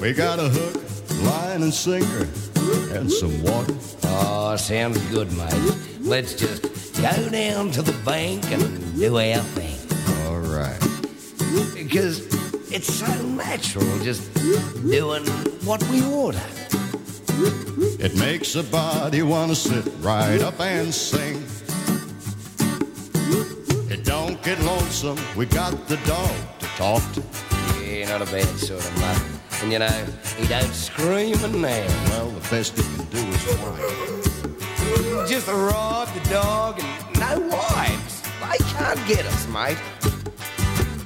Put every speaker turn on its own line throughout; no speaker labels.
We got a hook, line, and sinker, and some water.
Oh, sounds good, mate. Let's just go down to the bank and do our thing.
All right.
Because it's so natural just doing what we order.
It makes a body want to sit right up and sing. It don't get lonesome. We got the dog to talk to.
Yeah, not a bad sort of mutt. And you know, he don't scream a now.
Well, the best you can do is whine.
Just arrive the dog and no wives. They can't get us, mate.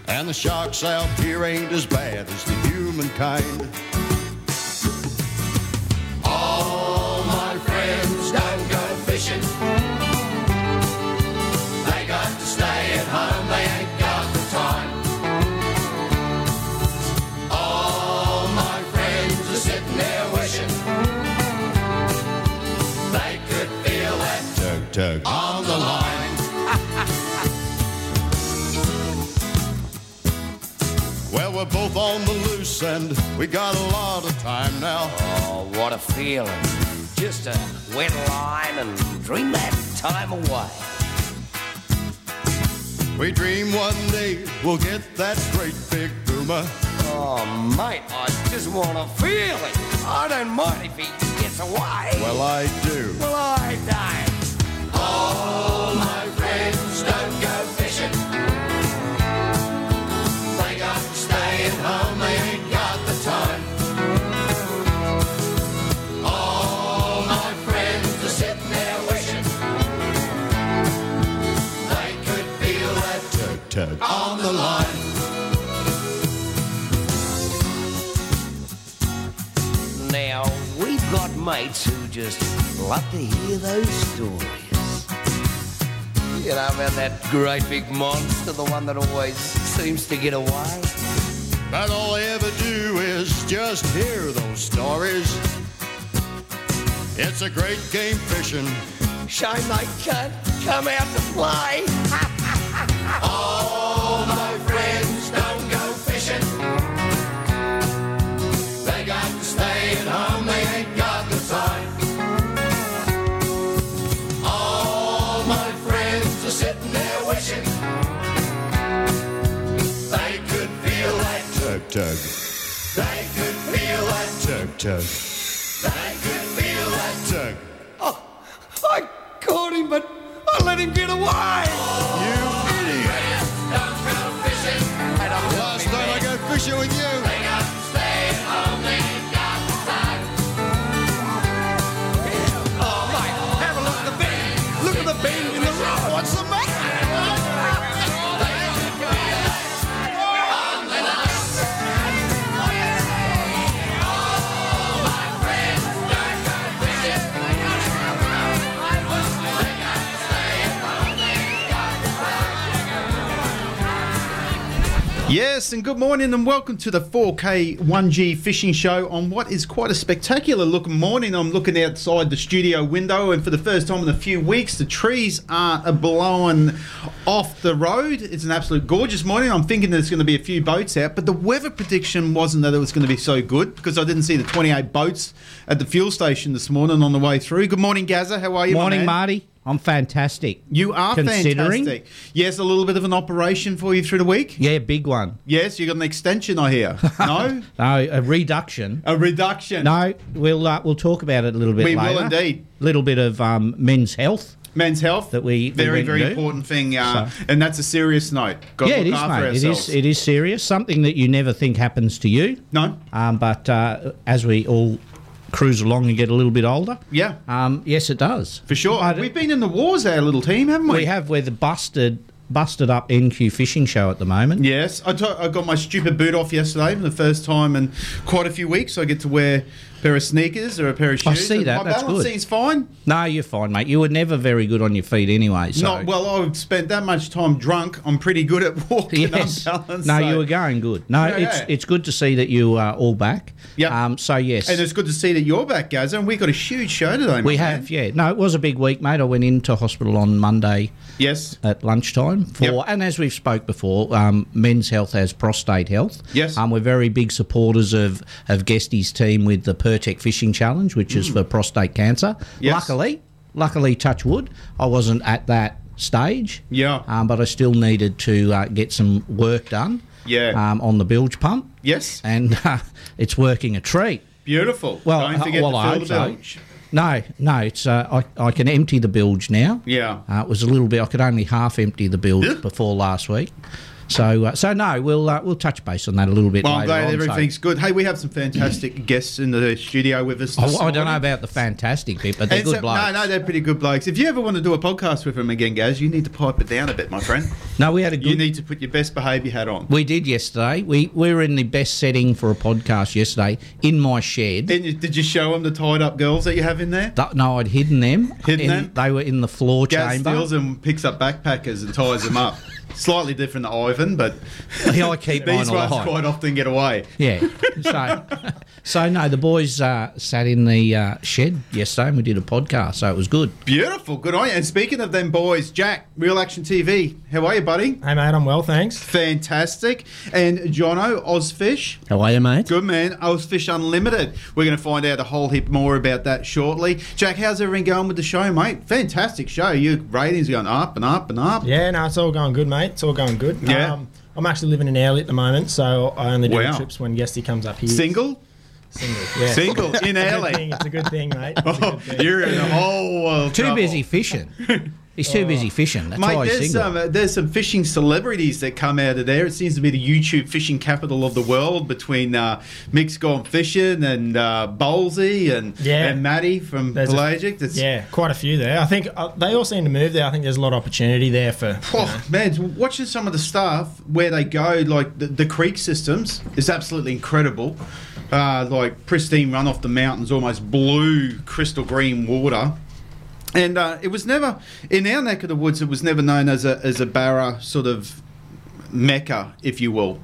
And the sharks out here ain't as bad as the humankind. All my friends don't go fishing. They got to stay at home. They ain't got the time. All my friends are sitting there wishing they could feel that tug tug on the line. Well, we're both on the loose and we got a lot of time now.
Oh, what a feeling. Just a wet line and dream that time away.
We dream one day we'll get that great big boomer.
Oh, mate, I just want to feel it. I don't mind if he gets away.
Well, I do.
Well, I don't.
All my friends don't go fishing. They got to stay at home, they ain't got the time. All my friends are sitting there wishing they could feel that tug tug on the line.
Now, we've got mates who just love to hear those stories. You know about that great big monster, the one that always seems to get away?
But all I ever do is just hear those stories. It's a great game fishing.
Shame they can't come out to play.
All my friends don't go fishing. They got to stay at home, they ain't got the time. All my friends are sitting there wishing they could feel that tug tug. They could feel that tug tug. They could feel that tug.
I caught him, but I let him get away.
You idiot! Last night I got fishing with you.
Oh, mate, have a look at the bend. Look at the bend in the rock. What's the matter?
Yes, and good morning, and welcome to the 4K 1G fishing show on what is quite a spectacular looking morning. I'm looking outside the studio window, and for the first time in a few weeks, the trees aren't a blowing off the road. It's an absolute gorgeous morning. I'm thinking there's going to be a few boats out, but the weather prediction wasn't that it was going to be so good because I didn't see the 28 boats at the fuel station this morning on the way through. Good morning, Gaza. How are you? my
Morning,
man?
Marty. I'm fantastic.
You are
Considering-
fantastic. Yes, a little bit of an operation for you through the week.
Yeah, big one.
Yes, you got an extension, I hear. No?
No, a reduction.
a reduction.
No, we'll uh, we'll talk about it a little bit
We will
later.
indeed.
Little bit of um, men's health.
Men's health.
That we- we
Very,
went
very
and do.
important thing. Uh,
So-
And that's a serious note. Got
yeah,
to
it is,
look
mate.
after
It
ourselves.
is. It is serious. Something that you never think happens to you.
No.
Um, but uh, as we all cruise along and get a little bit older.
Yeah.
Um, yes, it does.
For sure.
I don't-
We've been in the wars, our little team, haven't we?
We have. We're the busted busted up NQ fishing show at the moment.
Yes. I to- I got my stupid boot off yesterday for the first time in quite a few weeks. I get to wear pair of sneakers or a pair of shoes.
I see
and
that,
My
that's
balance
good.
seems fine.
No, you're fine, mate. You were never very good on your feet anyway. So.
Not well. I've spent that much time drunk. I'm pretty good at walking
Yes.
on balance.
no,
so-
you were going good. No,
Yeah,
it's
yeah.
it's good to see that you are all back.
Yep.
Um. So yes,
And it's good to see that you're back, Gaza. And we got a huge show today.
we
my man.
have. Yeah. No, it was a big week, mate. I went into hospital on Monday
Yes.
at lunchtime for,
Yep.
and as we've spoke before, um, men's health has prostate health.
Yes.
Um, we're very big supporters of of Guesty's team with the Pertec Fishing Challenge, which is for prostate cancer.
Hmm. Yes.
Luckily, luckily, touch wood, I wasn't at that stage.
Yeah.
Um, but I still needed to uh, get some work done.
Yeah.
Um, on the bilge pump.
Yes.
And uh, it's working a treat.
Beautiful.
Well,
Don't
uh,
forget
well,
to
I
fill
hope
the
so.
bilge.
No, no, it's uh, I, I can empty the bilge now.
Yeah.
Uh, it was a little bit. I could only half empty the bilge
Yeah.
before last week. So, uh, so no, we'll uh, we'll touch base on that a little bit.
Well, I'm
later
glad
on, so-
everything's good. Hey, we have some fantastic guests in the studio with us.
I-
this
Oh, I, don't know
morning.
about the fantastic bit, but they're
And
good
so-
blokes.
No, no, they're pretty good blokes. If you ever want to do a podcast with them again, Gaz, you need to pipe it down a bit, my friend.
No, we had a
You
good.
need to put your best behaviour hat on.
we did yesterday. We we were in the best setting for a podcast yesterday in my shed.
Then you, did you show them the tied up girls that you have in there?
Th- no, I'd hidden them.
Hidden
in,
them?
They were in the floor
Gaz
chamber.
steals and picks up backpackers and ties them up. Slightly different to Ivan, but
Yeah, I keep mine
these ones
alive.
quite often get away.
Yeah. So, so no, the boys uh, sat in the uh, shed yesterday and we did a podcast, so it was good.
Beautiful, good on you. And speaking of them boys, Jack, Real Action TV, how are you, buddy?
Hey mate, I'm well, thanks.
Fantastic. And Jono, Ozfish,
How are you, mate?
good man, Ozfish Unlimited. We're going to find out a whole heap more about that shortly. Jack, how's everything going with the show, mate? Fantastic show. Your ratings are going up and up and up.
Yeah, no, it's all going good, mate. It's all going good. Um,
Yeah.
I'm actually living in Airlie at the moment, so I only do
Wow.
trips when Guesty comes up here.
Single?
Single, yeah.
Single in Oh,
It's a good thing,
alley.
it's a good thing, mate. It's a good thing.
You're in a whole world. of
Too
trouble.
busy fishing. He's too busy fishing. That's
Mate,
why he's
there's
single.
some, uh, there's some fishing celebrities that come out of there. It seems to be the YouTube fishing capital of the world between uh, Mick's Gone Fishing and uh, Bolsey and,
Yeah.
and Maddie from
There's a-
Pelagic. That's,
Yeah, quite a few there. I think uh, they all seem to move there. I think there's a lot of opportunity there for.
Oh, man, watching some of the stuff where they go, like the, the creek systems, is absolutely incredible. Uh, like pristine run off the mountains, almost blue, crystal green water. And uh, it was never, in our neck of the woods, it was never known as a, as a barra sort of mecca, if you will.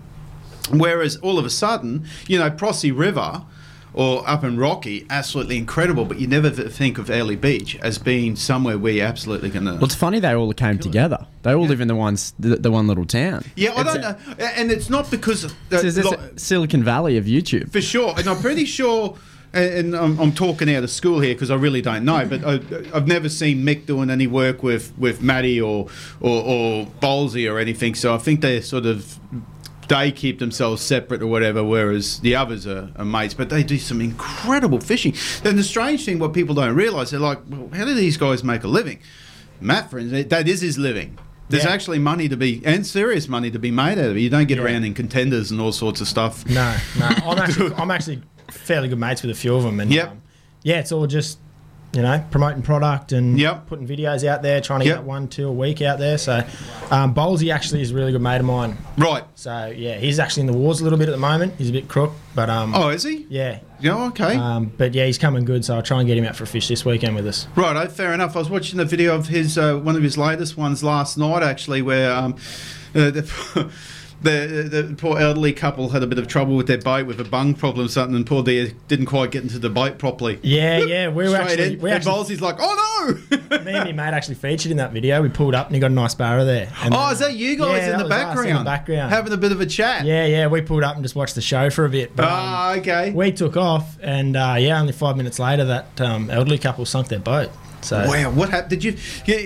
Whereas all of a sudden, you know, Prossy River or up in Rocky, absolutely incredible, but you never think of Early Beach as being somewhere where you're absolutely going to.
Well, it's funny they all came together. They all live in the ones, the, the one little town.
Yeah, I
It's-
don't know, A- and it's not because of, uh,
It's, it's,
lo-
Silicon Valley of YouTube.
for sure, and I'm pretty sure. And and I'm, I'm talking out of school here because I really don't know, but I, I've never seen Mick doing any work with with Maddie or or, or Bolsey or anything. So I think they sort of they keep themselves separate or whatever, whereas the others are, are mates. But they do some incredible fishing. Then the strange thing, what people don't realise, they're like, well, how do these guys make a living? Matt, for instance, that is his living. There's
Yeah.
actually money to be and serious money to be made out of it. You don't get
Yeah.
around in contenders and all sorts of stuff.
No, no. I'm actually, I'm actually fairly good mates with a few of them, and um,
Yep.
yeah, it's all just you know promoting product and
Yep.
putting videos out there, trying to
Yep.
get one, two a week out there. So, um, Bolsey actually is a really good mate of mine.
Right.
So yeah, he's actually in the wars a little bit at the moment. He's a bit crook, but um,
Oh, is he?
yeah,
Yeah, okay.
um, but yeah, he's coming good. So I'll try and get him out for a fish this weekend with us.
Right, oh, fair enough. I was watching a video of his uh, one of his latest ones last night, actually, where um, uh, the, the the poor elderly couple had a bit of trouble with their boat with a bung problem, or something, and poor dear didn't quite get into the boat properly.
Yeah, yeah, we were
Straight
actually,
in,
we
and
actually
Bolsey's like, "Oh no!"
me and my mate actually featured in that video. We pulled up and he got a nice barra there. And
oh,
then,
is that you guys
yeah,
in,
that
the
was us
background,
in the background.
having a bit of a chat?
Yeah, yeah, we pulled up and just watched the show for a bit. But, um,
Ah, okay.
we took off, and uh, yeah, only five minutes later, that um, elderly couple sunk their boat. So
Wow, what happened? Did you? yeah,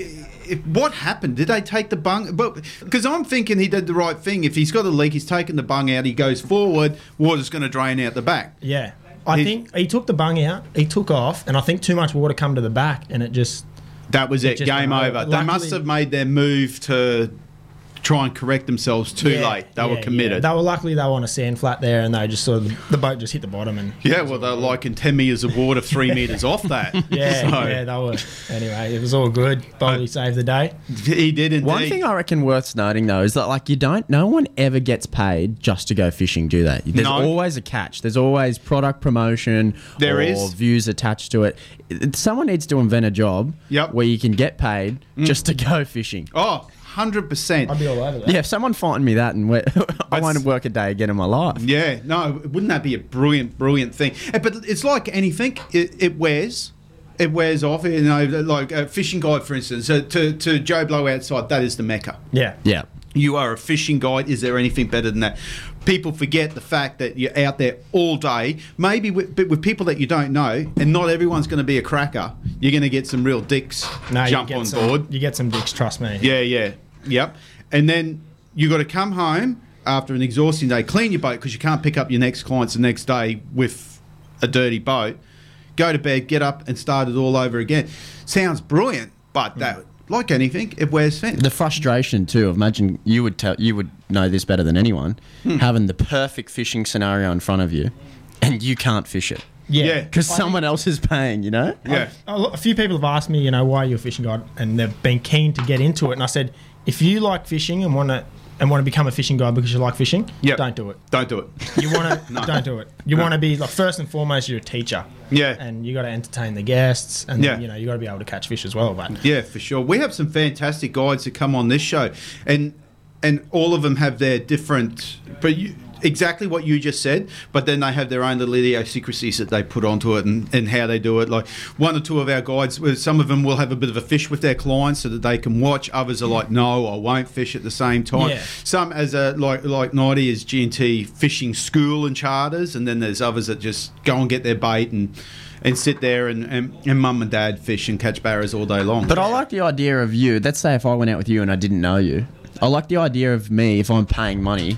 it- What happened? Did they take the bung? But because I'm thinking he did the right thing. If he's got a leak, he's taken the bung out. He goes forward. Water's going to drain out the back.
yeah, I
He-
think he took the bung out, he took off, and I think too much water come to the back, and it just
That was it.
just
Game
went
over.
over.
they must
Luckily-
have made their move to try and correct themselves too
Yeah,
late. They
yeah,
were
yeah.
committed.
They were luckily they were on a sand flat there, and they just sort of the boat just hit the bottom, and
Yeah, well, they're like in 10 metres of water, three metres off that.
yeah,
So,
yeah, they were. Anyway, it was all good. Bolly saved the day.
Uh, He did indeed.
One thing I reckon worth noting though is that like you don't, no one ever gets paid just to go fishing, do they? There's
No.
always a catch. There's always product promotion.
There
or
is.
views attached to it. It- Someone needs to invent a job
Yep. Mm.
where you can get paid just to go fishing.
oh, 100%.
I'd be all over that.
Yeah, if someone find me that and we- I
That's-
want to work a day again in my life.
Yeah, no, wouldn't that be a brilliant, brilliant thing? Eh, But it's like anything, it, it wears. It wears off, you know, like a fishing guide, for instance. Uh, to, to Joe Blow outside, that is the mecca.
yeah,
Yeah.
You are a fishing guide. Is there anything better than that? People forget the fact that you're out there all day, maybe with, but with people that you don't know, and not everyone's going to be a cracker. You're going to get some real dicks
No, you
jump
get
on
some-
board.
You get some dicks, trust me.
Yeah, yeah, yep. And then you got to come home after an exhausting day, clean your boat because you can't pick up your next clients the next day with a dirty boat. Go to bed, get up, and start it all over again. Sounds brilliant, but that, like anything, it wears thin.
The frustration too. Imagine you would tell you would know this better than anyone,
Hmm.
having the perfect fishing scenario in front of you, and you can't fish it
yeah.
Yeah.
because someone else is paying. You know.
yeah,
A lo- a few people have asked me, you know, why are you a fishing guide, and they've been keen to get into it. And I said, if you like fishing and want to and want to become a fishing guide because you like fishing,
Yep.
don't do it.
don't do it.
You want to don't do it. You want to be like first and foremost, you're a teacher.
Yeah.
and you got to entertain the guests, and
Yeah.
you know you got to be able to catch fish as well. But
Yeah, for sure. We have some fantastic guides that come on this show, and and all of them have their different, but you, exactly what you just said. But then they have their own little idiosyncrasies that they put onto it, and, and how they do it. Like one or two of our guides, well, some of them will have a bit of a fish with their clients so that they can watch. Others are like, no, I won't fish at the same time.
Yeah.
Some as a like like ninety is GNT fishing school and charters, and then there's others that just go and get their bait and. And sit there and, and, and mum and dad fish and catch barras all day long.
But I like the idea of you. Let's say if I went out with you and I didn't know you, I like the idea of me if I'm paying money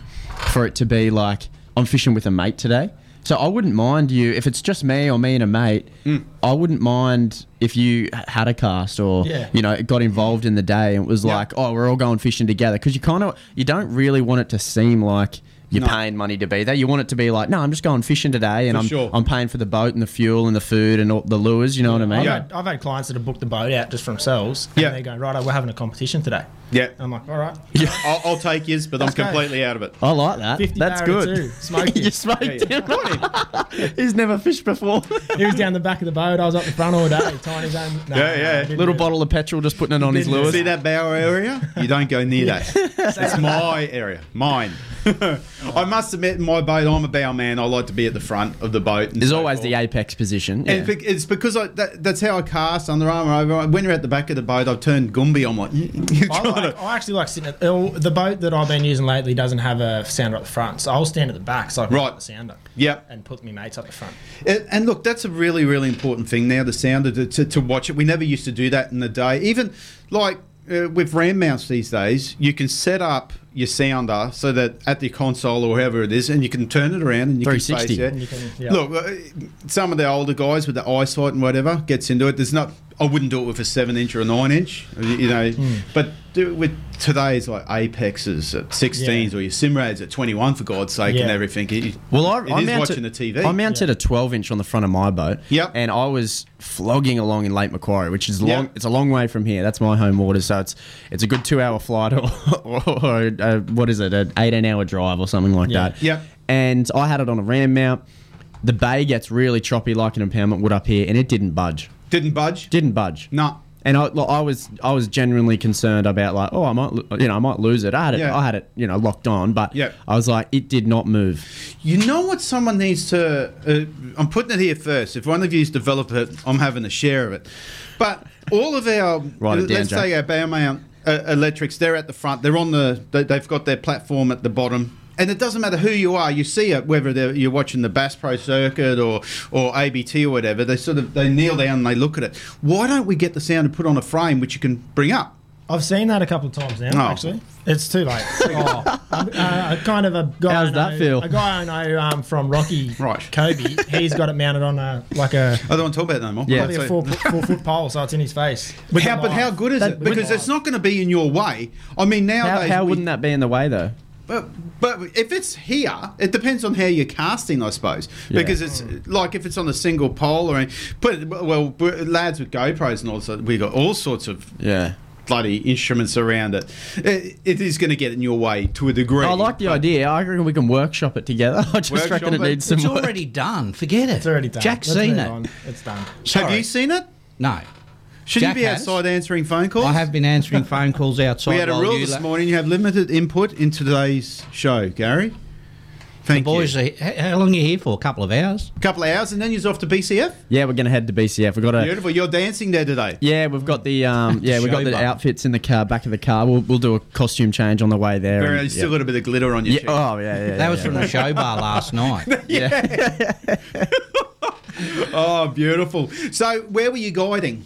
for it to be like I'm fishing with a mate today. So I wouldn't mind you if it's just me or me and a mate.
Mm.
I wouldn't mind if you h- had a cast or
Yeah.
you know got involved in the day and it was like, oh, we're all going fishing together because you kind of you don't really want it to seem like. You're
No.
paying money to be there. You want it to be like, no, I'm just going fishing today, and
For
I'm
sure.
I'm paying for the boat and the fuel and the food and all the lures. You know what I mean?
I've,
Yeah.
had, I've had clients that have booked the boat out just for themselves, and
Yeah.
they go, right, we're having a competition today.
Yeah.
I'm like, all right,
I'll, I'll take yours, but I'm
go.
completely out of it.
I like that.
50
Uh, That's
barra
good.
too. Smoked
you
it.
smoked him. He's never fished before.
he was down the back of the boat. I was up the front all day, tying his own. No,
Yeah, yeah.
didn't
Little
do
bottle of petrol, just putting it on his
Didn't
lures.
See that bower area? You don't go near that. That's my area, mine. I must admit, in my boat, I'm a bow man. I like to be at the front of the boat. and
There's
so
always
forth.
the apex position.
And
yeah.
it's bec- it's because I, that, that's how I cast Under Armour over. When you're at the back of the boat, I've turned Gumby. I'm like,
I, like, I actually like sitting at oh, the boat that I've been using lately doesn't have a sounder at the front, so I'll stand at the back so I can
Right.
put the sounder.
Yep.
And put my mates up the front.
And, and look, that's a really, really important thing now. The sounder to, to, to watch it. We never used to do that in the day. Even like uh, with RAM mounts these days, you can set up your sounder so that at the console or wherever it is, and you can turn it around and you can
360.
face it.
You can- yeah.
Look, uh, some of the older guys with the eyesight and whatever gets into it. There's not. I wouldn't do it with a seven inch or a nine inch, you you know.
Hmm.
But do it with today's like apexes at 16s
Yeah.
or your Simrads at 21 for God's sake and
Yeah.
everything. It-
Well, I,
it
I
is
mounted,
watching the TV.
I mounted a 12 inch on the front of my boat.
Yep.
And I was flogging along in Lake Macquarie, which is long.
Yep.
It's a long way from here. That's my home waters, so it's it's a good two hour flight or, or, uh, what is it, an 18 hour drive or something like
Yeah.
that.
Yep.
And I had it on a ram mount. The bay gets really choppy like an impoundment would up here, and it didn't budge.
Didn't budge.
Didn't budge.
No.
And I, like, I was I was genuinely concerned about like oh I might lo- you know I might lose it I had it
Yeah.
I had it you know locked on but
Yep.
I was like it did not move
You know what someone needs to. Uh, I'm putting it here first. If one of you's develop it, I'm having a share of it. But all of our,
Write it down,
let's
Jack.
say our Beaumont uh, electrics, they're at the front. They're on the. They, they've got their platform at the bottom. And it doesn't matter who you are, you see it whether they're- you're watching the Bass Pro Circuit or, or ABT or whatever. They sort of they kneel down and they look at it. Why don't we get the sound and put on a frame which you can bring up?
I've seen that a couple of times now.
Oh.
Actually, it's too late. oh, I'm, uh, kind of a guy.
How's
I
that
know-
feel?
A guy I know um, from Rocky,
Right.
Kobe. He's got it mounted on a like a
I don't want to talk about it no more.
Yeah.
probably a
So-
four, four foot pole, so it's in his face.
But how, but how good is
That-
it? Because
but-
it's not going to be in your way. I mean,
How,
nowadays.
how
we-
wouldn't that be in the way though?
But, but if it's here, it depends on how you're casting, I suppose.
Yeah.
Because it's like if it's on a single pole or. any- Put, well, we're- lads with GoPros and all that, we got all sorts of
Yeah.
bloody instruments around it. It, it is going to get in your way to a degree.
I like the idea. I reckon we can workshop it together. I just
Workshop
reckon it
it?
needs some
It's
work.
already done. Forget it.
It's already done.
Jack's
Let's
seen
move
it.
on. It's done.
Have
Sorry.
you seen it?
No.
Should
Jack
you be
has.
outside answering phone calls?
I have been answering phone calls outside.
We had a
while
rule
you
this
la-
morning. You have limited input in today's show, Gary.
The
Thank
boys,
you.
are, h- how long are you here for? A couple of hours.
A couple of hours, and then you're off to BCF.
Yeah, we're gonna head to BCF. We've got a
Beautiful. You're dancing there today.
yeah, we've got the um, yeah, we've got the
Showboat.
outfits in the car, back of the car. We'll, we'll do a costume change on the way there.
Very-
and-
you still
yeah.
got a bit of glitter on your
yeah.
cheek.
Oh yeah, yeah.
That
yeah,
was
yeah.
from the show bar last night.
Oh, beautiful. So, where were you guiding?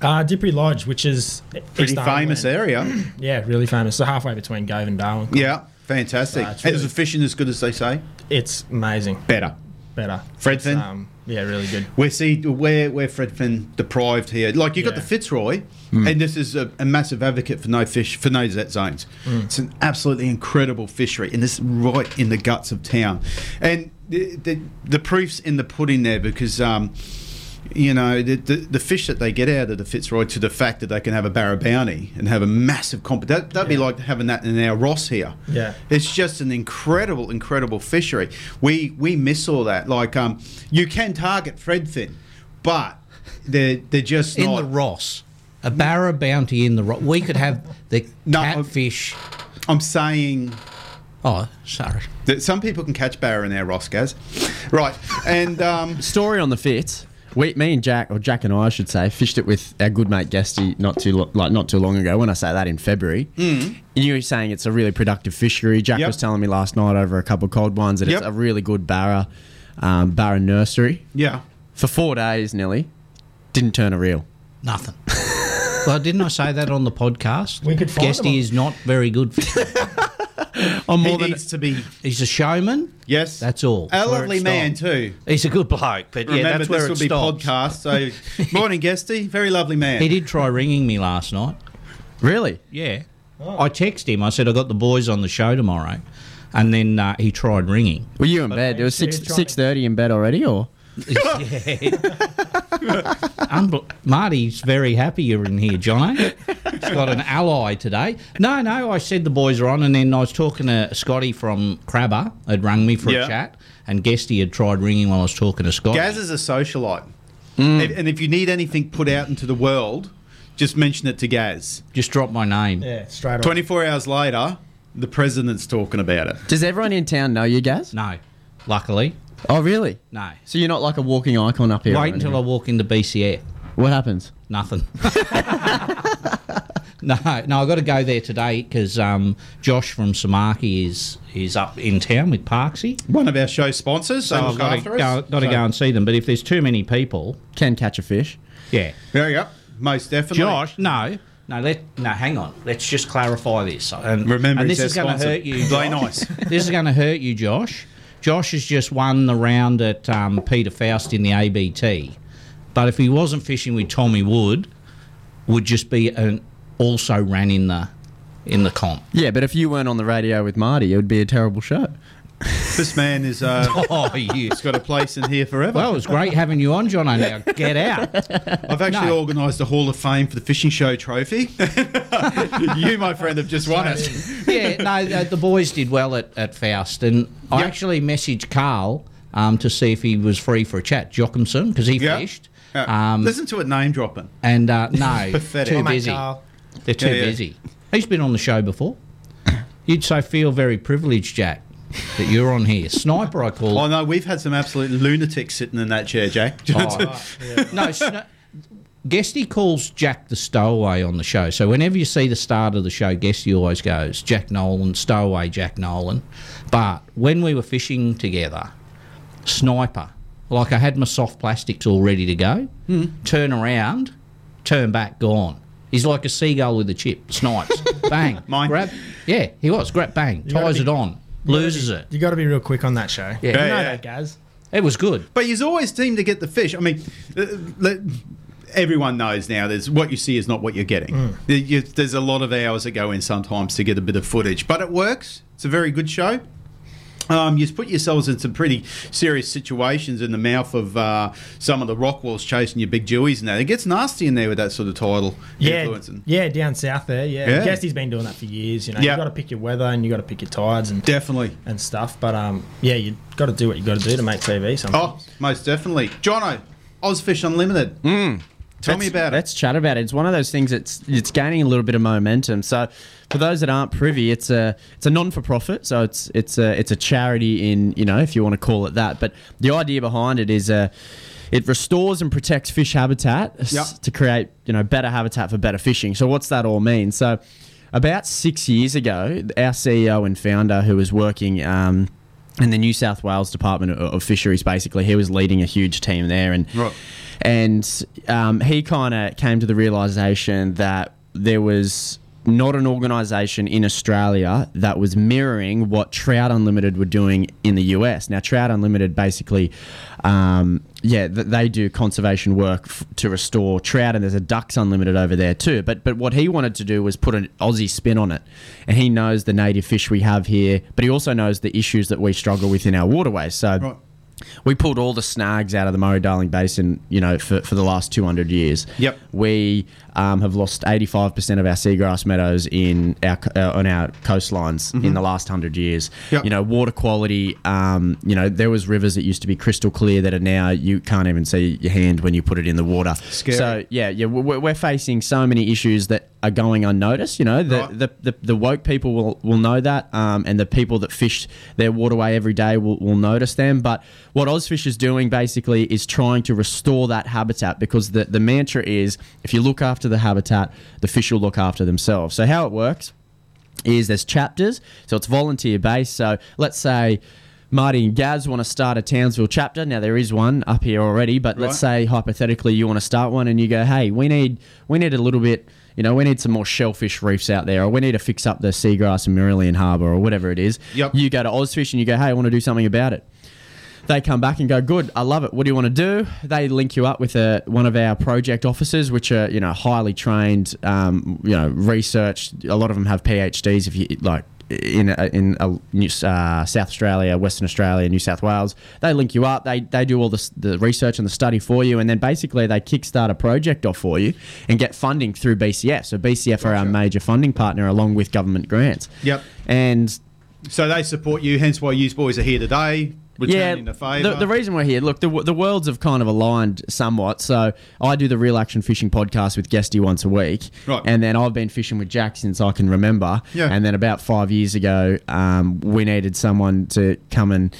Uh, Dippery Lodge, which is
Pretty
East
famous
Arnhem
area.
Land. Yeah, really famous. So halfway between Gove and Darwin.
yeah, fantastic.
Uh, it's
Is
really-
the fishing as good as they say?
It's amazing.
Better.
Better.
Fredfin?
Um, yeah, really good.
We're see we're we're Fred Finn deprived here. Like you got
Yeah.
the Fitzroy,
Hmm.
and this is a, a massive advocate for no fish for no z zones.
mm.
It's an absolutely incredible fishery, and this is right in the guts of town. And the the, the proof's in the pudding there because. Um, you know the, the the fish that they get out of the Fitzroy to the fact that they can have a barra bounty and have a massive comp. That, that'd be
Yeah.
like having that in our Ross here.
Yeah.
It's just an incredible, incredible fishery. We we miss all that. Like um, you can target Fredfin, but they're they're just
in
not.
the Ross. A barra bounty in the Ross. We could have the
No, I-
catfish.
I'm saying
Oh, sorry.
that some people can catch barra in our Ross, guys. Right, and um,
story on the fits. We, me and Jack, or Jack and I, I should say, fished it with our good mate Guesty not too lo- like not too long ago. When I say that in February, mm. you were saying it's a really productive fishery. Jack
Hmm. Yep.
was telling me last night over a couple of cold ones that
Yep.
it's a really good barra, um, barra nursery.
yeah,
For four days nearly, didn't turn a reel.
Nothing. well, didn't I say that on the podcast?
We could find them
Guesty
on-
is not very good. For,
On
he
more than
needs to be.
he's a showman.
Yes,
That's all.
A
Where it
lovely man
stopped.
too.
He's a good bloke, but yeah,
Remember,
that's where
this
it
will be
stops.
podcast. So, morning, Guesty. Very lovely man.
He did try ringing me last night.
really.
Yeah.
Oh.
I texted him. I said I got the boys on the show tomorrow, and then uh, he tried ringing.
Were you in bed? It was
you
six
trying-
six thirty in bed already, or
Yeah. Unbel- Marty's very happy you're in here, Johnny. He's got an ally today. No, no, I said the boys are on, and then I was talking to Scotty from Crabber. Had rung me for
Yeah.
a chat, and Guesty had tried ringing while I was talking to Scotty. Mm.
Gaz is a socialite, If- and if you need anything put out into the world, just mention it to Gaz.
Just dropped my name.
Yeah, straight off.
24 hours later, the president's talking about it.
does everyone in town know you, Gaz?
No, luckily,
Oh, really?
no.
So you're not like a walking icon up here.
Wait until I walk into BCF.
What happens?
Nothing. no, no, I got to go there today because um, Josh from Samaki is is up in town with Parksy.
One of our show sponsors, so
So
look
I've got to
after
go,
us.
got to
So-
go and see them. But if there's too many people,
Can catch a fish.
yeah,
There you go. Most definitely.
Josh, no, no, let no, hang on. Let's just clarify this. And
Remember,
and
he's
this
our
is going to
sponsor.
hurt you.
Play
Josh.
nice.
this is going to hurt you, Josh. Josh has just won the round at um, Peter Faust in the ABT. But if he wasn't fishing with Tommy Wood, would just be an also ran in the in the comp.
Yeah, but if you weren't on the radio with Marty, it would be a terrible show.
This man is uh,
Oh, you.
got a place in here forever.
Well, it was great having you on, John. Now get out.
I've actually
no.
organised a Hall of Fame for the fishing show trophy. you, my friend, have just won it.
yeah, no, uh, the, the boys did well at, at Faust, and I
Yep.
actually messaged Carl um, to see if he was free for a chat, Jockimson, because he
Yeah.
fished.
Yeah.
Um,
Listen to it name dropping.
and uh, no,
Pathetic. Oh
too
My mate
busy.
Carl.
They're too
Yeah, yeah.
busy. He's been on the show before. You'd so feel very privileged, Jack, that you're on here. Sniper, I call.
Oh
him.
no, we've had some absolute lunatics sitting in that chair, Jack.
Oh. no, sn- Guesty calls Jack the stowaway on the show. So whenever you see the start of the show, Guesty always goes Jack Nolan, stowaway Jack Nolan. But when we were fishing together, sniper, like
Hmm.
I had my soft plastics all ready to go, turn around, turn back, gone. He's like a seagull with a chip. Snipes. bang.
Mine.
Grab. Yeah, he was. Grab bang.
gotta
ties
be-
it on. Loses it.
You got to be real quick on that show.
Yeah.
You know
Yeah, yeah.
that, Gaz.
It was good.
But you always seem to get the fish. I mean, uh, let- everyone knows now. There's what you see is not what you're getting.
Mm.
There- you- There's a lot of hours that go in sometimes to get a bit of footage, but it works. It's a very good show. Um, you put yourselves in some pretty serious situations in the mouth of uh, some of the Rockwells chasing your big Jewies and that. It gets nasty in there with that sort of title
Yeah,
influence. And
yeah, down south there. Yeah,
Yeah.
Gasty's been doing that for years. You know,
Yeah.
you got to pick your weather and you got to pick your tides and
definitely.
and stuff. But um, yeah, you got to do what you got to do to make TV. Sometimes.
Oh, most definitely. Jono, Ozfish Unlimited. Tell me about it.
Hmm. Let's chat about it. It's one of those things that's it's gaining a little bit of momentum. So, for those that aren't privy, it's a it's a non-for-profit. So it's it's a it's a charity in you know if you want to call it that. But the idea behind it is uh, it restores and protects fish habitat s-
Yep.
to create you know better habitat for better fishing. So what's that all mean? So about six years ago, our CEO and founder who was working. Um, in the New South Wales Department of- of Fisheries, basically, he was leading a huge team there, and
Right.
and um, he kind of came to the realization that there was not an organization in Australia that was mirroring what Trout Unlimited were doing in the US. Now, Trout Unlimited basically, um, yeah, th- they do conservation work f- to restore trout, and there's a Ducks Unlimited over there too. But but what he wanted to do was put an Aussie spin on it, and he knows the native fish we have here, but he also knows the issues that we struggle with in our waterways. So
Right.
we pulled all the snags out of the Murray Darling Basin, you know, for, for the last 200 years.
Yep.
We um, have lost 85% of our seagrass meadows in our co- uh, on our coastlines in the last 100 years.
Mm-hmm. Yep.
You know, water quality, um, you know, there was rivers that used to be crystal clear that are now, you can't even see your hand when you put it in the water.
Scary.
So, yeah, yeah, we- we're, we're facing so many issues that are going unnoticed. You know, the,
Right.
the, the, the woke people will, will know that, um, and the people that fish their waterway every day will, will notice them. But what Ozfish is doing basically is trying to restore that habitat because the, the mantra is if you look after the habitat, the fish will look after themselves. So, how it works is there's chapters, so it's volunteer based. So let's say Marty and Gaz want to start a Townsville chapter. Now there is one up here already, but let's say hypothetically you want to start one, and you go, hey, we need we need a little bit. You know, we need some more shellfish reefs out there, or we need to fix up the seagrass in Marillion Harbour, or whatever it is.
Yep.
You go to Ozfish and you go, hey, I want to do something about it they come back and go, "Good, I love it. What do you want to do?" They link you up with a, one of our project officers, which are you know highly trained, um, you know, researched. A lot of them have PhDs. If you like. In a, in a New, uh, South Australia, Western Australia, New South Wales, they link you up. They they do all the, s- the research and the study for you, and then basically they kickstart a project off for you and get funding through BCF. So BCF are our major funding partner, along with government grants.
Yep.
And
So they support you, hence why you boys are here today, returning the favour.
The, the reason we're here, look, the, w- the worlds have kind of aligned somewhat. So I do the Real Action Fishing podcast with Guesty once a week.
Right.
And then I've been fishing with Jack since I can remember.
Yeah.
And then about five years ago, um, we needed someone to come and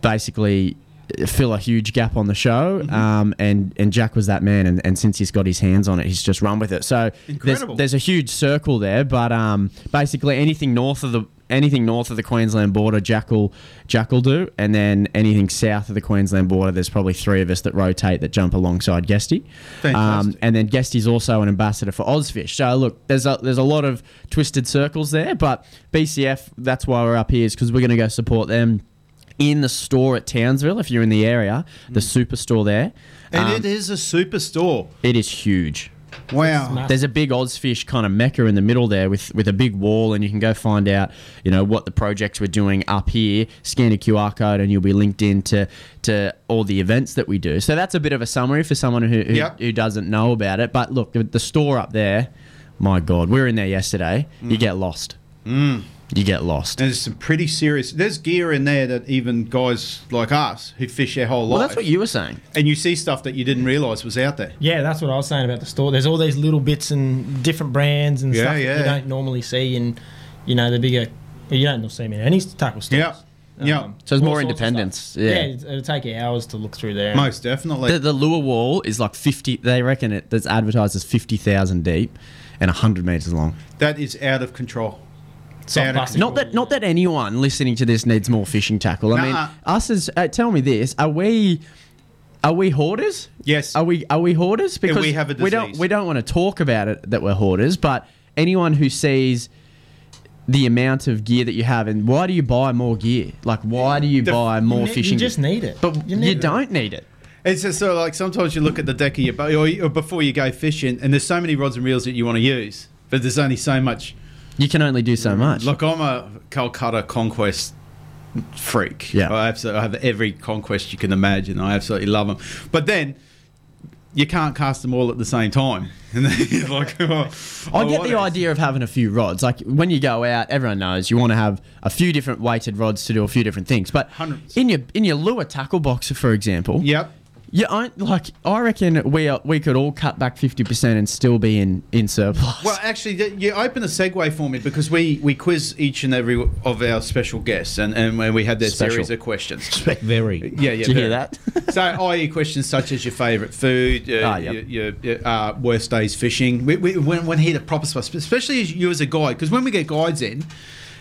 basically fill a huge gap on the show
Mm-hmm.
um, and and Jack was that man and, and since he's got his hands on it he's just run with it so there's,
Incredible.
there's a huge circle there but um, basically anything north of the anything north of the Queensland border Jack will Jack will do and then anything south of the Queensland border there's probably three of us that rotate that jump alongside Guesty
Fantastic.
and then Guesty's also an ambassador for Ozfish so look there's a, there's a lot of twisted circles there but BCF that's why we're up here is because we're going to go support them in the store at Townsville if you're in the area, the superstore there.
Mm. and
Um,
it is a superstore.
it is huge.
Wow.
There's a big Ozfish kind of mecca in the middle there with, with a big wall, and you can go find out, you know, what the projects we're doing up here. Scan a QR code, and you'll be linked in to, to all the events that we do. So that's a bit of a summary for someone who who,
Yep.
who doesn't know about it. But look, the, the store up there, my God, we were in there yesterday. You get lost. Mm. You get lost.
There's some pretty serious. There's gear in there that even guys like us who fish their whole
well,
life,
that's what you were saying.
and you see stuff that you didn't realise was out there.
Yeah, that's what I was saying about the store. There's all these little bits and different brands and
Yeah,
stuff that
yeah.
you don't normally see in, you know, the bigger. well, You don't see them in any tackle stores. Um,
Yeah, yeah,
So it's
all
more
sorts of
independence.
stuff. it's- it'll take you hours to look through there.
most definitely.
The, the lure wall is like 50, they reckon it, that's advertised as 50,000 deep and 100 metres long.
that is out of control. It's
not
out of
plastic.
control.
Not that not that anyone listening to this needs more fishing tackle. I mean,
Nuh-uh.
us as, uh, tell me this, are we Are we hoarders?
Yes.
Are we are we hoarders? Because
we have a
don't
disease.
we don't want to talk about it that we're hoarders, but anyone who sees the amount of gear that you have and why do you buy more gear? Like why do you
The-
buy
You
more
ne- you
fishing
just
gear?
need it.
But
You
you,
need it.
don't need it.
It's just sort of like sometimes you look at the deck of your boat or, you- or before you go fishing, and there's so many rods and reels that you want to use, but there's only so much.
You can only do so much.
Look, I'm a Calcutta conquest freak.
Yeah.
I absolutely I have every conquest you can imagine. I absolutely love them. But then you can't cast them all at the same time. And then you're like, oh,
I
oh,
get
what
the
is-
idea of having a few rods. Like when you go out, everyone knows you want to have a few different weighted rods to do a few different things. But
100%.
in your in your lure tackle box, for example,
Yep.
you aren't like I reckon we are, we could all cut back fifty percent and still be in in surplus.
Well, actually, th- you open a segue for me because we, we quiz each and every of our special guests, and, and when we had their
Special.
series of questions.
Very.
Yeah, yeah.
Did you hear
very-
that?
so, i.e., questions such as your favourite food, uh,
Ah, yep.
your, your, your, uh, worst days fishing. We, we, when, when here to proper stuff, especially as you as a guide, because when we get guides in,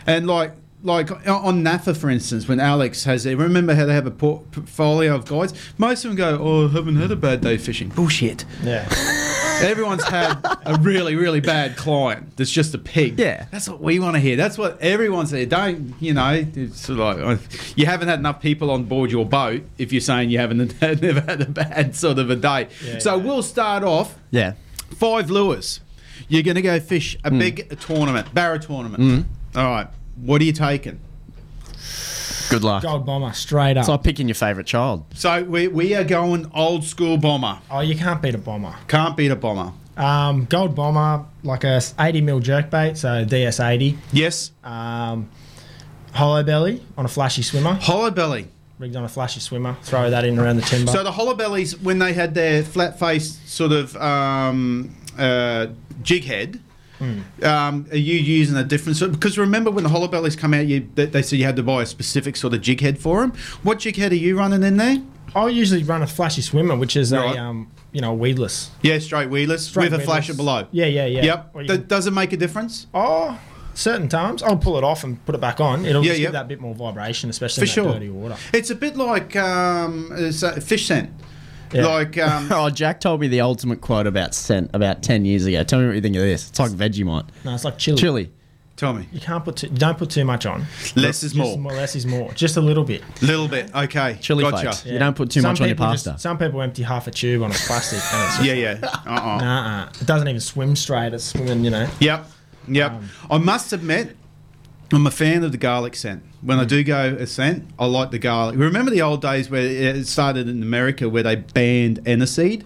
and like like on NAFA, for instance, when Alex has it, remember how they have a por- portfolio of guides? Most of them go, Oh, I haven't had a bad day fishing. Bullshit.
Yeah.
Everyone's had a really, really bad client that's just a pig.
Yeah.
That's what we want to hear. That's what everyone's there. Don't, you know, it's like uh, you haven't had enough people on board your boat if you're saying you haven't had, never had a bad sort of a day.
Yeah,
so
yeah.
we'll start off
yeah.
five lures. You're going to go fish
Hmm.
a big tournament, barra tournament.
Mm.
All right. What are you taking?
Good luck.
Gold bomber straight up.
It's like picking your favorite child.
So we, we are going old school bomber.
oh, you can't beat a bomber.
Can't beat a bomber.
Um, gold bomber, like a 80 mil jerkbait, so DS 80.
Yes.
Um, hollow belly on a flashy swimmer,
Hollow belly.
rigged on a flashy swimmer. Throw that in around the timber.
So the hollowbellies, when they had their flat face sort of um, uh, jig head,
Hmm.
um, are you using a different sort? Because remember when the hollowbellies come out, you they, they said you had to buy a specific sort of jig head for them. What jig head are you running in there?
I'll usually run a flashy swimmer, which is
Right.
a um, you know weedless.
Yeah, straight wheelers
Straight
with a
wheelers.
flasher below.
Yeah, yeah, yeah.
Yep.
Or you
That
can-
does it make a difference?
Oh, certain times I'll pull it off and put it back on. It'll
Yeah,
just
yeah.
give that bit more vibration,
For
especially in that
sure.
dirty water.
It's a bit like um, it's a fish scent.
Yeah.
Like um,
Oh, Jack told me the ultimate quote about scent about ten years ago. Tell me what you think of this. It's like Vegemite.
No, it's like chili.
Chili.
tell me,
You can't put too, don't put too much on.
less is
Just
more.
more. Less is more. Just a little bit.
Little bit. Okay.
Chili
gotcha.
flakes. You don't put too
Some
much on your
people just-
pasta.
some people empty half a tube on a plastic and it's just,
Yeah, yeah. Uh-uh.
nah, it doesn't even swim straight. It's swimming, you know. Um,
Yep, yep. I must admit, I'm a fan of the garlic scent. When
Mm.
I do go a scent, I like the garlic. Remember the old days where it started in America where they banned aniseed?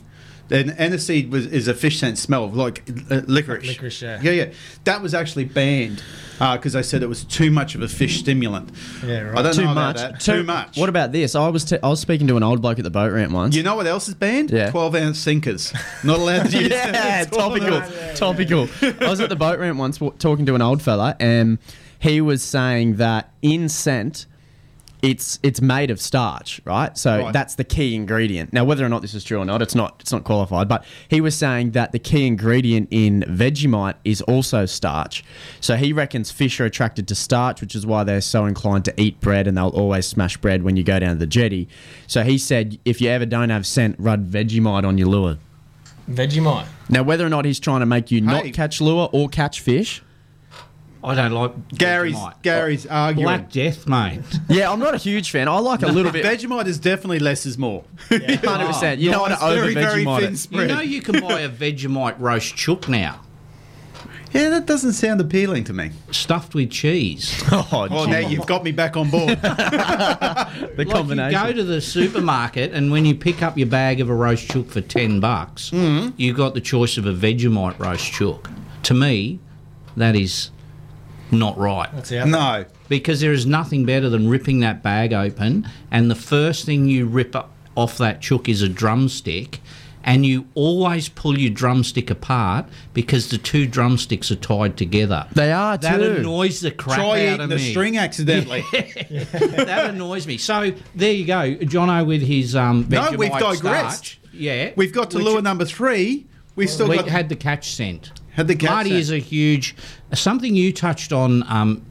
And aniseed was, is a fish scent smell, like uh, licorice.
licorice, yeah.
Yeah, yeah. That was actually banned because they said it was too much of a fish stimulant.
Yeah, right.
I don't
Too
know about
much.
that. Too, much.
What about this? I was t- I was speaking to an old bloke at the boat ramp once.
you know what else is banned?
Yeah.
12 ounce sinkers. Not allowed to use
yeah,
that.
topical, topical. I was at the boat ramp once wa- talking to an old fella, and he was saying that in scent, it's it's made of starch, right? So
Right.
that's the key ingredient. Now, whether or not this is true or not, it's not it's not qualified. But he was saying that the key ingredient in Vegemite is also starch. So he reckons fish are attracted to starch, which is why they're so inclined to eat bread, and they'll always smash bread when you go down to the jetty. So he said, if you ever don't have scent, rub Vegemite on your lure.
Vegemite.
Now, whether or not he's trying to make you not
Hey.
catch lure or catch fish,
I don't like
Gary's,
Vegemite.
Gary's arguing.
Black Death, mate.
yeah, I'm not a huge fan. I like a little bit,
Vegemite is definitely less is more.
hundred percent. You don't want
Nice,
to over
very, very
Vegemite
thin
it.
you
spread.
know you can buy a Vegemite roast chook now,
Yeah, that doesn't sound appealing to me.
stuffed with cheese.
Oh,
Well,
gee,
now you've got me back on board.
the
Like you
combination.
go to the supermarket and when you pick up your bag of a roast chook for ten bucks,
Mm-hmm.
you've got the choice of a Vegemite roast chook. To me, that is not right.
That's out there.
no.
because there is nothing better than ripping that bag open and the first thing you rip up off that chook is a drumstick and you always pull your drumstick apart because the two drumsticks are tied together.
they are
that
too.
annoys the crap
Try
out
eating
of
the
me.
string accidentally.
that annoys me. So there you go, Jono with his um.
No, we've
Vegemite
digressed.
starch. Yeah,
We've got to
Which-
lure number three. We've still
we
got
had the catch scent.
Had the catch
Marty
scent.
is a huge something you touched on, um,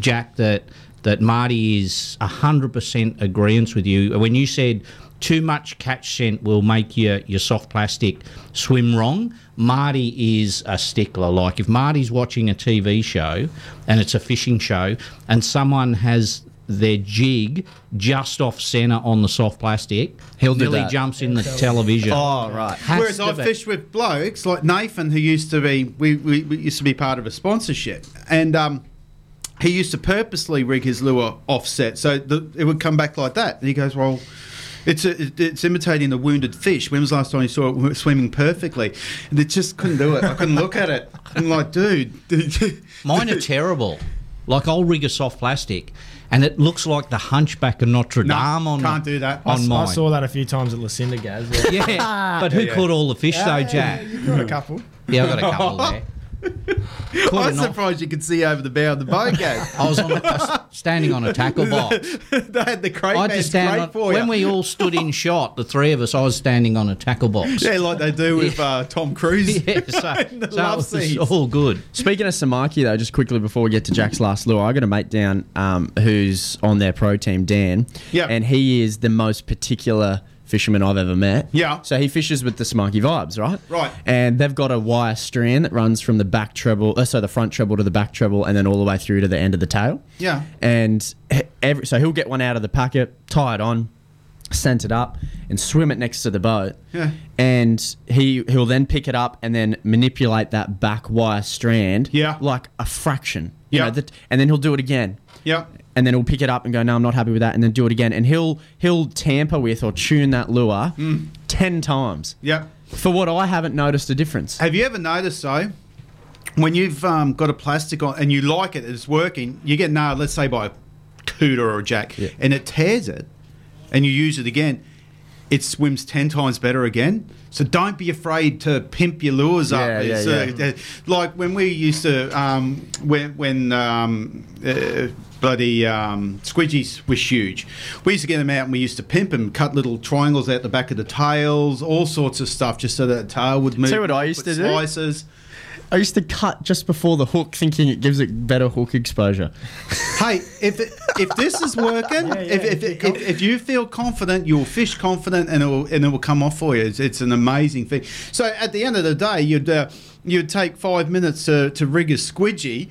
Jack. That that Marty is 100% agreement with you. When you said too much catch scent will make your, your soft plastic swim wrong, Marty is a stickler. Like if Marty's watching a TV show and it's a fishing show and someone has their jig just off centre on the soft plastic,
He'll do
nearly
that.
jumps in the television.
Oh, right.
Has
Whereas
to
I
be.
fished with blokes like Nathan, who used to be we, we, we used to be part of a sponsorship, and um, he used to purposely rig his lure offset so the, it would come back like that. And he goes, "Well, it's a, it- it's imitating the wounded fish." When was the last time you saw it w- swimming perfectly? And it just couldn't do it. I couldn't look at it. I'm like, dude,
Mine are terrible. Like I'll rig a soft plastic, and it looks like the Hunchback of Notre Dame
No,
on
can't do that.
I,
on
s- I
mine.
saw that a few times at Lucinda Gaz. Yeah.
Ah,
Yeah, but who caught all the fish though, Jack?
You've got a couple.
Yeah, I got a couple there. Caught
I'm
an off-
surprised you could see over the bow of the boat game.
I was on a, I was standing on a tackle box.
they had the crate
I
man
just stand
straight
on,
for you.
when we all stood in shot, the three of us. I was standing on a tackle box.
yeah, like they do with uh, Tom Cruise.
Yeah, so,
In the
so it
love
was
scenes.
all good.
Speaking of Samaki, though, just quickly before we get to Jack's last lure, I got a mate down um, who's on their pro team, Dan.
Yeah.
And he is the most particular fisherman I've ever met.
Yeah.
So he fishes with the Samaki vibes, right?
Right.
And they've got a wire strand that runs from the back treble, uh, so the front treble to the back treble, and then all the way through to the end of the tail.
Yeah.
And he- every, so he'll get one out of the packet, tie it on, scent it up, and swim it next to the boat.
Yeah.
And he he'll then pick it up and then manipulate that back wire strand.
Yeah.
Like a fraction. You
Yeah.
know, that, and then he'll do it again.
Yep.
And then he'll pick it up and go, no, I'm not happy with that, and then do it again. And he'll he'll tamper with or tune that lure
Mm.
ten times.
Yep.
For what I haven't noticed a difference.
Have you ever noticed though, when you've um, got a plastic on and you like it, it's working, you get nailed, let's say by a cooter or a jack,
Yeah.
and it tears it, and you use it again, it swims ten times better again. So don't be afraid to pimp your lures up.
Yeah, yeah,
It's,
yeah.
uh, like when we used to, um, when when um, uh, bloody um, squidgies was huge, we used to get them out and we used to pimp them, cut little triangles out the back of the tails, all sorts of stuff, just so that the tail would move
Tell you what I used
put
to do.
slices.
I used to cut just before the hook thinking it gives it better hook exposure.
Hey, if it, if this is working,
yeah,
if, if,
if you're
if, if, you feel confident, you'll fish confident, and it will and it will come off for you. It's, it's an amazing thing. So at the end of the day, you'd. Uh, You'd take five minutes to, to rig a squidgy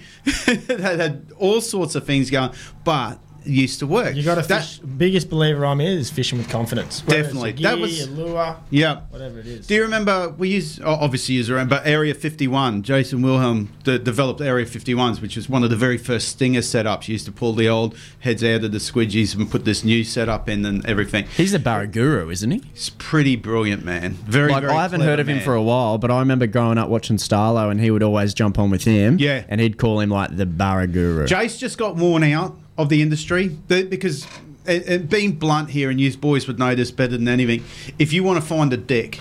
that had all sorts of things going, but it used to work.
You got to
That-
fish. biggest believer I'm in is fishing with confidence. Whether it's a
Definitely.
gear,
That was-
a lure,
Yeah.
whatever it is.
Do you remember we use oh, obviously use around, but Area 51? Jason Wilhelm de- developed Area 51s, which was one of the very first stinger setups. You used to pull the old heads out of the squidgies and put this new setup in and everything.
He's a barraguru, isn't he?
It's pretty brilliant, man. Very,
like
very
I haven't
clever
heard of him
man.
for a while, but I remember growing up watching Starlo, and he would always jump on with him.
Yeah.
and he'd call him like the Baraguru.
Jace just got worn out of the industry the- because, and, and being blunt here, and you boys would know this better than anything. If you want to find a dick,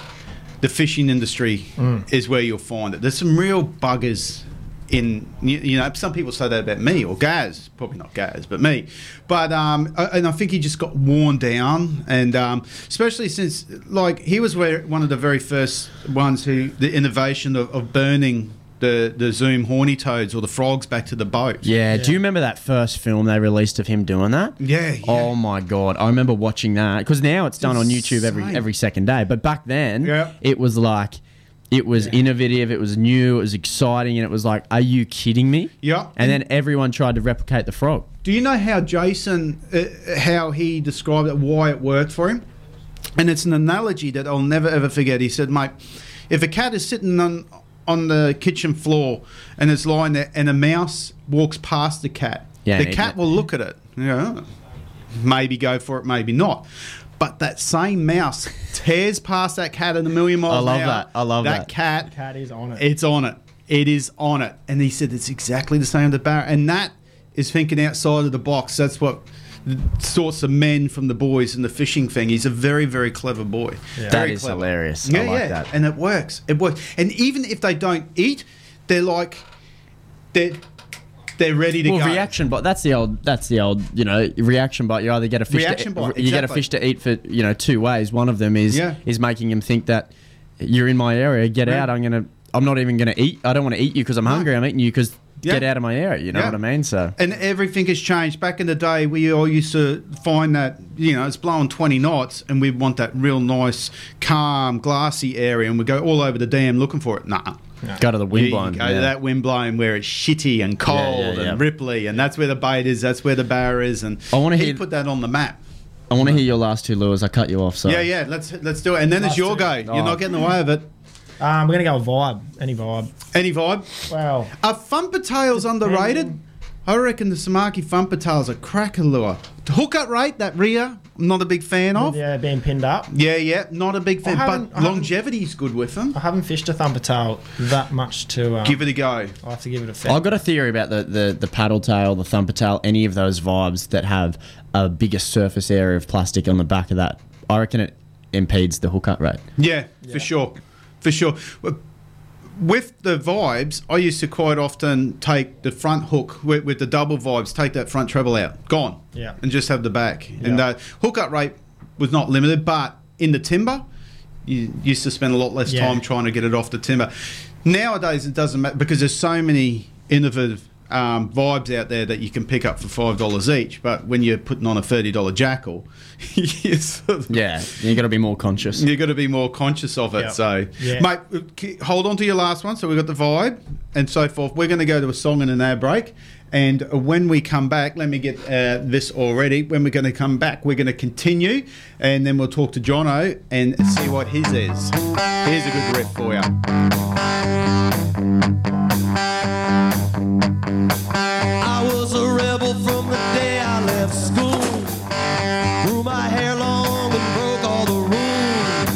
the fishing industry
Mm.
is where you'll find it. There's some real buggers in, you, you know, some people say that about me or Gaz, probably not Gaz, but me. But, um, a- and I think he just got worn down, and um, especially since, like, he was where, one of the very first ones who, the innovation of, of burning. The, the Zoom horny toads or the frogs back to the boat.
yeah, do you remember that first film they released of him doing that?
Yeah, yeah.
Oh my god, I remember watching that because now it's done on YouTube every
Insane.
every second day. But back then,
Yeah.
it was like, it was innovative, it was new, it was exciting, and it was like, are you kidding me?
Yeah.
And then everyone tried to replicate the frog.
Do you know how Jason, uh, how he described it, why it worked for him? And it's an analogy that I'll never ever forget. He said, "Mate, if a cat is sitting on on the kitchen floor and it's lying there, and a mouse walks past the cat,
Yeah,
the
and it-
cat will look at it. Yeah, maybe go for it, maybe not." But that same mouse tears past that cat at a million miles
love
an hour.
that. I love
that
that.
cat.
Cat is on it.
It's on it. It is on it. And he said it's exactly the same to Barrett. And that is thinking outside of the box. That's what sorts of men from the boys in the fishing thing. He's a very, very clever boy.
Yeah.
Very
That is hilarious.
Yeah,
I like
yeah.
that.
And it works. It works. And even if they don't eat, they're like they're they're ready to
Well,
go.
reaction bite. That's the old. That's the old. You know, reaction bite. You either get a fish.
Reaction
to, e-
bite,
You get a
exactly.
fish to eat for you know two ways. One of them is
Yeah.
is making him think that you're in my area. Get
Right.
out. I'm gonna. I'm not even gonna eat. I don't want to eat you because I'm hungry. I'm eating you because
Yeah.
get out of my area. You know
Yeah.
what I mean? So
And everything has changed. Back in the day, we all used to find that, you know, it's blowing 20 knots and we want that real nice, calm, glassy area and we go all over the dam looking for it. Nah.
go to the
You-
wind
you
blind.
go to
yeah.
that wind blown where it's shitty and cold
yeah.
and ripply, and that's where the bait is, that's where the barrier is. And
I wanna
he
hear-
put that on the map.
I want to hear your last two lures. I cut you off. So
Yeah, yeah, let's let's do it. And then it's
Last
your
two.
go. You're
Oh.
not getting away with it.
Um, we're gonna go with vibe. Any vibe?
Any vibe?
Wow.
Are Thumper Tails underrated? I reckon the Samaki Thumper Tails are cracker lure. Hook up rate, that rear, I'm not a big fan of.
Yeah, being pinned up.
Yeah, yeah, not a big fan.
haven't- I
But
haven't-
longevity's good with them.
I haven't fished a thumper tail that much to. Um,
Give it a go.
I have to give it a fair.
I've got a theory about the, the, the paddle tail, the thumper tail, any of those vibes that have a bigger surface area of plastic on the back of that. I reckon it impedes the hook up rate.
Yeah, for sure, for sure. W- With the vibes, I used to quite often take the front hook with, with the double vibes, take that front treble out, gone,
Yeah.
and just have the back. And
Yeah.
uh, hook up rate was not limited, but in the timber, you used to spend a lot less
Yeah.
time trying to get it off the timber. Nowadays, it doesn't matter because there's so many innovative um, vibes out there that you can pick up for five dollars each. But when you're putting on a thirty dollar jackal, you sort of
Yeah, you got to be more conscious.
you got to be more conscious of it.
Yeah.
So,
Yeah.
mate, k- hold on to your last one. So we've got the vibe and so forth. We're going to go to a song and an air break. And when we come back, let me get uh, this already. When we're going to come back, we're going to continue, and then we'll talk to Jono and see what his is. Here's a good riff for you.
I was a rebel from the day I left school. Grew my hair long and broke all the rules.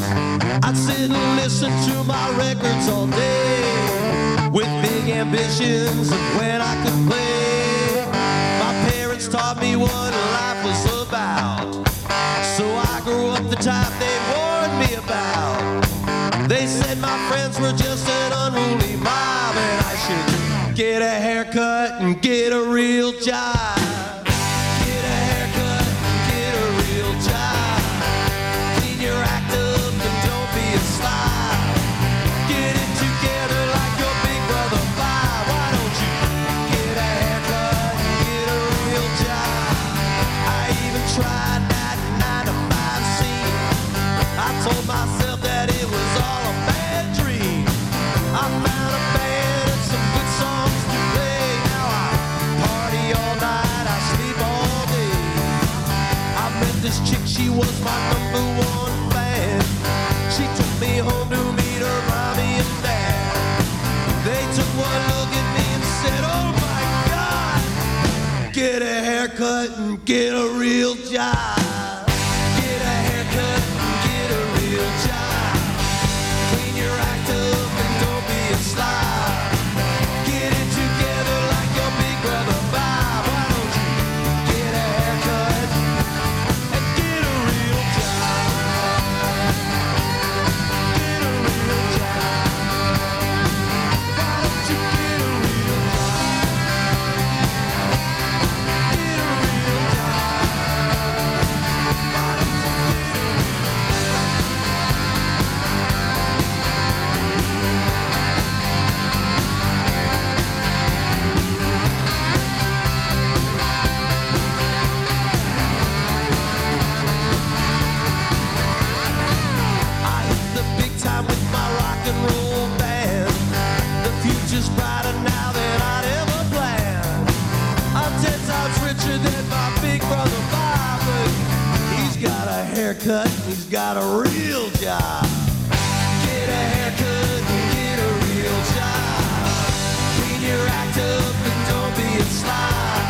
I'd sit and listen to my records all day with big ambitions of when I could play. My parents taught me what life was about. So I grew up the type they warned me about. They said my friends were just an unruly mob, and I should get a haircut and get a real job. Get a haircut and get a real job. Clean your act up and don't be a slob. Get it together like your big brother Bob. Why don't you get a haircut and get a real job? I even tried that nine to five scene. I told myself that it was all a bad dream. I found a band and some good songs to play. Now I party all night, I sleep all day. I met this chick, she was my number one fan. She took me home to meet her mommy and dad. They took one look at me and said, Oh my God, Get a haircut and get a real job. Get a haircut and get a real job. Clean your act up and don't be a slob. Get it together like your big brother Bob. Why don't you get a haircut and get a real job? Get a real job. Why don't you get a real I hit the big time with my rock and roll band. The future's brighter now than I'd ever planned. I'm ten times richer than my big brother Bob, but he's got a haircut and he's got a real job. Get a haircut and get a real job. Clean your act up and don't be a slob.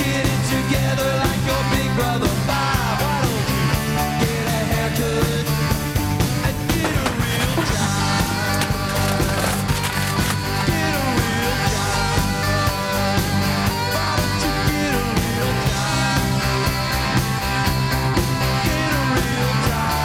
Get it together like your big brother Bob. Why don't you get a haircut? and get a real job. Get a real job. Why don't you get a real job? Get a real job.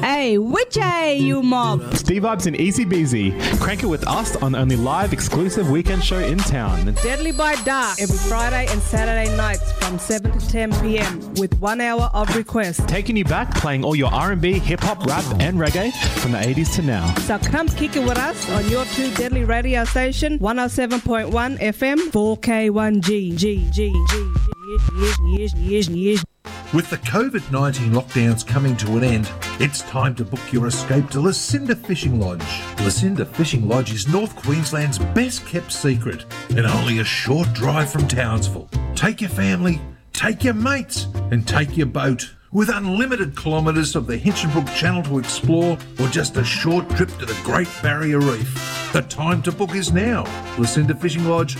Hey, which a you mob?
Steve Vibes and Easy Beezy. Crank it with us on the only live exclusive weekend show in town.
Deadly by Dark every Friday and Saturday nights from 7 to 10 p.m. with one hour of requests.
Taking you back, playing all your R&B, hip hop, rap, and reggae from the 80s to now.
So come kick it with us on your two deadly radio station 107.1 FM 4K1G. G, G, G, G. Yes, yes, yes, yes, yes.
With the COVID 19 lockdowns coming to an end, it's time to book your escape to Lucinda Fishing Lodge. Lucinda Fishing Lodge is North Queensland's best kept secret and only a short drive from Townsville. Take your family, take your mates, and take your boat. With unlimited kilometres of the Hinchinbrook Channel to explore, or just a short trip to the Great Barrier Reef, the time to book is now. Lucinda Fishing Lodge,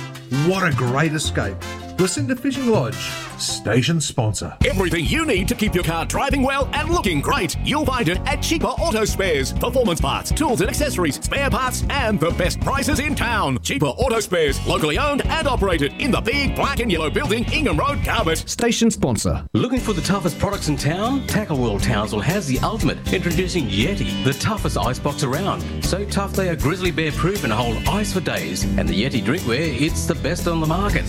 what a great escape! Lucinda Fishing Lodge, station sponsor.
Everything you need to keep your car driving well and looking great, you'll find it at Cheaper Auto Spares. Performance parts, tools and accessories, spare parts, and the best prices in town. Cheaper Auto Spares, locally owned and operated in the big black and yellow building, Ingham Road, Carpet.
Station sponsor. Looking for the toughest products in town? Tackle World Townsville has the ultimate. Introducing Yeti, the toughest ice box around. So tough they are grizzly bear proof and hold ice for days. And the Yeti drinkware, it's the best on the market.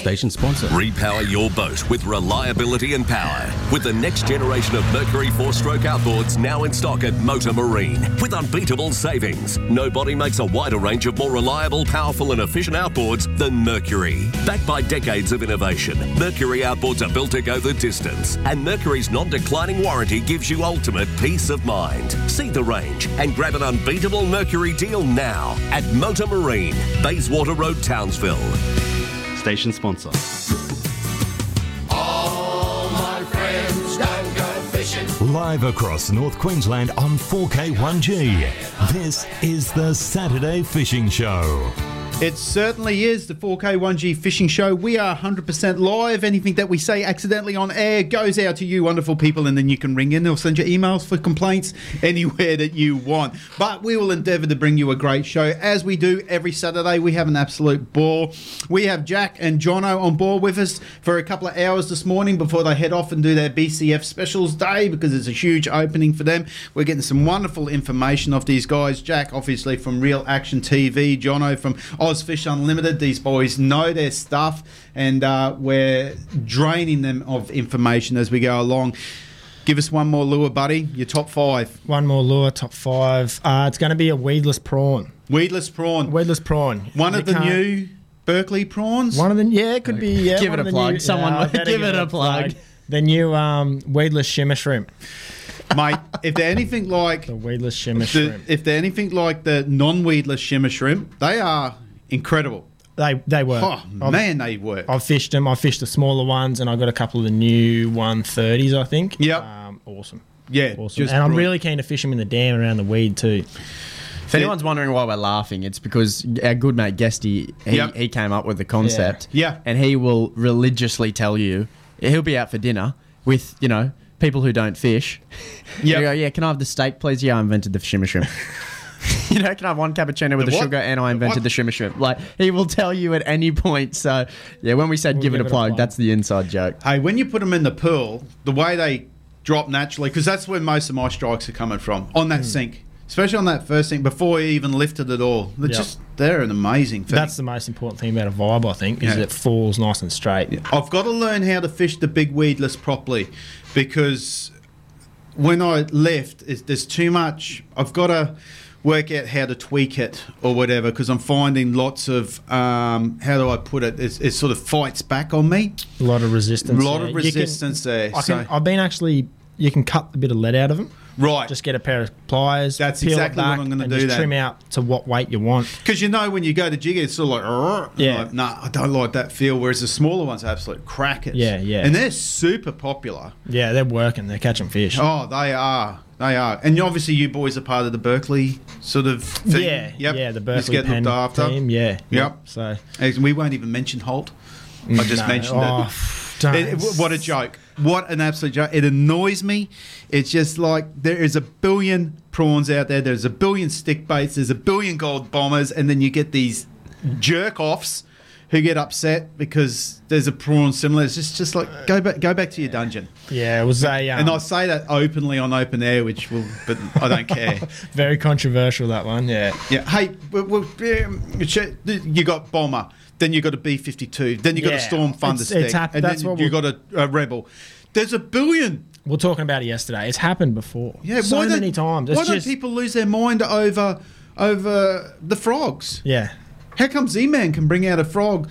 Station sponsor.
Repower your boat with reliability and power with the next generation of Mercury four stroke outboards now in stock at Motor Marine with unbeatable savings. Nobody makes a wider range of more reliable, powerful, and efficient outboards than Mercury. Backed by decades of innovation, Mercury outboards are built to go the distance, and Mercury's non declining warranty gives you ultimate peace of mind. See the range and grab an unbeatable Mercury deal now at Motor Marine, Bayswater Road, Townsville.
Station sponsor.
All my friends don't go fishing.
Live across North Queensland on 4K1G. This is the Saturday Fishing Show.
It certainly is the 4K1G Fishing Show. We are 100% live. Anything that we say accidentally on air goes out to you, wonderful people, and then you can ring in or send your emails for complaints anywhere that you want. But we will endeavour to bring you a great show as we do every Saturday. We have an absolute ball. We have Jack and Jono on board with us for a couple of hours this morning before they head off and do their BCF specials day because it's a huge opening for them. We're getting some wonderful information off these guys. Jack, obviously, from Real Action TV, Jono from Ozfish Unlimited. These boys know their stuff, and uh, we're draining them of information as we go along. Give us one more lure, buddy. Your top five.
One more lure, top five. Uh, it's going to be a weedless prawn.
Weedless prawn.
Weedless prawn.
One
You
of the
can't-
new Berkeley prawns.
One of the yeah, it could be yeah.
Give
one
it
of
a
the
plug.
new-
Someone
I better
give it a plug.
The new um, weedless shimmer shrimp.
Mate, if they're anything like the
weedless shimmer
shrimp, if they're anything like the non-weedless shimmer shrimp, they are incredible.
They they were.
Oh
I've-
man, they work.
I've fished them. I fished the smaller ones, and I got a couple of the new 130s. I think.
Yep.
Um, awesome.
Yeah.
Awesome. and I'm really keen to fish them in the dam around the weed too.
If anyone's wondering why we're laughing, it's because our good mate Guesty, he,
Yep.
he came up with the concept.
Yeah. Yeah.
And he will religiously tell you, he'll be out for dinner with, you know, people who don't fish. Yeah. go, yeah, can I have the steak, please? Yeah, I invented the shimmer shrimp. you know, can I have one cappuccino with
The
the,
what?
sugar and I invented
what?
the shimmer shrimp? Like, he will tell you at any point. So, yeah, when we said give, it a plug, that's the inside joke.
Hey, when you put them in the pool, the way they drop naturally, because that's where most of my strikes are coming from on
Hmm.
that sink, especially on that first sink before you even lifted it all. They're
Yep.
just they're an amazing thing.
That's the most important thing about a vibe, I think, is
Yeah.
it falls nice and straight.
I've got to learn how to fish the big weedless properly because when I left, it's, there's too much. I've got to work out how to tweak it or whatever because I'm finding lots of, um, how do I put it? It's, it sort of fights back on me.
A lot of resistance.
A lot
there.
of
You can-
resistance there.
I
so.
can, I've been actually. You can cut a bit of lead out of them.
Right.
Just get a pair of pliers. That's
exactly what I'm gonna do
Just
then.
trim out to what weight you want.
Because you know when you go to jigger, it's sort of like,
Yeah.
yeah, nah, I don't like that feel. Whereas the smaller ones are absolute crackers.
Yeah, yeah.
And they're super popular.
Yeah, they're working. They're catching fish.
Oh, they are. They are. And obviously, you boys are part of the Berkeley sort of thing.
Yeah, yeah, the
Just
Berkeley
get
Pen
looked after.
team, yeah,
Yep.
yep, so-
And we won't even mention Holt. I just
No,
mentioned
oh,
it.
don't.
It- it- What a joke. What an absolute joke. It annoys me. It's just like there is a billion prawns out there, there's a billion stick baits, there's a billion gold bombers, and then you get these jerk offs who get upset because there's a prawn similar. It's just, just like go back, go back to your dungeon.
Yeah, it was a. Um,
and I say that openly on open air, which will, but I don't care.
Very controversial that one. Yeah.
Yeah. Hey, we we- you got bomber, then you got a B fifty two, then you got a
Yeah.
storm thunder
It's- it's
stick,
hap-
and
that's
then
what
you
we'll-
got a, a rebel. There's a billion.
We're talking about it yesterday. It's happened before.
Yeah,
so
why don't-
many times. It's
why
just-
don't people lose their mind over over the frogs?
Yeah.
How come Z-Man can bring out a frog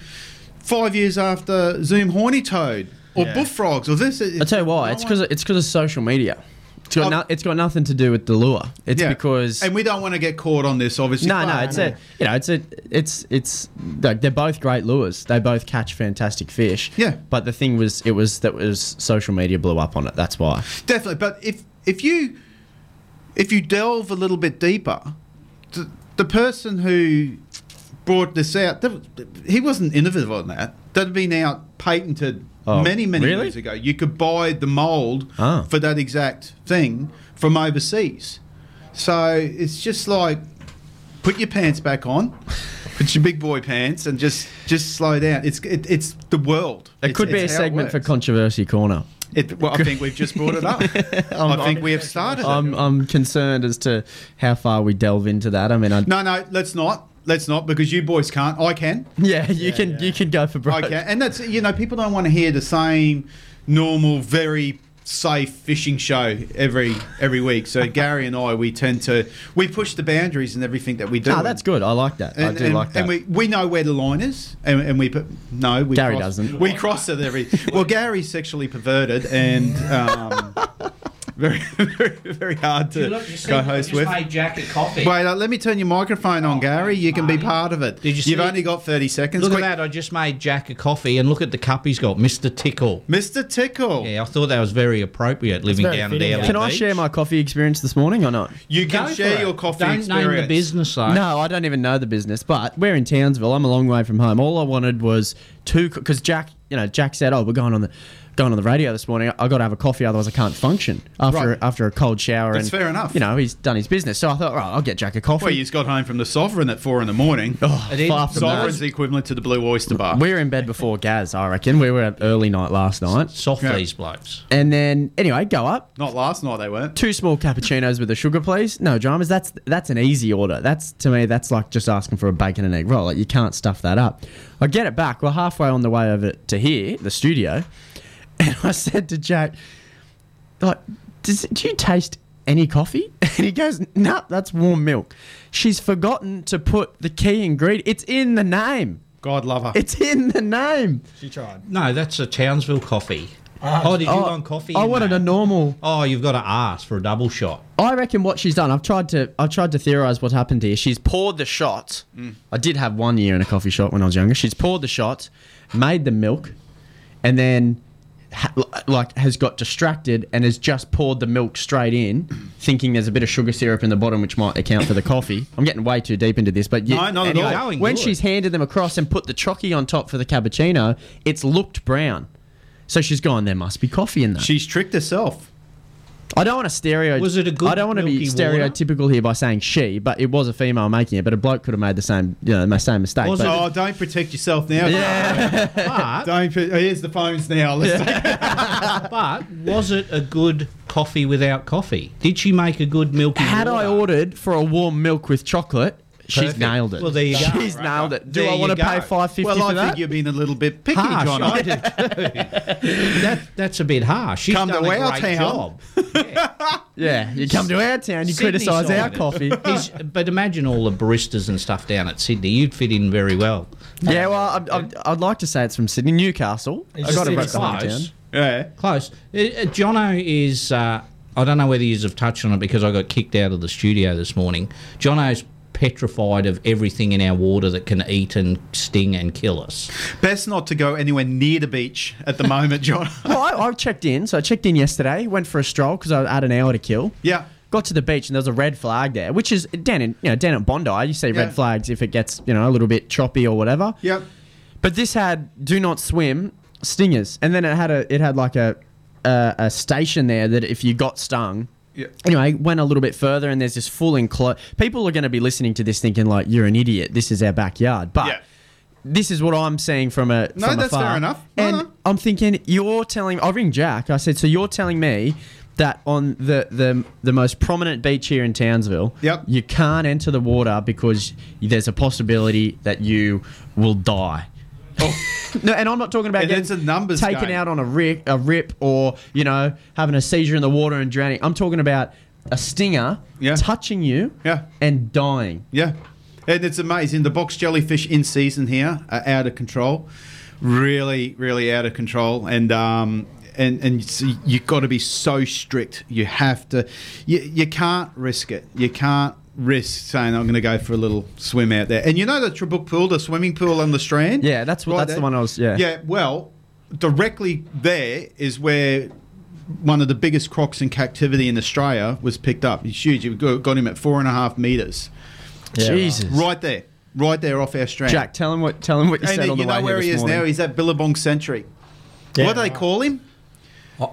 five years after Zoom Horny Toad or
Yeah.
bullfrogs or this?
I tell you why, it's because it's because of social media. It's got, no, it's got nothing to do with the lure. It's
Oh. Yeah.
because
and we don't want to get caught on this, obviously.
no,
but-
no, it's a you know, it's a it's it's like they're both great lures. They both catch fantastic fish.
Yeah.
But the thing was, it was that was social media blew up on it. That's why.
definitely. But if if you if you delve a little bit deeper, the, the person who brought this out, that, he wasn't innovative on that. That had been out patented
Oh,
many many
really? Ah.
years ago. You could buy the mold for that exact thing from overseas. So it's just like put your pants back on. Put your big boy pants and just just slow down. It's it, it's the world.
It
It's-
could be a
it's how it
segment for
works.
controversy corner.
It, well, I think we've just brought it up. I think we have started. it.
I'm I'm concerned as to how far we delve into that. I mean, I,
No, no, let's not. Let's not because you boys can't. I can.
Yeah, you can. You can go for broke.
I can. And that's you know people don't want to hear the same normal, very safe fishing show every every week. So Gary and I, we tend to we push the boundaries in everything that we do.
Ah, that's good. I like that.
And,
I do
and-
like that.
And we, we know where the line is, and, and we put no. We
Gary
cross-
doesn't.
We cross it every. Well, Gary's sexually perverted and um, very, very very hard to
Look, you see, I
co-host
just
with.
made Jack a coffee.
Wait, uh, let me turn your microphone on, Gary. You can be part of it. Did
you see
You've
it?
only got 30 seconds.
Look
Quick.
at that! I just made Jack a coffee, and look at the cup he's got, Mister Tickle.
Mister Tickle.
Yeah, I thought that was very appropriate, living down at Airlie
Can I
Beach.
share my coffee experience this morning or not?
You can
Go for
share
it.
your coffee
Don't
experience.
name the business though.
No, I don't even know the business, but we're in Townsville. I'm a long way from home. All I wanted was two because Jack, you know, Jack said, "Oh, we're going on the going on the radio this morning. I got to have a coffee, otherwise I can't function after
Right.
after a cold shower."
That's
and,
fair enough.
You know, he's done his business, so I thought, right, I'll get Jack a coffee.
Well, you just got home from the Sovereign at four in the morning.
Oh, It is. far from that.
Sovereign's the equivalent to the Blue Oyster Bar.
we were in bed before Gaz, I reckon. We were at early night last night.
Soft these blokes.
And then, anyway, go up.
Not last night they weren't.
Two small cappuccinos with a sugar, please. No dramas. That's that's an easy order. That's to me, that's like just asking for a bacon and egg roll. Like you can't stuff that up. I get it back. We're halfway on the way over to here, the studio, and I said to Jack, like, does, do you taste any coffee? And he goes, nah, that's warm milk. She's forgotten to put the key ingredient. It's in the name.
God love her.
It's in the name.
She tried.
No, that's a Townsville coffee. oh, did you
Oh,
want coffee?
I
in
wanted
that?
a normal.
Oh, you've got to ask for a double shot.
I reckon what she's done. I've tried to. I've tried to theorize what happened here. She's poured the shot.
Mm.
I did have one year in a coffee shop when I was younger. She's poured the shot, made the milk, and then ha- l- like has got distracted and has just poured the milk straight in, thinking there's a bit of sugar syrup in the bottom, which might account for the coffee. I'm getting way too deep into this, but yeah.
No, not at all. Going
When
good.
she's handed them across and put the chalky on top for the cappuccino, it's looked brown. So she's gone. There must be coffee in that.
She's tricked herself.
I don't want to stereo.
Was it a good
I don't want to be
milky water?
stereotypical here by saying she, but it was a female making it. But a bloke could have made the same, you know, the same mistake. but-
oh, don't protect yourself now. Yeah. don't. Pre- here's the phones now. Let's
But was it a good coffee without coffee? Did she make a good milky?
had
water?
I ordered for a warm milk with chocolate, she's
Perfect.
nailed it.
Well, there you go.
She's
Right,
nailed
right.
it. Do
There
I want to
you
pay
go.
five fifty
Well, I
for
think
that?
you've
been a little bit picky,
harsh.
John.
I did too. that, that's a bit harsh. She's
Come
done
to
a
our
great
town.
job.
Yeah, you come to our town, you
Sydney
criticise our
sided.
coffee.
He's- but imagine all the baristas and stuff down at Sydney. You'd fit in very well.
Yeah, well, I'd, I'd, I'd like to say it's from Sydney, Newcastle. I got it right down.
Yeah,
close. Uh, uh, Jono is. Uh, I don't know whether you've touched on it because I got kicked out of the studio this morning. Jono's petrified of everything in our water that can eat and sting and kill us.
Best not to go anywhere near the beach at the moment, John.
well, I, I checked in. So I checked in yesterday. Went for a stroll because I had an hour to kill.
Yeah.
Got to the beach and there was a red flag there, which is down in you know down at Bondi. You see
Yeah.
red flags if it gets you know a little bit choppy or whatever.
Yep.
But this had do not swim stingers, and then it had a it had like a a, a station there that if you got stung.
Yeah.
Anyway, went a little bit further, and there's this full enclosure. People are going to be listening to this thinking like, "You're an idiot. This is our backyard." But this is what I'm seeing from a
No,
from
that's
afar.
fair enough. No,
and
no.
I'm thinking you're telling. I ring Jack. I said, so you're telling me that on the the the most prominent beach here in Townsville, yep. you can't enter the water because there's a possibility that you will die. no, and I'm not talking about
And
getting
it's a numbers
taken
game.
out on a rip, a rip, or you know having a seizure in the water and drowning. I'm talking about a stinger touching you and dying.
Yeah. And it's amazing. The box jellyfish in season here are out of control. Really, really out of control. And, um, and, and it's- you've got to be so strict. You have to, you, you can't risk it. You can't risk saying, I'm going to go for a little swim out there. And you know the Trabuc pool, the swimming pool on the strand?
Yeah, that's what.
Right
that's
there?
the one I was. Yeah.
Yeah, well, directly there is where one of the biggest crocs in captivity in Australia was picked up. He's huge. We got got him at four and a half meters.
Yeah. Jesus.
Right there. Right there off our strand.
Jack, tell him what. Tell him what you
and
said
you
on the
know
way
where
here
he
this
is now?
morning.
He's at Billabong Century.
Yeah.
What do they call him?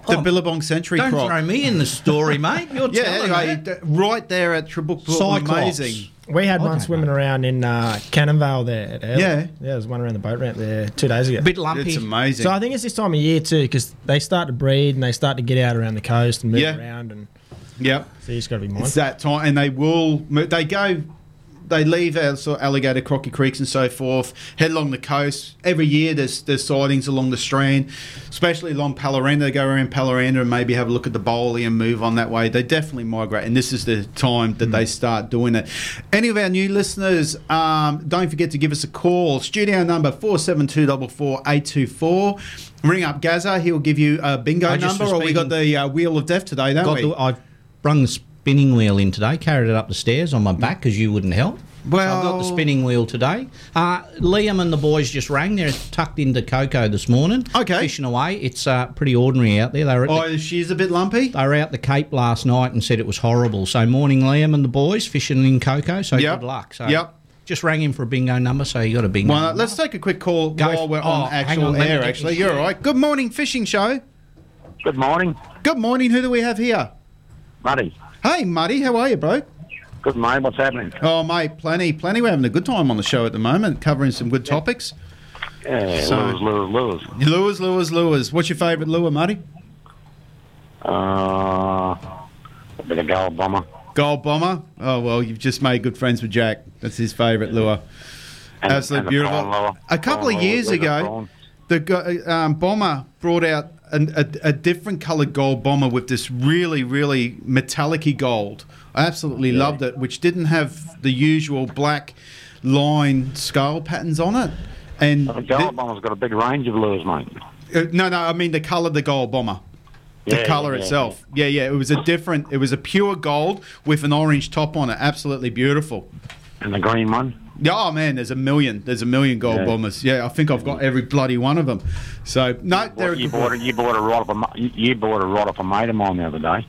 the Billabong Century
Don't
croc.
throw me in the story, mate. You're
yeah,
telling
anyway,
me.
d- right there at Trabucport.
Cyclops.
Amazing.
We had one swimming around in uh, Cannonvale there. there.
Yeah.
Yeah, there's one around the boat ramp there two days ago.
Bit lumpy. It's amazing.
So I think it's this time of year too because they start to breed and they start to get out around the coast and move
Yeah.
around and
Yep.
so you just got to be
It's
mindful.
that time, and they will. mo- They go. They leave our sort of alligator crocky creeks and so forth, head along the coast. Every year there's there's sightings along the strand, especially along Palaranda. They go around Palaranda and maybe have a look at the Bowley and move on that way. They definitely migrate, and this is the time that
Mm.
they start doing it. Any of our new listeners, um, don't forget to give us a call. Studio number 472 Ring up Gaza, he'll give you a bingo
I just
number,
was
or we got the uh, Wheel of Death today, don't
Got
we?
the, I brung the spinning wheel in today, carried it up the stairs on my
Mm.
back because you wouldn't help. Well, I got the spinning wheel today. Uh, Liam and the boys just rang. They're tucked into Coco this morning. Okay, fishing away. It's uh, pretty ordinary out there. They were at
oh, she's a bit lumpy.
They were out the Cape last night and said it was horrible. So morning, Liam and the boys fishing in Coco. So
Yep.
good luck. So
Yep.
just rang him for a bingo number. So he got a bingo.
Well, uh, let's take a quick call
Go
while
f-
we're
oh,
on
hang
actual
on, let me
air.
get
Actually,
this
you're
here.
all right. Good morning, fishing show. Good morning. Good morning. Who do we have here?
Muddy.
Hey, Muddy. How are you, bro?
Good mate, what's happening?
Oh, mate, plenty, plenty. We're having a good time on the show at the moment, covering some good topics.
Yeah,
So-
lures, lures, lures.
Lures, lures, lures. What's your favourite lure, Muddy?
Uh, a bit of gold bomber.
Gold bomber. Oh well, you've just made good friends with Jack. That's his favourite lure.
And-
Absolutely
and a
beautiful.
prawn lure.
A couple
Prawn
of
lure,
years
there's a
ago,
prawn.
the go- um, bomber brought out an, a, a different coloured gold bomber with this really, really metallic-y gold. I absolutely loved it, which didn't have the usual black line scale patterns on it. And
The gold bomber's got a big range of lures, mate.
uh, no, no, I mean the color, the gold bomber, the
Yeah,
color
yeah.
itself. Yeah, yeah, it was a different. It was a pure gold with an orange top on it. Absolutely beautiful.
And the green one.
Yeah, oh man, there's a million. There's a million gold
Yeah.
bombers. Yeah, I think I've got every bloody one of them. So no, they're a
you
good
bought it.
one.
You bought a rod off a. ma- You you bought a rod off a mate of mine the other day.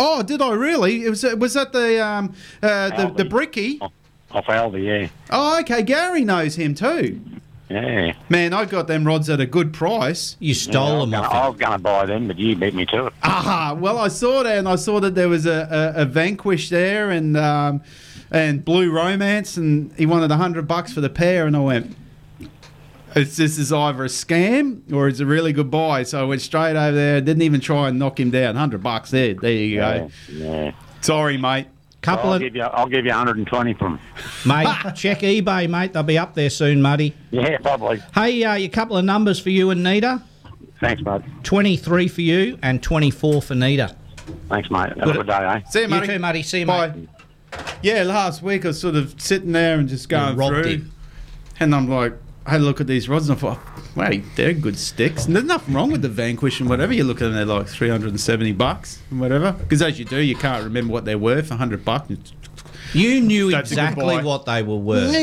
Oh, did I really? It was uh, was that the um uh, the the bricky?
Off Aldi,
Oh, okay. Gary knows him too.
yeah, yeah.
Man, I got them rods at a good price.
You
yeah, I was gonna- I was going to buy them, but you beat me to it.
Aha! Well, I saw that, and I saw that there was a, a, a Vanquish there, and um, and Blue Romance, and he wanted hundred bucks for the pair, and I went, "It's this is either a scam or it's a really good buy." So I went straight over there, didn't even try and knock him down. Hundred bucks there. There you go.
Yeah.
Sorry, mate.
Couple
I'll
of-
give you. I'll give you 120 for them.
mate. check eBay, mate. They'll be up there soon, Muddy.
Yeah, probably.
Hey, uh, a couple of numbers for you and Nita.
Thanks, mate.
Twenty-three for you and twenty-four for Nita.
Thanks, mate. Have a good day, eh?
See you,
You
Muddy.
too, Muddy. See you,
Bye. Yeah, last week I was sort of sitting there and just going
robbed
through,
him.
and I'm like, I had a look at these rods and I thought, wait, they're good sticks. And there's nothing wrong with the Vanquish and whatever. You look at them, they're like 370 bucks and whatever. Because as you do, you can't remember what they're worth. 100 bucks.
You knew
That's a good
exactly
buy.
what they were worth.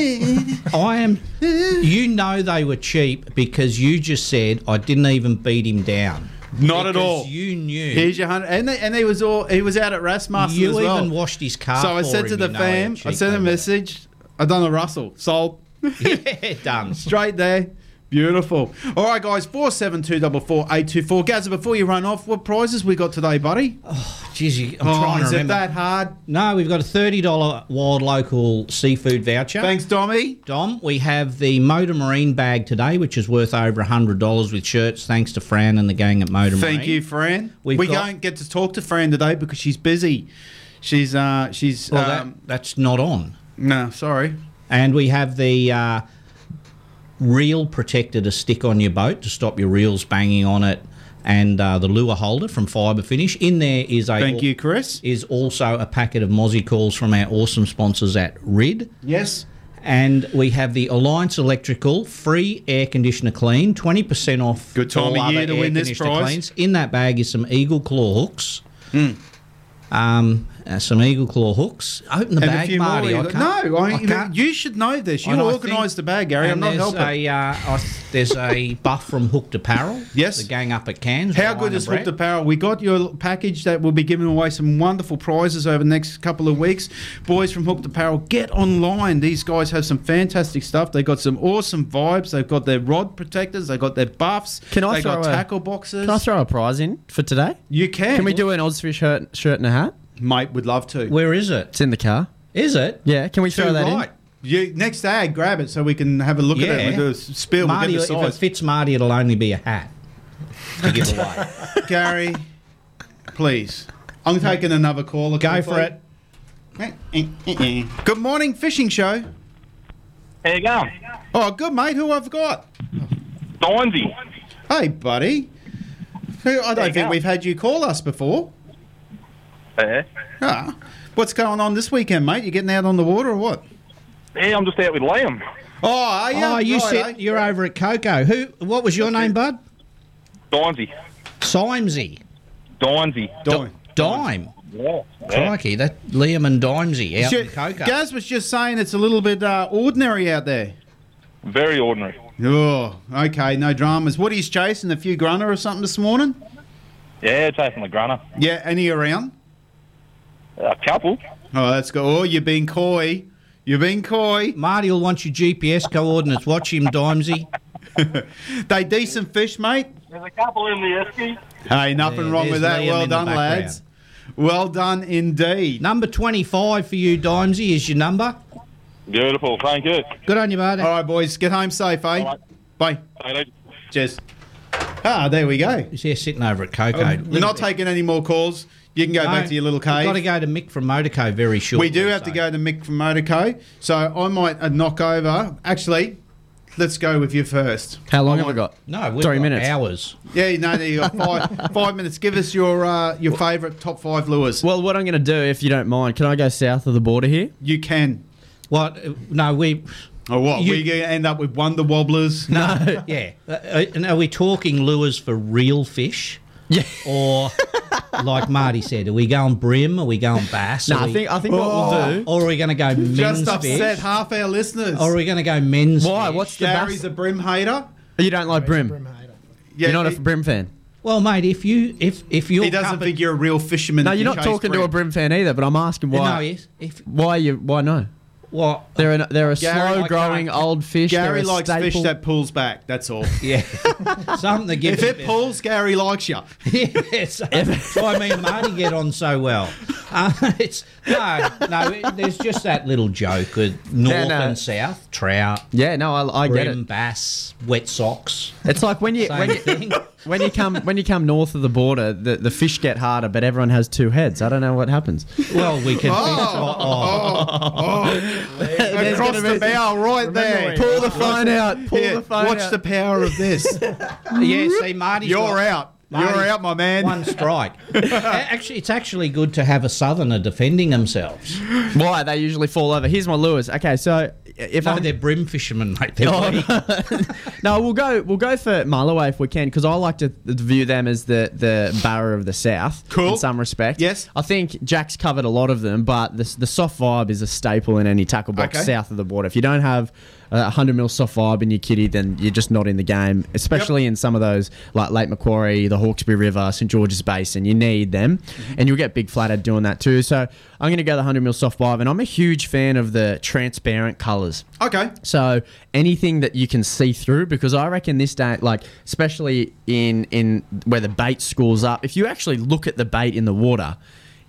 I am. You know they were cheap because you just said I didn't even beat him down.
Not at
Because
all.
You knew.
Here's your hundred, and they, and he was all he was out at Rasmussen
You
as well.
even washed his car
So I
for
said to
him,
the
you know,
fam,
at
I sent a message. I done a Russell, sold
yeah, done
straight there. Beautiful. All right, guys, 47244824. Gazza, before you run off, what prizes we got today, buddy?
Oh, geez, you,
I'm trying to remember. that hard?
No, we've got a $30 wild local seafood voucher.
Thanks, Dommy.
Dom, we have the Motor Marine bag today, which is worth over $100 with shirts, thanks to Fran and the gang at Motor Marine.
Thank you, Fran.
We've
we
got-
don't get to talk to Fran today because she's busy. She's uh she's
Well, that-
um,
that's not on.
No, sorry.
And we have the uh, reel protector to stick on your boat to stop your reels banging on it, and uh, the lure holder from Fibre Finish. In there is a
Thank you, Chris.
Is also a packet of Mozzie calls from our awesome sponsors at Rid.
Yes.
And we have the Alliance Electrical free air conditioner clean, twenty percent off.
Good time
all
of year
other
to
air
win this
conditioner
prize. Hmm.
In that bag is some eagle claw hooks. Um, uh, some eagle claw hooks. Open the
And a
bag,
few more
Marty.
you
I
got-
can't-
no, I,
I
you,
can't
you should know this. You
and I
organised
think-
the bag, Gary. I'm
and
not
there's
helping.
A, uh, I th- there's a buff from Hooked Apparel. Yes. The gang up at Cairns.
How
Ryan
good
and
is
Brett.
Hooked Apparel? We got your package that will be giving away some wonderful prizes over the next couple of weeks. Boys from Hooked Apparel, get online. These guys have some fantastic stuff. They've got some awesome vibes. They've got their rod protectors. They've got their buffs.
Can I
They've
throw
got
a-
tackle boxes.
Can I throw a prize in for today?
You can.
Can we do an Ozfish shirt, shirt and a hat?
Mate, would love to.
Where is it?
It's in the car.
Is it?
Yeah. Can we
Too
throw that
right. You, next ad, grab it so we can have a look at it.
Yeah.
We'll do a s- spill.
Marty,
we'll
if
get the
it
size.
fits Marty, it'll only be a hat. To give away.
Gary, please. I'm taking another call. Go
for it.
Good morning, fishing show.
How you going?
Oh, good mate. Who I've got?
Donzi.
Hey, buddy. Who-
There
I don't
you
think
go.
we've had you call us before.
Yeah.
Ah, what's going on this weekend, mate? You getting out on the water or what?
Yeah, I'm just out with Liam.
Oh, are you?
Oh, you
Right,
said
eh?
you're over at Coco. Who? What was your name, bud?
Donzi.
Simesy.
Dimesy.
Dime. Dime.
Yeah.
Crikey, that Liam and Dimesy out in
Ju-
Coco.
Gaz was just saying it's a little bit uh, ordinary out there.
Very ordinary.
Oh, okay, no dramas. What are you chasing? A few grunner or something this morning?
Yeah, chasing the grunner.
Yeah, any around?
A couple.
Oh, that's good. Oh, you've been coy. You've been coy.
Marty will want your GPS coordinates. Watch him, Dimesy.
they decent fish, mate.
There's a couple in the esky.
Hey, nothing
There,
wrong
there's
with that.
Liam
well
in the
done,
background.
lads. Well done indeed.
Number 25 for you, Dimesy, is your number.
Beautiful. Thank you.
Good on you, bud.
All right, boys, get home safe, eh? Bye. Cheers. Ah, there we go.
He's here sitting over at Coco.
Um, we're not taking any more calls. You can go back
No,
to your little
we've got
cave.
to go to Mick from Motorco very shortly.
we do have to go to Mick from Motorco, so I might uh, knock over. Actually, let's go with you first.
How long have I got?
Oh, No, we've
Three
got
minutes.
hours.
Yeah, you know, you got five, five minutes. Give us your uh, your favourite top five lures.
Well, what I'm going to do, if you don't mind, can I go south of the border here?
You can.
What? No, we.
Oh, what?
You-
we going to end up with Wonder Wobblers?
No, yeah. Uh, uh, and are we talking lures for real fish? Yeah. Or, like Marty said, are we going brim? Are we going bass?
No,
Are
I
we-
think- I think what we'll
Or-
do-
Or are we going to go men's
Oh. Just
fish?
upset half our listeners.
Or are we going to go men's
Why?
fish?
What's the
Gary's a brim hater.
You don't like brim? You're not a brim fan.
Well, mate, if you if if you're
He doesn't think you're a real fisherman.
No,
if
you're
you
not
chase
talking to
brim.
a brim fan either. But I'm asking why.
No, yes. If
Why you? Why no?
what?
They're an, they're a
Gary- uh,
slow-growing old fish. they're
Gary
a
likes fish
staple.
that pulls back. That's all.
Yeah. Something that gives
if
you
it
bit-
pulls, Gary likes you.
yes, that's why me and Marty get on so well. Uh, it's no, no. It, there's just that little joke of north
no.
and south trout.
Yeah, no, I, I get
Brim,
it.
bass, wet socks.
It's like when you
Same
when
thing.
you, when you come when you come north of the border, the, the fish get harder, but everyone has two heads. I don't know what happens.
Well, we can.
Oh,
There's
Across
gonna
the
be-
bow, right there.
when- Pull the phone out, pull the phone
Watch
out.
the power of this.
yeah, see, Marty,
You're out. You're out, my man.
One strike. A- actually, it's actually good to have a southerner defending themselves.
Why they usually fall over? Here's my lures. Okay, so if
no,
I'm
they're brim fishermen, mate. They're
Oh,
weak.
no, we'll go we'll go for Marloway if we can because I like to view them as the the barra of the south.
Cool.
In some respect,
Yes.
I think Jack's covered a lot of them, but the the soft vibe is a staple in any tackle box
Okay.
south of the border. If you don't have a 100 mil soft vibe in your kitty, then you're just not in the game, especially in some of those like Lake Macquarie, the Hawkesbury River, St George's Basin. You need them, and you'll get big flathead doing that too. So I'm going to go the 100 mil soft vibe, and I'm a huge fan of the transparent colours.
Okay.
So anything that you can see through, because I reckon this day, like especially in in where the bait schools up, if you actually look at the bait in the water,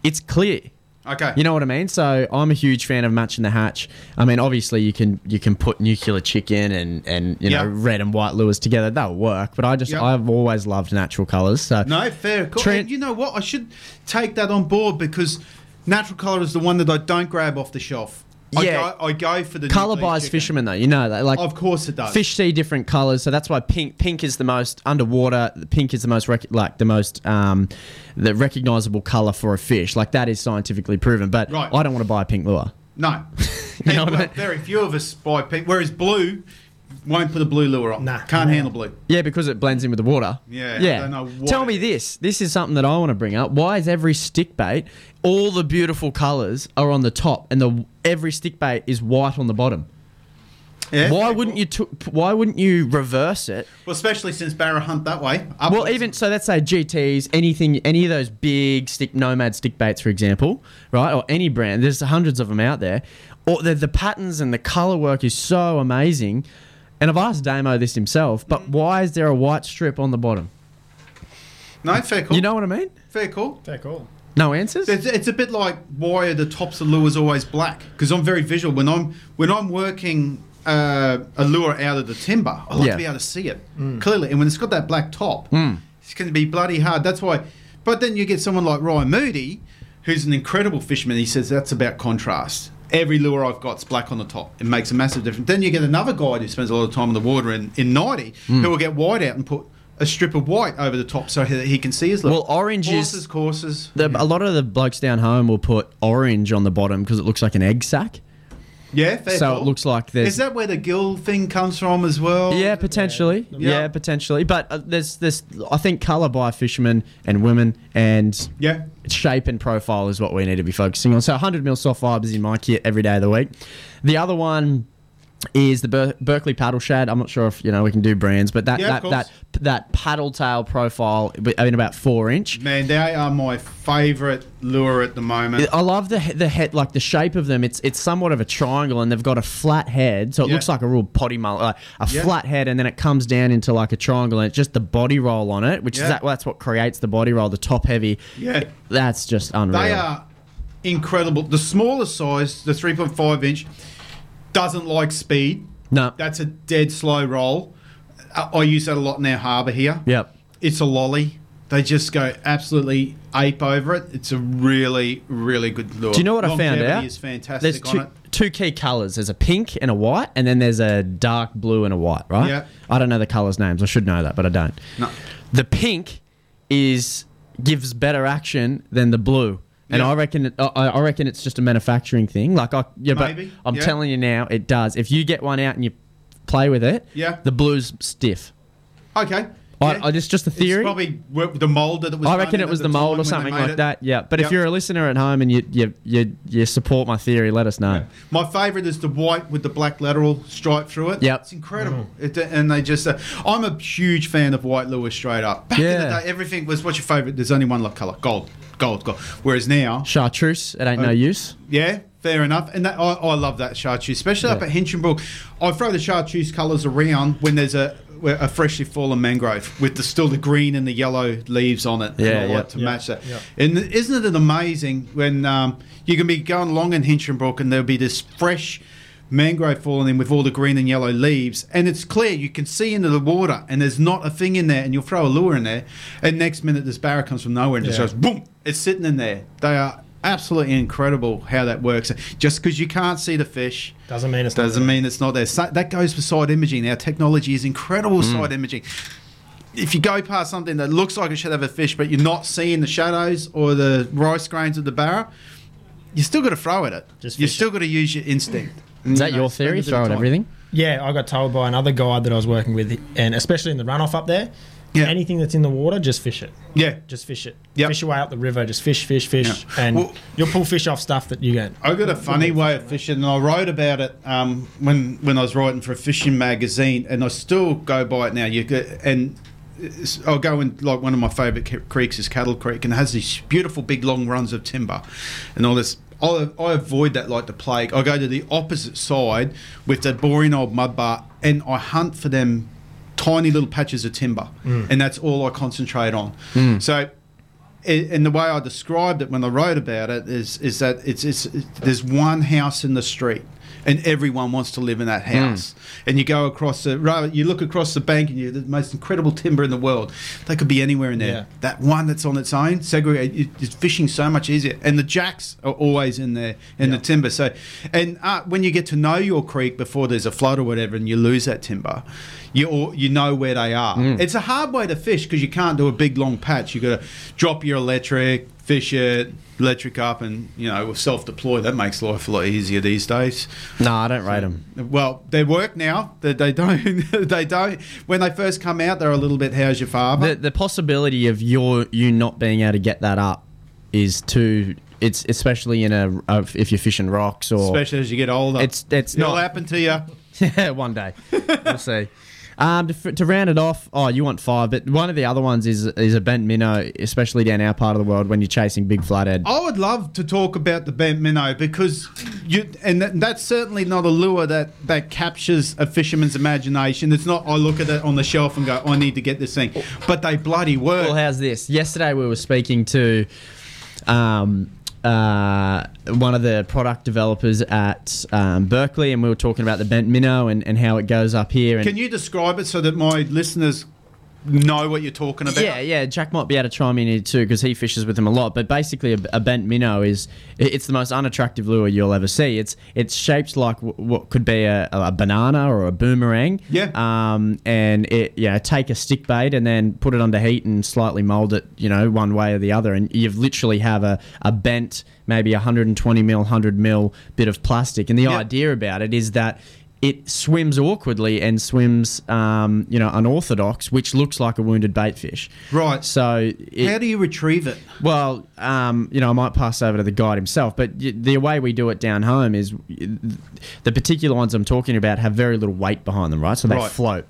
it's clear.
Okay.
You know what I mean? So I'm a huge fan of matching the hatch. I mean, obviously you can you can put nuclear chicken and and you know
Yeah.
red and white lures together. That'll work. But I just
Yeah.
I've always loved natural colours. So
No, fair. Cool. And you know what? I should take that on board because natural colour is the one that I don't grab off the shelf.
Yeah.
I go, I go for the
Color
nuclear
buys
chicken.
fishermen though, you know that. Like,
Of course it does.
Fish see different colors, so that's why pink pink is the most underwater. Pink is the most rec- like the most um, the recognizable color for a fish. Like that is scientifically proven. But
Right.
I don't want to buy a pink lure.
No. Yeah, well, Very few of us buy pink. Whereas blue won't put a blue lure on. Nah. Can't handle blue.
Yeah, because it blends in with the water.
Yeah, I
Yeah.
don't know what
Tell me this. This is something that I want to bring up. Why is every stick bait, all the beautiful colors are on the top, and the every stick bait is white on the bottom? why wouldn't you? T- why wouldn't you reverse it?
Well, especially since Barra Hunt that way.
Well, even so, let's say GTS, anything, any of those big stick nomad stick baits, for example, right, or any brand. There's hundreds of them out there. Or the, the patterns and the color work is so amazing. And I've asked Damo this himself,
Mm.
but why is there a white strip on the bottom?
No, fair call.
You know what I mean?
Fair call.
Fair call.
No answers.
It's, it's a bit like why are the tops of lures always black? Because I'm very visual. When I'm when I'm working uh, a lure out of the timber, I like
Yeah.
to be able to see it clearly. And when it's got that black top,
Mm.
it's going to be bloody hard. That's why. But then you get someone like Ryan Moody, who's an incredible fisherman. He says that's about contrast. Every lure I've got's black on the top. It makes a massive difference. Then you get another guy who spends a lot of time in the water in, in 90
Mm.
who will get white out and put a strip of white over the top so that he can see his lure.
Well, orange is-
Horses, courses.
The, A lot of the blokes down home will put orange on the bottom because it looks like an egg sack.
Yeah, fair
so
call.
it looks like there's
Is that where the gill thing comes from as well?
Yeah, potentially. Yeah, potentially. But uh, there's this. I think color by fishermen and women and
yeah,
shape and profile is what we need to be focusing on. So 100 mil soft fibers in my kit every day of the week. The other one is the Ber- Berkeley paddle shad. I'm not sure if you know we can do brands, but that
Yeah, of
that,
course.
that that paddle tail profile wi- in about four inch.
Man, they are my favourite lure at the moment.
I love the he- the head, like the shape of them. It's it's somewhat of a triangle, and they've got a flat head, so it
Yeah.
looks like a real potty mullet, like a
Yeah.
flat head, and then it comes down into like a triangle, and it's just the body roll on it, which
Yeah.
is that, that's what creates the body roll, the top heavy.
Yeah.
that's just unreal.
They are incredible. The smaller size, the 3.5 inch, doesn't like speed.
No.
That's a dead slow roll. I, I use that a lot in our harbour here.
Yep.
It's a lolly. They just go absolutely ape over it. It's a really, really good lure.
Do you know what I found
Longevity
out?
is fantastic
There's
on
two,
it.
two key colors. There's a pink and a white, and then there's a dark blue and a white. Right?
Yeah.
I don't know the colors names. I should know that, but I don't.
No.
The pink is gives better action than the blue. And
Yeah.
I reckon, it, I, I reckon it's just a manufacturing thing. Like, I, yeah,
Maybe,
but I'm
yeah.
telling you now, it does. If you get one out and you play with it,
Yeah.
the blue's stiff.
Okay.
I, I just, just the theory.
Probably w- the mold that it was.
I
done
reckon
in
it
at
was
the
the
time
mold
when
or
they
something
made
like
it.
that. Yeah. But
Yep.
if you're a listener at home and you you you, you support my theory, let us know.
My favourite is the white with the black lateral stripe through it.
Yep.
It's incredible. It, and they just, uh, I'm a huge fan of white lure straight up. Back in the
Yeah.
day, everything was, what's your favourite? There's only one colour gold, gold, gold. Whereas now,
Chartreuse, it ain't no
Oh.
use.
yeah, fair enough. And that, I, I love that chartreuse, especially up
Yeah.
at Hinchinbrook. I throw the chartreuse colours around when there's a, a freshly fallen mangrove with the still the green and the yellow leaves on it. and
Yeah,
I
yeah.
like to
Yeah,
match that.
yeah.
And isn't it amazing when um, you can be going along in Hinchinbrook and there'll be this fresh mangrove falling in with all the green and yellow leaves, and it's clear you can see into the water, and there's not a thing in there, and you'll throw a lure in there, and next minute this barra comes from nowhere and just
Yeah.
goes boom, it's sitting in there. They are absolutely incredible how that works. Just because you can't see the fish.
Doesn't mean it's not
doesn't
there.
mean it's not there. So that goes for side imaging. Our technology is incredible
Mm.
side imaging if you go past something that looks like it should have a fish, but you're not seeing the shadows or the rice grains of the barra, you still got to throw at it. you still got to use your instinct.
Is that your theory? Throw at everything?
Yeah, I got told by another guide that I was working with, and especially in the runoff up there, Anything that's in the water, just fish it.
Yeah.
Just fish it. Fish your way up the river. Just fish, fish, fish. And
Well-
you'll pull fish off stuff that you get.
I got a funny way of fishing, and I wrote about it um, when when I was writing for a fishing magazine, and I still go by it now. You go, and it's- I'll go in like one of my favourite ca- creeks is Cattle Creek, and it has these beautiful big long runs of timber, and all this. I, I avoid that like the plague. I go to the opposite side with that boring old mud bar, and I hunt for them tiny little patches of timber,
Mm.
and that's all I concentrate on.
Mm.
So i- and the way I described it when I wrote about it is is that it's, it's there's one house in the street and everyone wants to live in
Mm.
that house. And you go across the rather you look across the bank and you the most incredible timber in the world. They could be anywhere in there.
Yeah.
That one that's on its own segregated it's fishing so much easier. And the jacks are always in there in the timber. So and uh, when you get to know your creek before there's a flood or whatever and you lose that timber, you all, you know where they are.
Mm.
It's a hard way to fish because you can't do a big long patch. You got to drop your electric, fish it, electric up, and you know self deploy. That makes life a lot easier these days.
No, I don't rate them.
Well, they work now. They, they don't. they don't. When they first come out, they're a little bit. How's your father?
The, the possibility of your you not being able to get that up is too. It's especially in a of- if you're fishing rocks or
especially as you get older.
It's it's
It'll
not
happen to you.
Yeah, one day. We'll see. Um, to, f- to round it off, oh, you want five, but one of the other ones is is a bent minnow, especially down our part of the world when you're chasing big flathead.
I would love to talk about the bent minnow because you, and that, that's certainly not a lure that, that captures a fisherman's imagination. It's not, I look at it on the shelf and go, I need to get this thing. But they bloody work.
Well, how's this? Yesterday we were speaking to um, uh, one of the product developers at um, Berkeley, and we were talking about the bent minnow and, and how it goes up here. And
Can you describe it so that my listeners know what you're talking about?
Yeah, yeah. Jack might be able to chime in here too because he fishes with them a lot. But basically, a, a bent minnow is i- it's the most unattractive lure you'll ever see. It's it's shaped like w- what could be a, a banana or a boomerang. Yeah. Um, and it yeah, take a stick bait and then put it under heat and slightly mold it, you know, one way or the other, and you've literally have a a bent maybe 120 mil, 100 mil bit of plastic. And the idea about it is that it swims awkwardly and swims, um, you know, unorthodox, which looks like a wounded bait fish.
Right.
So, it,
How do you retrieve it?
Well, um, you know, I might pass over to the guide himself, but y- the way we do it down home is the particular ones I'm talking about have very little weight behind them, right? So they
Right.
float.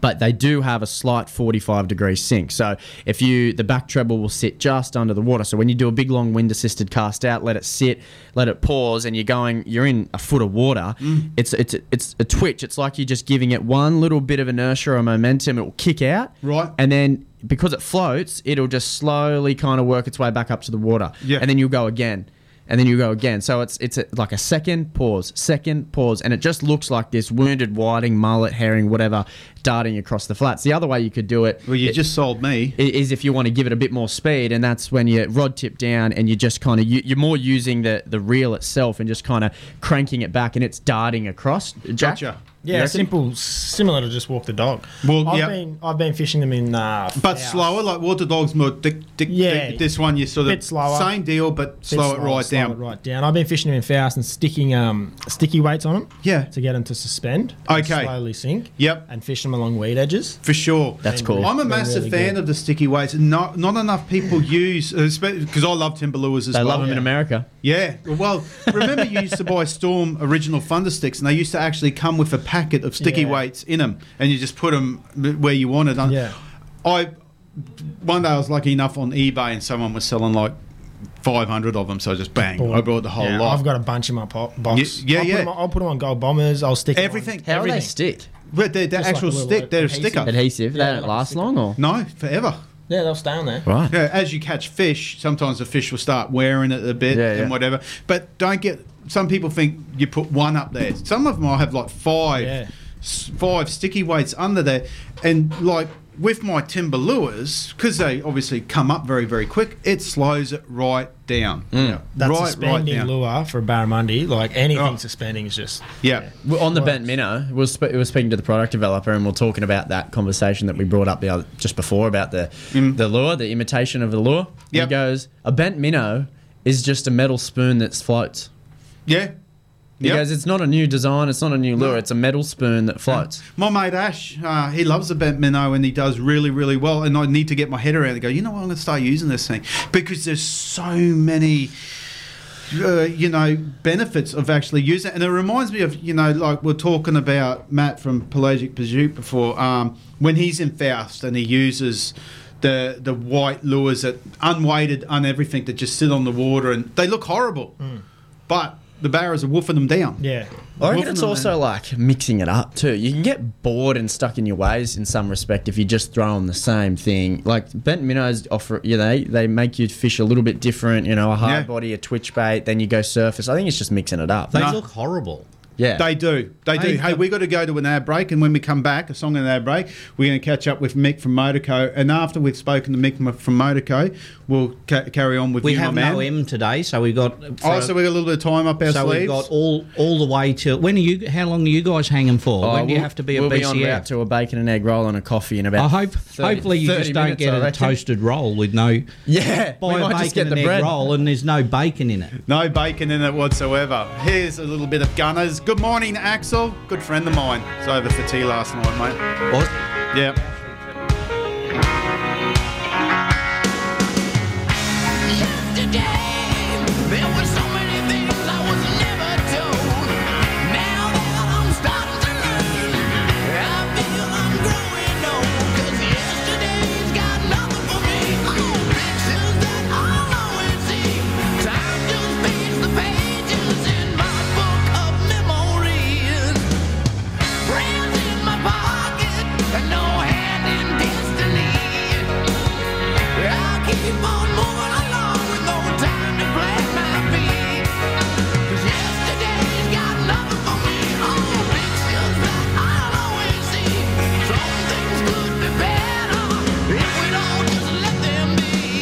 But they do have a slight 45 degree sink. So if you, the back treble will sit just under the water. So when you do a big long wind assisted cast out, let it sit, let it pause, and you're going, you're in a foot of water. It's it's it's a twitch. It's like you're just giving it one little bit of inertia or momentum. It will kick out,
right?
And then because it floats, it'll just slowly kind of work its way back up to the water. Yeah. And then you'll go again and then you go again. So it's it's a, like a second pause, second pause, and it just looks like this wounded whiting, mullet, herring, whatever, darting across the flats. The other way you could do it. Well,
you just sold me.
Is if you want to give it a bit more speed, and that's when you rod tip down, and you just kind of you, you're more using the the reel itself, and just kind of cranking it back, and it's darting across. Jack?
Gotcha.
You
Yeah,
reckon?
simple, similar to just walk the dog.
Well,
I've
yeah.
been I've been fishing them in, uh,
But
Fowles.
slower, like water dogs, more dick, dick,
Yeah.
dick. This one, you sort of
Bit slower.
same deal, but
Bit
slow it
slower,
right
slow
down.
it right down. I've been fishing them in Faust and sticking um, sticky weights on them.
Yeah,
to get them to suspend. and
Okay.
slowly sink.
Yep,
and fish them along weed edges.
For sure,
That's cool.
I'm a
They're
massive
really
fan
good.
of the sticky weights. Not not enough people use because I love timber lures as
They
well.
love them in America.
Yeah. Well, remember you used to buy Storm original Thunder sticks, and they used to actually come with a packet of sticky
Yeah.
weights in them, and you just put them where you wanted. Yeah. I one day I was lucky enough on eBay, and someone was selling like 500 of them, so I just bang, I brought the whole
yeah,
lot.
I've got a bunch in my pop, box.
Yeah, yeah,
I'll
yeah.
Put them, on- I'll put them on gold bombers. I'll stick them on-
Everything.
stick?
But they're, they're
Just like
actual
a little
stick. They're
adhesive.
a sticker.
Adhesive. They don't last long, or
no, forever.
Yeah, they'll stay on there.
Right.
Yeah, as you catch fish, sometimes the fish will start wearing it a bit
Yeah, yeah.
and whatever. But don't get. Some people think you put one up there. Some of them I have like five, s- five sticky weights under there, and like with my timber lures, because they obviously come up very very quick, it slows it right down.
Mm.
Yeah.
That
right,
suspending
right down. Oh.
lure for barramundi, like anything suspending is just
Yeah.
Well, on the bent minnow, we were, sp- we were speaking to the product developer and we are talking about that conversation that we brought up the other, just before about the
Mm.
the lure, the imitation of the lure. He goes, a bent minnow is just a metal spoon that floats.
Yeah.
He
Yep.
goes, it's not a new design, it's not a new lure, it's a metal spoon that floats.
My mate Ash, uh, he loves the bent minnow and he does really, really well. And I need to get my head around it and go, you know what, I'm going to start using this thing because there's so many. Uh, you know benefits of actually using it, and it reminds me of you know like we're talking about Matt from Pelagic Pursuit before. Um, when he's in Faust and he uses the the white lures that unweighted, uneverything that just sit on the water and they look horrible, but the barrows are woofing them down.
Yeah,
I
Woofing
reckon it's
them
also
down.
like mixing it up too. You can get bored and stuck in your ways in some respect if you just throw on the same thing. Like bent minnows offer, you know, they, they make you fish a little bit different. You know, a hard
Yeah.
body, a twitch bait, then you go surface. I think it's just mixing it up.
They No. look
horrible. Yeah,
They do. They do.
Hey,
Hey, we got to go to an ad break, and when we come back, a song and an ad break, we're going to catch up with Mick from Motorco, and after we've spoken to Mick m- from Motorco, we'll ca- carry on with
we
you,
have
my man.
no M today, so we got.
Oh, so we got a little bit of time up our
so
sleeves.
we've got all all the way till when are you? How long are you guys hanging for? when do you have to be a
Oh, we'll
BCF?
be on route to a bacon and egg roll and a coffee in
I
about.
hope.
30
hopefully, you
30
just don't
minutes,
get
I
a
reckon.
toasted roll with no.
Yeah, we
buy a
might
bacon
just get
and
the
egg
bread.
roll, and there's no bacon in it.
No bacon in it whatsoever. Here's a little bit of Gunners. Good morning, Axel. Good friend of mine. It's over for tea last night, mate.
What?
Yeah.
There were so many things I was never told. Now that I'm starting to learn, I feel I'm growing old. 'Cause yesterday's got nothing for me. Oh, pictures that I'll always see. Time just feeds the pages in my book of memories. Friends in my pocket, and no hand in destiny. I'll keep on moving along with no time to plant my feet. 'Cause yesterday's got nothing for me. Oh, pictures that I'll always see. Some things could be better if we'd all just let them be.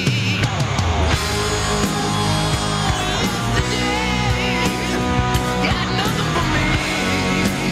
Yesterday got nothing for me.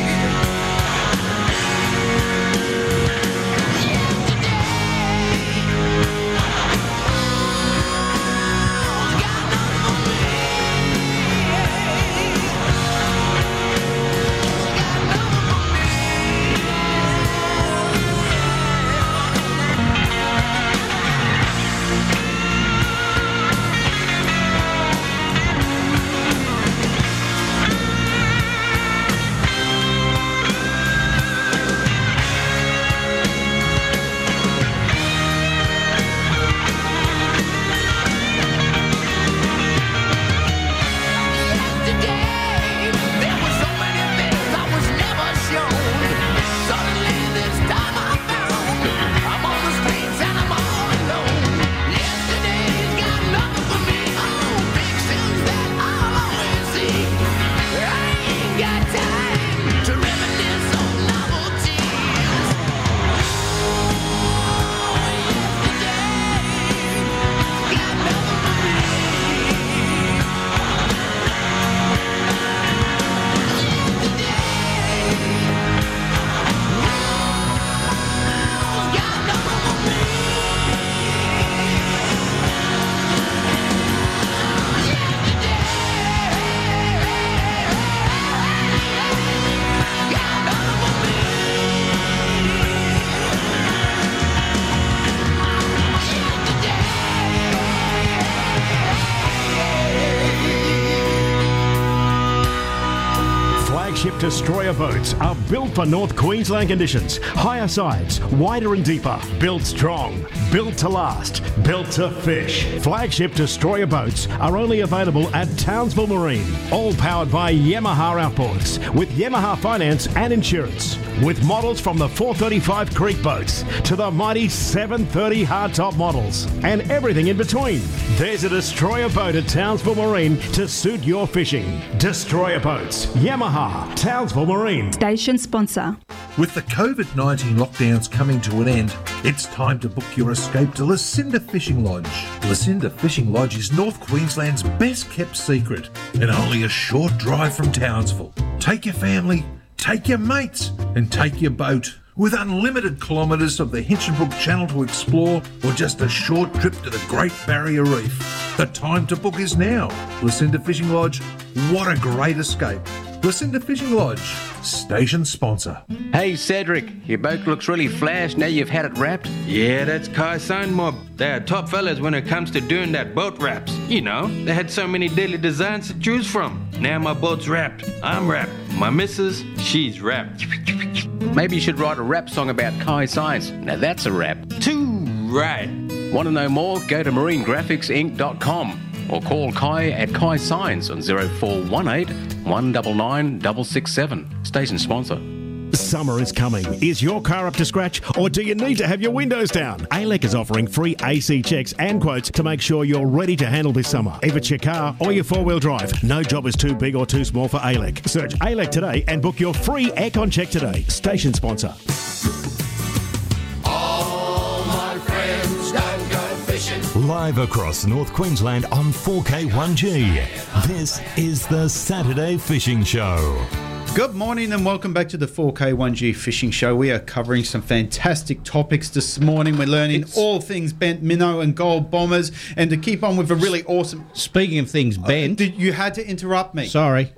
Flagship destroyer boats are built for North Queensland conditions. Higher sides, wider and deeper. Built strong, built to last, built to fish. Flagship destroyer boats are only available at Townsville Marine. All powered by Yamaha outboards with Yamaha finance and insurance. With models from the 435 Creek boats to the mighty 730 hardtop models and everything in between. There's a destroyer boat at Townsville Marine to suit your fishing. Destroyer boats, Yamaha, Townsville Marine.
Station sponsor.
With the COVID 19 lockdowns coming to an end, it's time to book your escape to Lucinda Fishing Lodge. Lucinda Fishing Lodge is North Queensland's best kept secret and only a short drive from Townsville. Take your family, take your mates, and take your boat. With unlimited kilometres of the Hinchinbrook Channel to explore, or just a short trip to the Great Barrier Reef, the time to book is now. Lucinda Fishing Lodge, what a great escape! Lucinda Fishing Lodge, station sponsor.
Hey Cedric, your boat looks really flash now you've had it wrapped. Yeah, that's Kai Sign Mob. They are top fellas when it comes to doing that boat wraps. You know, they had so many daily designs to choose from. Now my boat's wrapped. I'm wrapped. My missus, she's wrapped.
Maybe you should write a rap song about Kai Science. Now that's a rap. Too right. Want to know more? Go to marinegraphicsinc.com or call Kai at Kai Science on 0418 199 667. Station sponsor.
Summer is coming. Is your car up to scratch or do you need to have your windows down? ALEC is offering free AC checks and quotes to make sure you're ready to handle this summer. If it's your car or your four wheel drive, no job is too big or too small for ALEC. Search ALEC today and book your free aircon check today. Station sponsor.
All my friends don't go fishing.
Live across North Queensland on 4K1G. This is the Saturday Fishing Show.
Good morning and welcome back to the 4K1G Fishing Show. We are covering some fantastic topics this morning. We're learning all things bent minnow and gold bombers, and to keep on with a really awesome.
Speaking of things bent,
Uh, did, you had to interrupt me.
Sorry,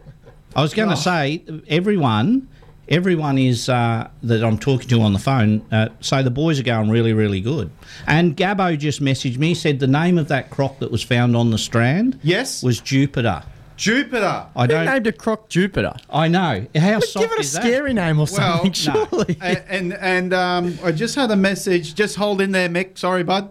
I was going to
Oh.
say everyone, everyone is uh, that I'm talking to on the phone. Uh, say the boys are going really, really good. And Gabbo just messaged me said the name of that croc that was found on the strand.
Yes,
was Jupiter.
Jupiter.
I don't
named a croc Jupiter.
I know. How
But
soft
give it a
is that?
scary name or
Well,
something. surely.
A- and and um, I just had a message. Just hold in there, Mick. Sorry, bud.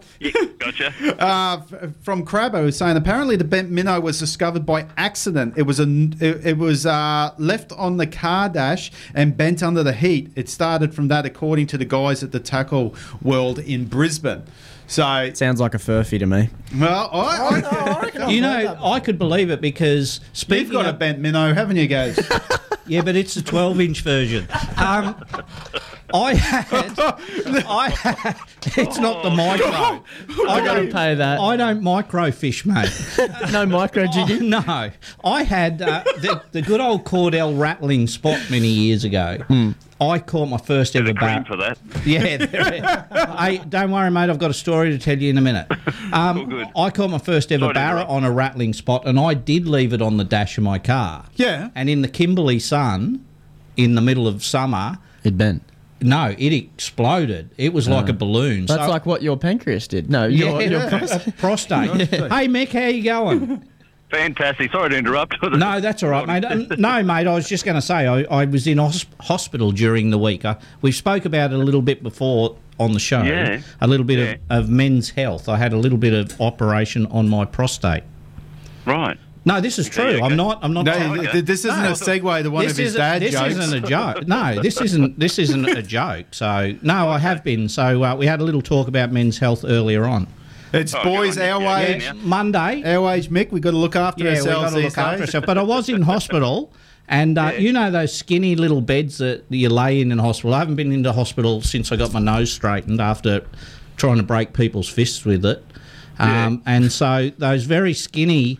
Gotcha.
Uh, f- from Crabbo who's saying apparently the bent minnow was discovered by accident. It was a, it, it was uh, left on the car dash and bent under the heat. It started from that, according to the guys at the Tackle World in Brisbane. So it
sounds like a furphy to me.
Well, I,
you know, I could believe it because speaking
got a bent minnow, haven't you, guys?
yeah, but it's a 12-inch version. Um, I had, I had, it's not the micro.
Oh,
I
gotta
don't-
pay that.
I don't microfish, mate.
no micro jigging.
no, I had uh, the, the good old Cordell rattling spot many years ago.
Hmm.
I caught my first ever
Cream
bat.
for that.
Yeah, there is. hey, don't worry, mate. I've got a story to tell you in a minute. Um, I caught my first ever barra on a rattling spot, and I did leave it on the dash of my car.
Yeah.
And in the Kimberley sun, in the middle of summer,
it bent.
No, it exploded. It was like
Oh.
a balloon.
That's
So-
like what your pancreas did. No, your,
Yeah,
your
yeah.
prostate.
prostate. Hey, Mick, how you going?
Fantastic. Sorry to interrupt.
No, that's all right, mate. Um, No, mate, I was just going to say I, I was in hosp- hospital during the week. I, we spoke about it a little bit before on the show.
Yeah.
A little bit of, of men's health. I had a little bit of operation on my prostate.
Right.
No, this is true. I'm not. I'm not.
No,
Oh,
th- th- this isn't a segue to one
This
of his
isn't-
dad
This
jokes.
isn't a joke. No, this isn't. This isn't a joke. So no, I have been. So uh, we had a little talk about men's health earlier on.
It's Oh,
Oh,
boys our wage
Monday.
Our wage, Mick. We've got to look after
yeah,
ourselves.
we got to
these
look after
days.
ourselves. But I was in hospital, and uh, you know those skinny little beds that you lay in in hospital. I haven't been into hospital since I got my nose straightened after trying to break people's fists with it. Um, And so those very skinny,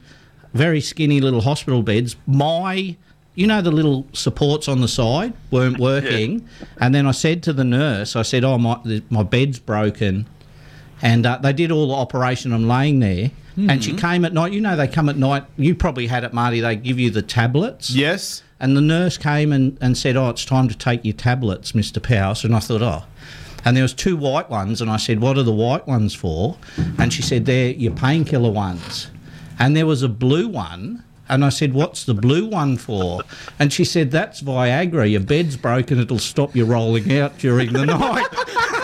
very skinny little hospital beds. My, you know, the little supports on the side weren't working, and then I said to the nurse, I said, "Oh, my the, my bed's broken." and uh, they did all the operation. I'm laying there,
Hmm.
and she came at night. You know, they come at night. You probably had it, Marty. They give you the tablets.
Yes.
And the nurse came and, and said, "Oh, it's time to take your tablets, Mister Powers." And I thought, "Oh." And there was two white ones, and I said, "What are the white ones for?" And she said, "They're your painkiller ones." And there was a blue one. And I said, "What's the blue one for?" And she said, "That's Viagra. Your bed's broken. It'll stop you rolling out during the night."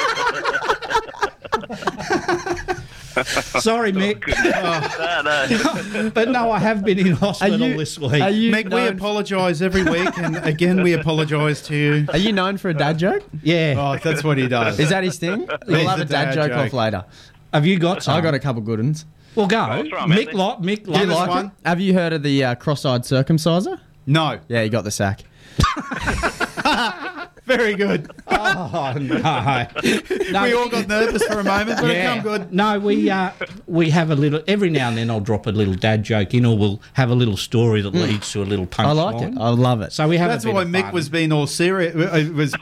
Oh,
Sorry, Mick. Oh. but no, I have been in hospital this week.
Mick, we apologise every week, and again we apologise to you.
Are you known for a dad joke?
Yeah.
Oh, that's what he does.
Is that his thing? We'll have a dad, joke, off later.
Have you got
I got a couple good ones.
Well, go. Mick, li- Mick,
Do you like it? Have you heard of the uh, cross-eyed circumciser?
No.
Yeah, you got the sack.
Very good.
Oh no.
We all got nervous for a moment, but it come good.
No, we uh, we have a little. Every now and then, I'll drop a little dad joke in, or we'll have a little story that leads to a little punchline.
I like it.
I love it.
So we have.
That's
a bit
why
of
Mick
fun.
was being all serious. uh, Was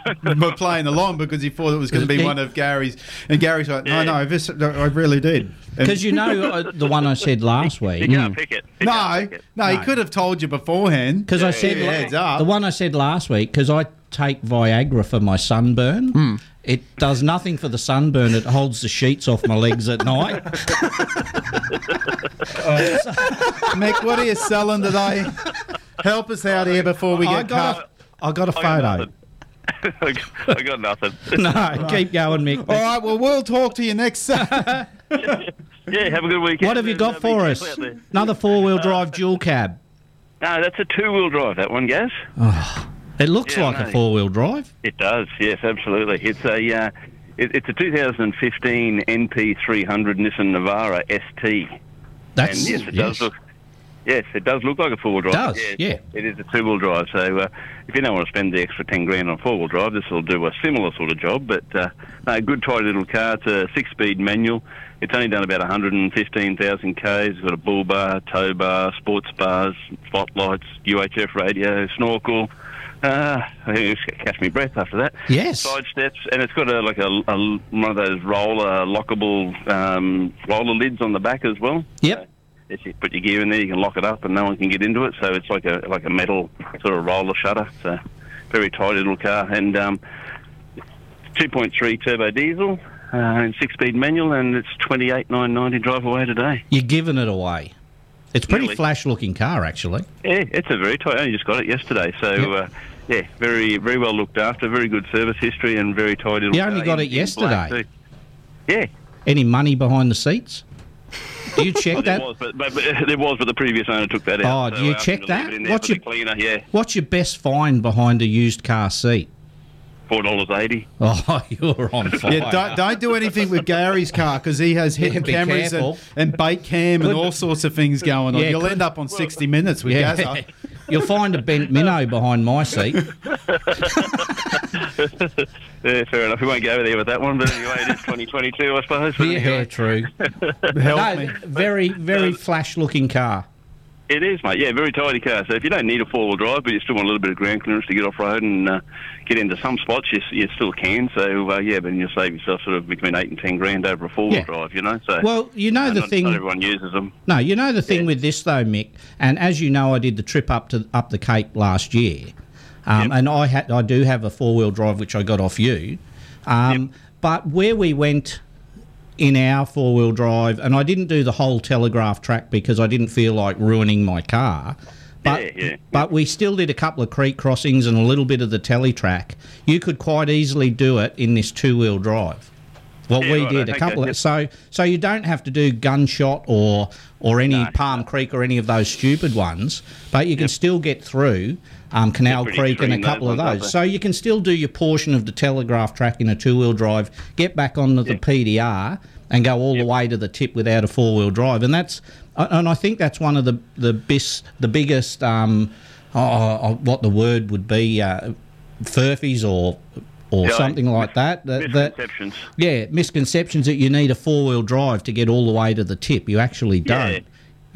playing along because he thought it was going to be
He-
one of Gary's, and Gary's like, "No, no, this, I really did."
Because you know uh, the one I said last week.
You can't pick it. No, no, he
No.
could have told you beforehand.
Because I said
Give you a heads up.
the one I said last week. Because I take Viagra for my sunburn. It does nothing for the sunburn. It holds the sheets off my legs at night.
Uh, Mick, what are you selling today? Help us out here before we
I
get
got
cut.
I got a
photo.
I got- I got nothing.
keep going, Mick.
All right, well, we'll talk to you next Saturday.
Yeah, have a good weekend.
What have you
and, uh,
got
be
for
careful
us?
out there.
Another four-wheel drive dual cab.
No, that's a two-wheel drive. That one, Gaz.
Oh, it looks
Yeah,
like
no.
a four-wheel drive.
It does. Yes, absolutely. It's a uh, it, it's a 2015 NP300 Nissan Navara ST.
That's-
and yes, it
yes.
does look. Yes, it does look like a four-wheel drive.
does, yeah.
It is a two-wheel drive. So uh, if you don't want to spend the extra ten grand on four-wheel drive, this will do a similar sort of job. But uh, no, a good tidy little car. It's a six-speed manual. It's only done about 115,000 k's. It's got a bull bar, tow bar, sports bars, spotlights, UHF radio, snorkel. Uh, I think it's catch me breath after that.
Yes.
Side steps, and it's got a, like a, a- one of those roller lockable um, roller lids on the back as well.
Yep.
If you put your gear in there, you can lock it up, and no one can get into it. So it's like a like a metal sort of roller shutter. It's a very tidy little car, and um, 2.3 turbo diesel uh, and six-speed manual, and it's 28,990 drive away today.
You're giving it away. It's a pretty
Really?
flash-looking car, actually.
Yeah, it's a very tight. I only just got it yesterday, so uh, yeah, very very well looked after, very good service history, and very tight. little
You only
car
got
in-
it
in black
yesterday.
too. Yeah.
Any money behind the seats? Do you check
Well,
that?
There was, but, but, but there was, but the previous owner took that
Oh,
out.
do
so
you
I asked
check
him to leave
that?
it in there
What's
for
your-
the cleaner? Yeah,
What's your best find behind a used car seat?
four dollars eighty.
Oh, you're on fire.
Yeah, don't, don't do anything with Gary's car because he has hidden
be
cameras and,
careful.
and bait cam and all sorts of things going on.
Yeah,
You'll
could-
end up on 60 Minutes with Gazza.
You'll find a bent minnow behind my seat.
Yeah, fair enough. We won't go there with that one, but anyway, it is 2022, I suppose. But
Yeah,
anyway,
true. no, Very, very flash-looking car.
It is, mate. Yeah, very tidy car. So if you don't need a four-wheel drive, but you still want a little bit of ground clearance to get off-road and uh, get into some spots, you, you still can. So uh, yeah, but you'll save yourself sort of between eight and ten grand over a four-wheel
Yeah.
drive, you know. So
Well, you know
and
the
not,
thing-
Not everyone uses them.
No, you know the thing with this though, Mick, and as you know, I did the trip up to up the Cape last year, um, and I had I do have a four wheel drive which I got off you, um, but where we went in our four wheel drive, and I didn't do the whole Telegraph track because I didn't feel like ruining my car. But, but we still did a couple of creek crossings and a little bit of the telly track. You could quite easily do it in this two wheel drive. What
Yeah,
we
right,
did, a
okay,
couple
yeah.
of so so you don't have to do gunshot or or any Palm Creek or any of those stupid ones, but you can still get through um, Canal
pretty
Creek and a
extreme, those
couple of
ones, aren't
those.
they?
So you can still do your portion of the Telegraph track in a two-wheel drive, get back onto the PDR, and go all the way to the tip without a four-wheel drive. And that's and I think that's one of the the bis, the biggest um, oh, oh, what the word would be uh, furfies or or
Yeah, like
something like that. that, that
Misconceptions.
yeah, misconceptions that you need a four wheel drive to get all the way to the tip. You actually
Yeah.
don't.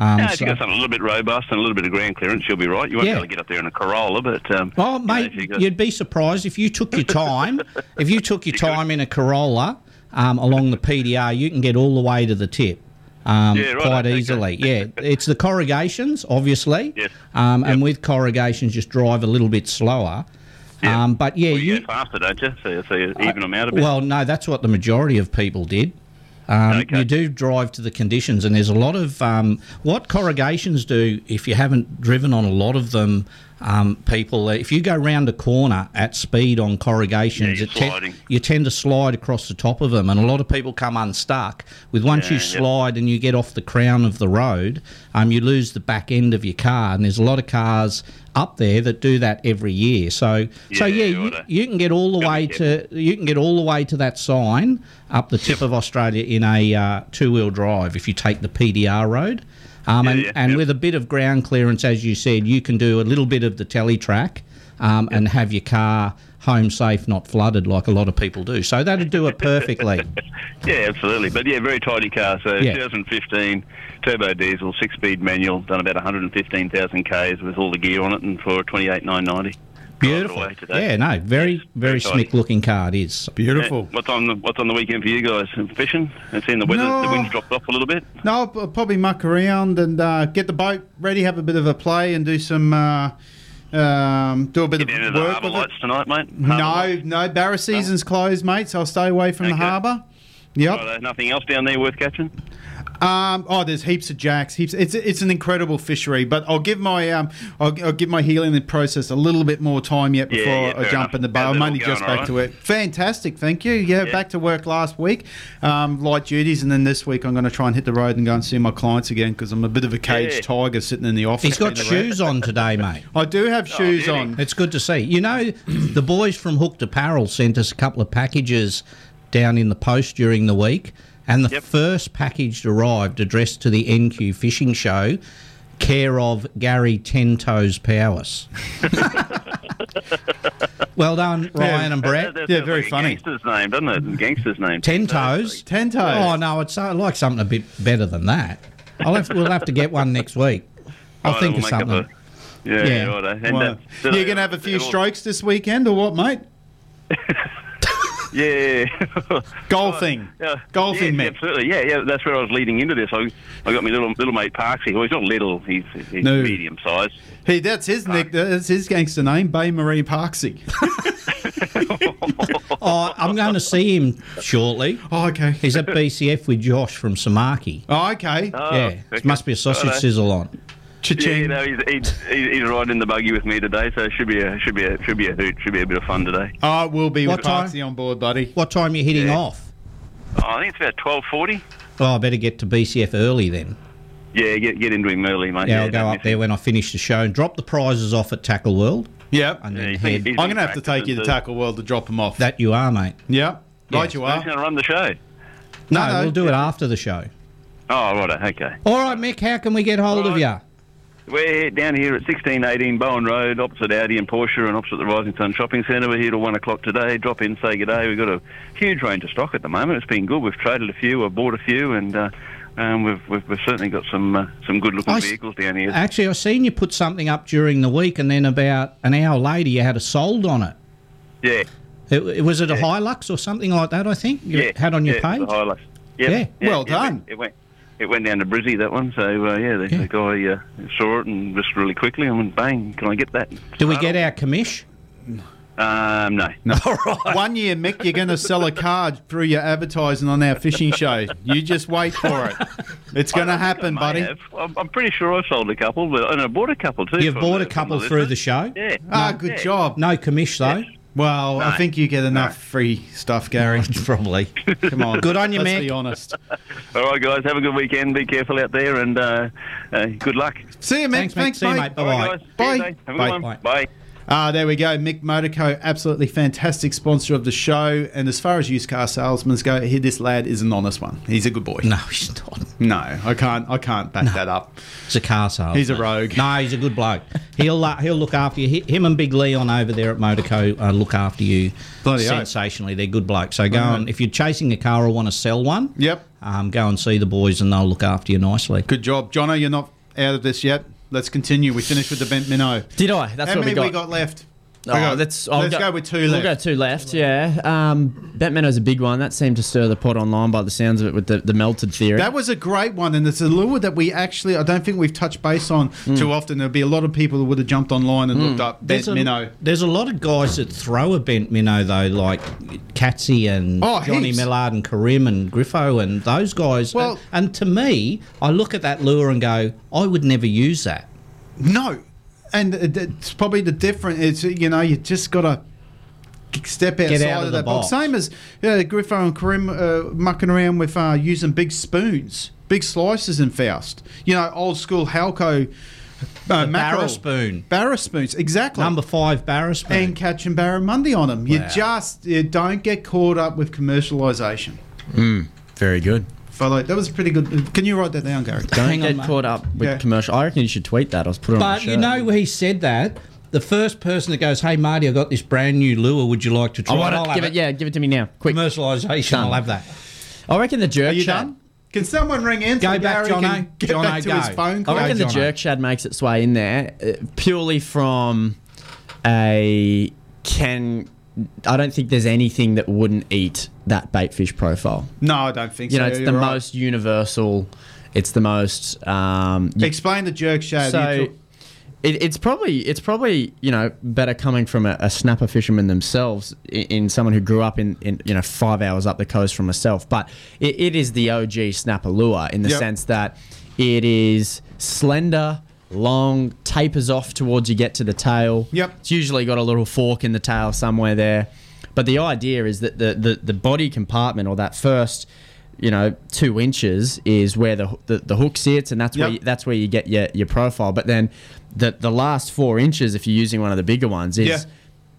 Um,
no, if
so-
you've got something a little bit robust and a little bit of ground clearance, you'll be right. You won't
Yeah.
be able to get up there in a Corolla, but um,
oh,
you know,
mate,
if you got-
you'd be surprised if you took your time. if you took your time in a Corolla um, along the PDR, you can get all the way to the tip. Um,
Yeah, right,
quite
okay.
easily, yeah. It's the corrugations, obviously, um, and with corrugations, just drive a little bit slower. Um, but yeah,
you, go faster, don't you? So, so you even them out a bit.
Uh, Well, no, that's what the majority of people did. Um, You do drive to the conditions, and there's a lot of um, what corrugations do. If you haven't driven on a lot of them, um, people, if you go round a corner at speed on corrugations,
you're
it te-
sliding.
you tend to slide across the top of them, and a lot of people come unstuck. With once you
Yeah, yep.
slide and you get off the crown of the road, um, you lose the back end of your car, and there's a lot of cars up there that do that every year. So, so yeah, you, you can get all the way to you can get all the way to that sign up the tip of Australia in a uh, two wheel drive if you take the PDR road. Um, and and with a bit of ground clearance, as you said, you can do a little bit of the telly track um, and have your car home safe, not flooded, like a lot of people do. So that'd do it perfectly.
Yeah, absolutely. But yeah, very tidy car. So
Yeah.
2015 turbo diesel, six speed manual, done about 115,000 k's with all the gear on it, and for 28,990.
Beautiful.
away today.
Yeah, no, very, very
tidy.
slick looking car it is.
Uh, What's on the What's on the weekend for you guys? Fishing? I've seen the weather. The
No.
wind's dropped off a little bit.
No, I'll p- probably muck around and uh, get the boat ready, have a bit of a play, and do some uh, um, do a bit
Down to
of
the
work.
harbour lights tonight, mate.
No, no, Barra season's closed, mate, so I'll stay away from the harbour. Yep.
Righto, nothing else down there worth catching.
Um, oh, there's heaps of jacks. Heaps. It's it's an incredible fishery, but I'll give my um, I'll, I'll give my healing process a little bit more time yet
Yeah,
before
yeah,
I
fair
jump
enough.
in the boat.
How's
I'm
it all
only
going,
just back
all
to
right?
work. Fantastic, thank you. Yeah,
Yeah.
back to work last week, um, light duties, and then this week I'm going to try and hit the road and go and see my clients again because I'm a bit of a caged
Yeah.
tiger sitting in the office.
He's got
You know, right?
shoes on today, mate.
I do have
Oh,
shoes on.
It's good to see. You know, the boys from Hooked Apparel sent us a couple of packages down in the post during the week, and the first package arrived addressed to the NQ Fishing Show, care of Gary Ten Toes Powers. well done, Ryan and Brett.
That- that sounds like a Gangster's name, doesn't it? Gangster's name.
Ten toes.
Ten
toes.
Oh no, it's uh, like something a bit better than that. I'll have, we'll have to get one next week. I'll
Right,
think
we'll
of
make up a-
something.
yeah,
Yeah.
yeah. righto. And,
Wow.
uh, did
You're
I-
going to have a few
all-
strokes this weekend, or what, mate?
Yeah.
Golfing.
Yeah.
Golfing,
yeah,
mate.
Absolutely. Yeah, yeah. That's where I was leading into this. I, I got my little little mate Parksy. Well, he's not little. He's, he's
No.
medium sized.
Hey, that's his nick. That's his gangster name, Bay Marie Parksy.
Oh, I'm going to see him shortly.
Oh, okay.
He's at BCF with Josh from Samaki.
Oh, okay.
Oh,
yeah, it
okay.
must be a sausage
Righto.
sizzle on.
Yeah, you know, he's, he's, he's he's riding in the buggy with me today, so it should be a should be a should be a hoot. Should be a bit of fun today.
Oh, it will be
What
with
time?
Parksy on board, buddy.
What time are you hitting off?
Oh, I think it's about twelve forty.
Oh, I better get to BCF early then.
Yeah, get get into him early, mate.
yeah, I'll go up there when I finish the show and drop the prizes off at Tackle World.
Yep.
And then
he's
head.
been- he's I'm gonna been have to take you to practicing, too. Tackle
World to drop them off.
That you are, mate.
Yep. Right, you
Who's going to run the show?
No, we'll do it after the show.
Oh, righto. Okay.
All right, Mick, how can we get hold of you?
We're down here at 1618 Bowen Road, opposite Audi and Porsche, and opposite the Rising Sun Shopping Centre. We're here till one o'clock today. Drop in, say good day. We've got a huge range of stock at the moment. It's been good. We've traded a few, I've bought a few, and uh, um, we've, we've we've certainly got some uh, some good looking
I s-
vehicles down here.
Actually, I seen you put something up during the week, and then about an hour later, you had a sold on it.
yeah,
It, it was it a
Yeah.
Hilux or something like that? I think you
yeah,
had on your
yeah,
page.
the Hilux.
Yeah, well
done. It went, it went it went down to Brizzy that one. So uh, yeah, the, the guy uh, saw it and just really quickly and went bang. Can I get that?
Do we get our commish?
Um, no.
One year, Mick, you're going to sell a card through your advertising on our fishing show. You just wait for it. It's going to happen,
I
buddy.
have. I'm, I'm pretty sure I've sold a couple, but and I bought a couple too.
You've
from
bought
the-
a couple
from
through
listeners.
the show.
Yeah.
Ah, good
Yeah.
job.
No commish though.
Well, I
No.
think you get enough free stuff, Gary.
Probably.
Come on.
Good on you,
Let's
Mick.
Be honest.
All right, guys. Have a good weekend. Be careful out there, and uh, uh, good luck.
See you, Mick. Thanks, Mick. Thanks, See you, mate. mate.
All right,
Bye-bye.
guys. See you,
Bye.
Dave. Have a
Bye.
good
Bye.
one. Bye.
Ah, there we go. Mick Motorco, absolutely fantastic sponsor of the show. And as far as used car salesmen go, here this lad is an honest one. He's a good boy.
No, he's not.
No, I can't. I can't back that up.
He's a car salesman.
He's a rogue.
No, he's a good bloke. He'll uh, he'll look after you. He- Him and Big Leon over there at Motorco uh, look after you
Bloody oath.
sensationally. They're good blokes. So go
Right.
and if you're chasing a car or want to sell one,
yep,
um, go and see the boys and they'll look after you nicely.
Good job, Jono. You're not out of this yet. Let's continue. We finished with the bent minnow.
Did I? That's
How
what
many
we got.
we got left?
Oh,
Okay,
let's I'll
let's go, with 2
we'll
left.
go two left, yeah. Um, Batman's a big one. That seemed to stir the pot online by the sounds of it with the, the melted theory.
That was a great one, and it's a lure that we actually I don't think we've touched base on too often. There'll be a lot of people that would have jumped online and looked up bent
Hmm. Mm. there's a,
minnow.
There's a lot of guys that throw a bent minnow though, like Katsy and
Oh,
Johnny
heaps.
Millard and Karim and Griffo and those guys. Well, and, and to me, I look at that lure and go, I would never use that.
No, and it- it's probably the difference. It's you know you just gotta. Step
Get
outside
out
of,
of the
that box.
box.
Same as uh, Griffo and Karim uh, mucking around with uh, using big spoons, big slices in Faust. You know, old school Halco uh, mackerel.
barra spoon.
Barra spoons, exactly.
Number five barra spoon.
And catching barramundi on them. You
Wow.
just you don't get caught up with commercialisation.
Mm, very good.
Follow. That was pretty good. Can you write that down, Gary?
Don't get caught up with
Yeah.
commercial. I reckon you should tweet that. I was put it on.
But
the
you
shirt.
know, he said that. The first person that goes, "Hey Marty, I got this brand new lure. Would you like to try?"
I want
I'll
it.
have
Give it, yeah, give it to me now. Quick.
Commercialisation.
Done.
I'll have that.
I reckon the jerk. Are you
done? Can someone ring in?
Go
so
back,
Gary
Jono.
Can get back to his phone call.
I reckon the jerk shad makes its way in there uh, purely from
a can. I don't think there's anything that wouldn't eat that baitfish profile.
No, I don't think
You
so.
know, it's
You're
the
right.
most universal. It's the most. Um, you-
Explain the jerk shad.
so it, it's probably it's probably you know better coming from a, a snapper fisherman themselves in, in someone who grew up in, in you know five hours up the coast from myself but it, it is the og snapper lure in the
Yep.
sense that it is slender long tapers off towards you get to the tail yep it's usually got a little fork in the tail somewhere there but the idea is that the the, the body compartment or that first you know, two inches is where the the, the hook sits, and that's where
Yep.
you, that's where you get your, your profile. But then the the last four inches, if you're using one of the bigger ones, is
Yeah.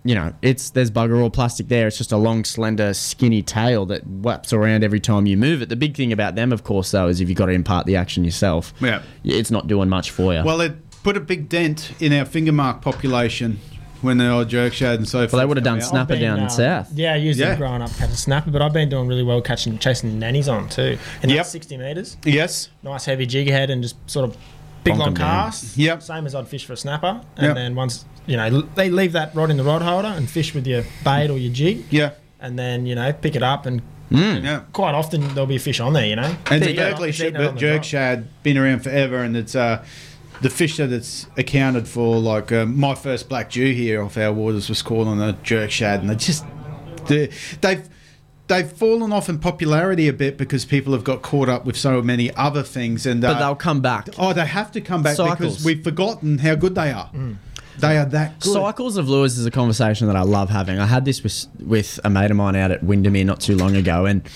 you know, it's there's bugger all plastic there. It's just a long, slender, skinny tail that whaps around every time you move it. The big thing about them, of course, though, is if you've got to impart the action yourself,
Yeah.
it's not doing much for you.
Well, it put a big dent in our finger mark population when the old jerk shad and so forth. Well, they would have
done snapper down in south.
um, Yeah, I used
Yeah.
it growing up catching snapper, but I've been doing really well catching chasing nannies on too. And
Yep.
that's sixty meters.
Yes.
Nice heavy jig head and just sort of big
Bonk 'em
long
down.
cast.
Yep.
Same as I'd fish for a snapper, and
Yep.
then once you know l- they leave that rod in the rod holder and fish with your bait or your jig.
Yeah.
And then you know pick it up and.
Mm. Yeah.
Quite often there'll be a fish on there, you know.
And the
Pick it up,
Berkeley
it's
shit,
eating it on
but
the
jerk
dock.
shad been around forever, and it's uh, the fish that it's accounted for. Like uh, my first black Jew here off our waters was caught on a jerk shad, and they just they- they've they've fallen off in popularity a bit because people have got caught up with so many other things, and uh,
but they'll come back.
oh they have to come back because
Cycles.
we've forgotten how good they are.
Mm.
They are that good.
Cycles of lures is a conversation that I love having. I had this with, with a mate of mine out at Windermere not too long ago, and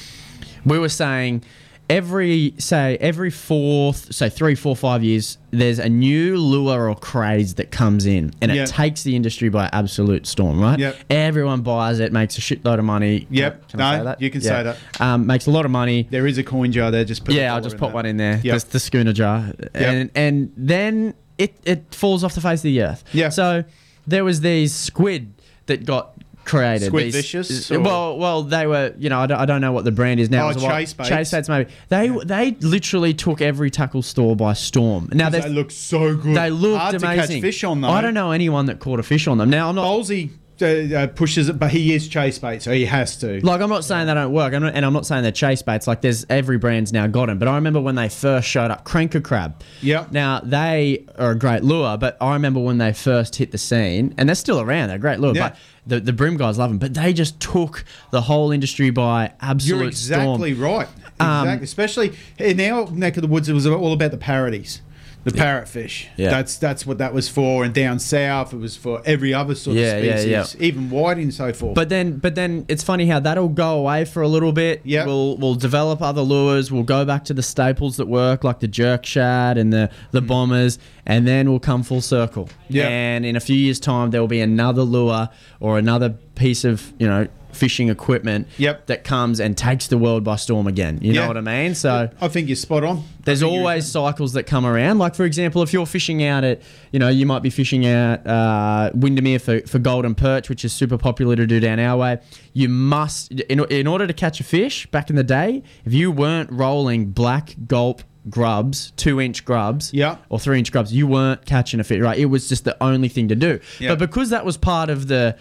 we were saying every say every fourth, so three, four, five years, there's a new lure or craze that comes in, and
Yeah.
it takes the industry by absolute storm. Right?
Yep.
Everyone buys it, makes a shitload of money.
Yep.
Can I
no,
say that?
you can
Yeah.
say that.
Um, makes a lot of money.
There is a coin jar there. Just put a
yeah, I'll
dollar
just
in
put
that.
one in there.
Yep.
Just the schooner jar, and and then it it falls off the face of the earth. Yeah. So there was these squid that got created.
Squid
these-
vicious, or-
Well, well, they were. You know, I don't, I don't know what the brand is now.
Oh,
It was a while-
chase baits.
Chase baits, maybe. They they literally took every tackle store by storm. Now
Because
there's-
they look so good.
They looked
Hard
amazing.
to catch fish on though.
I don't know anyone that caught a fish on them. Now I'm not.
Bolsey uh, uh, pushes it, but he is chase bait, so he has to.
Like I'm not saying they don't work, I'm not, and I'm not saying they're chase baits. Like there's every brand's now got them. But I remember when they first showed up, cranker crab.
Yep.
Now they are a great lure, but I remember when they first hit the scene, and they're still around. They're a great lure,
Yeah.
but the the brim guys love them. But they just took the whole industry by absolute
You're exactly
storm.
right.
Um,
Exactly. Especially in our neck of the woods, it was all about the parodies, the parrotfish.
Yeah.
That's that's what that was for. And down south, it was for every other sort
Yeah,
of
yeah,
species, even whiting and so forth.
But then, but then it's funny how that'll go away for a little bit. Yeah, we'll we'll develop other lures. We'll go back to the staples that work, like the jerk shad and the the bombers, and then we'll come full circle.
Yeah.
and in a few years' time, there will be another lure or another piece of you know fishing equipment. Yep. that comes and takes the world by storm again. You
Yeah.
know what I mean? So
I think you're spot on.
there's always cycles that come around. Like for example, if you're fishing out at, you know, you might be fishing out uh, Windermere for, for golden perch, which is super popular to do down our way. You must, in, in order to catch a fish back in the day, if you weren't rolling black gulp grubs, two inch grubs, yeah, or three inch grubs, you weren't catching a fish. Right? It was just the only thing to do.
Yeah.
But because that was part of the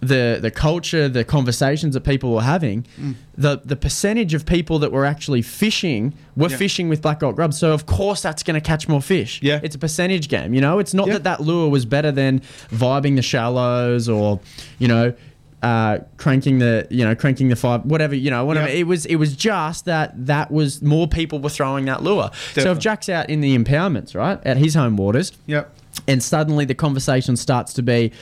the the culture, the conversations that people were having,
Mm.
the the percentage of people that were actually fishing were
Yeah.
fishing with black gold grubs. So of course that's going to catch more fish. Yeah, it's a percentage game. You know, it's not that that lure was better than vibing the shallows or, you know. Uh, cranking the you know cranking the five whatever you know whatever
Yeah.
it was it was just that that was more people were throwing that lure so if
Definitely.
Jack's out in the impoundments right at his home waters
Yep.
and suddenly the conversation starts to be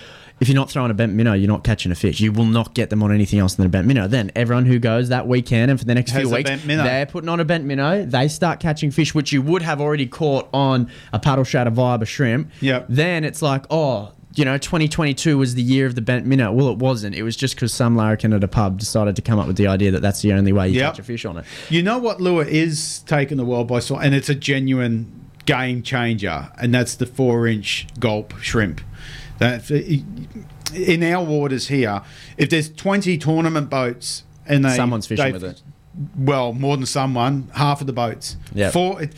if you're not throwing a bent minnow, you're not catching a fish. You will not get them on anything else than a bent minnow. Then everyone who goes that weekend and for the next
Has
few
a
weeks,
bent minnow.
they're putting on a bent minnow. They start catching fish, which you would have already caught on a paddle shad, a vibe, a shrimp.
Yep.
Then it's like, oh, you know, 2022 was the year of the bent minnow. Well, it wasn't. It was just because some larrikin at a pub decided to come up with the idea that that's the only way you
Yep.
catch a fish on it.
You know what lure is taking the world by storm, and it's a genuine game changer, and that's the four-inch gulp shrimp. That in our waters here, if there's 20 tournament boats and they
Someone's fishing
they-
with it.
Well, more than someone, half of the boats.
Yeah.
Four, it-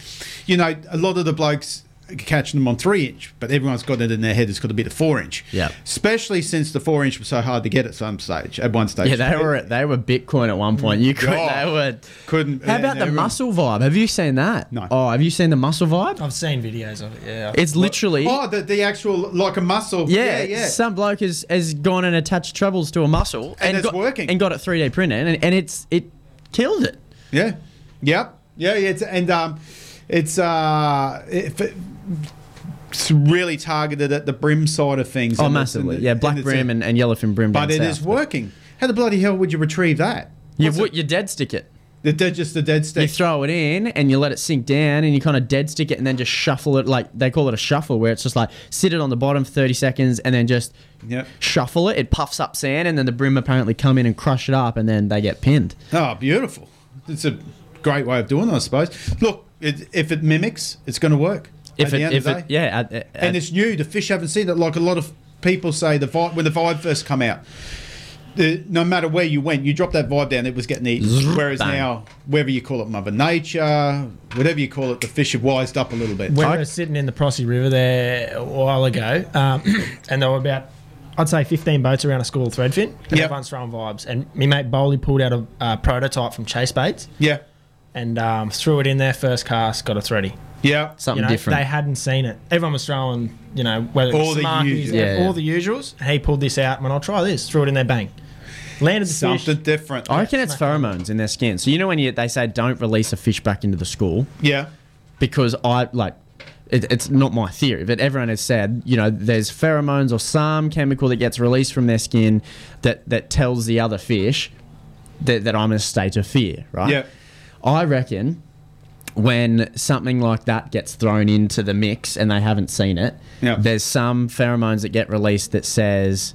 you know, a lot of the blokes catching them on three inch, but everyone's got it in their head. It's got to be the four inch.
Yeah.
Especially since the four inch was so hard to get at some stage. At one stage.
Yeah, they were they were Bitcoin at one point. You could
God.
they were
couldn't.
How about
and
the
everyone-
muscle vibe? Have you seen that? No. Oh, have you seen the muscle vibe?
I've seen videos of it. Yeah.
It's literally
Oh, the, the actual like a muscle.
yeah,
Oh, yeah. yeah.
Some bloke has, has gone and attached trebles to a muscle and,
it's
got, working and got it three D printed and, and it's it killed it.
Yeah. Yep. Yeah. yeah, It's and um, it's uh, it, f- it's really targeted at the brim side of things.
Oh,
and it's-
massively. yeah, black
it's-
brim and, and yellowfin brim.
But it
down
is
south.
working. How the bloody hell would you retrieve that?
You would you dead stick it.
The dead, just the dead stick.
You throw it in and you let it sink down and you kind of dead stick it and then just shuffle it like they call it a shuffle where it's just like sit it on the bottom for 30 seconds and then just shuffle it. It puffs up sand and then the brim apparently come in and crush it up and then they get pinned.
Oh, beautiful. It's a great way of doing it, I suppose. Look, it, if it mimics, it's going to work.
If
at the
it,
end
if
of the
it,
day.
yeah, at- at-
and it's new. The fish haven't seen it. Like a lot of people say, the vibe, when the vibe first come out, the, no matter where you went, you dropped that vibe down, it was getting eaten.
Zzz,
Whereas
bang.
now, whether you call it Mother Nature, whatever you call it, the fish have wised up a little bit.
we were sitting in the Prossy River there a while ago, um, and there were about, I'd say, 15 boats around a school of threadfin. And Everyone's throwing vibes. And me mate Bowley pulled out a uh, prototype from Chase Baits.
Yeah.
And um, threw it in there, first cast, got a thready.
Yeah.
Something
You know,
different.
They hadn't seen it. Everyone was throwing, you know, whether
All
all
the
the smarties,
usual. Yeah, yeah.
all the usuals. And he pulled this out and went, I'll try this. Threw it in there, bang. Landed the
Something
fish.
different.
I reckon it's pheromones in their skin. So you know when you, they say don't release a fish back into the school.
Yeah.
Because I like, it, it's not my theory, but everyone has said you know there's pheromones or some chemical that gets released from their skin that that tells the other fish that, that I'm in a state of fear, right?
Yeah.
I reckon when something like that gets thrown into the mix and they haven't seen it, there's some pheromones that get released that says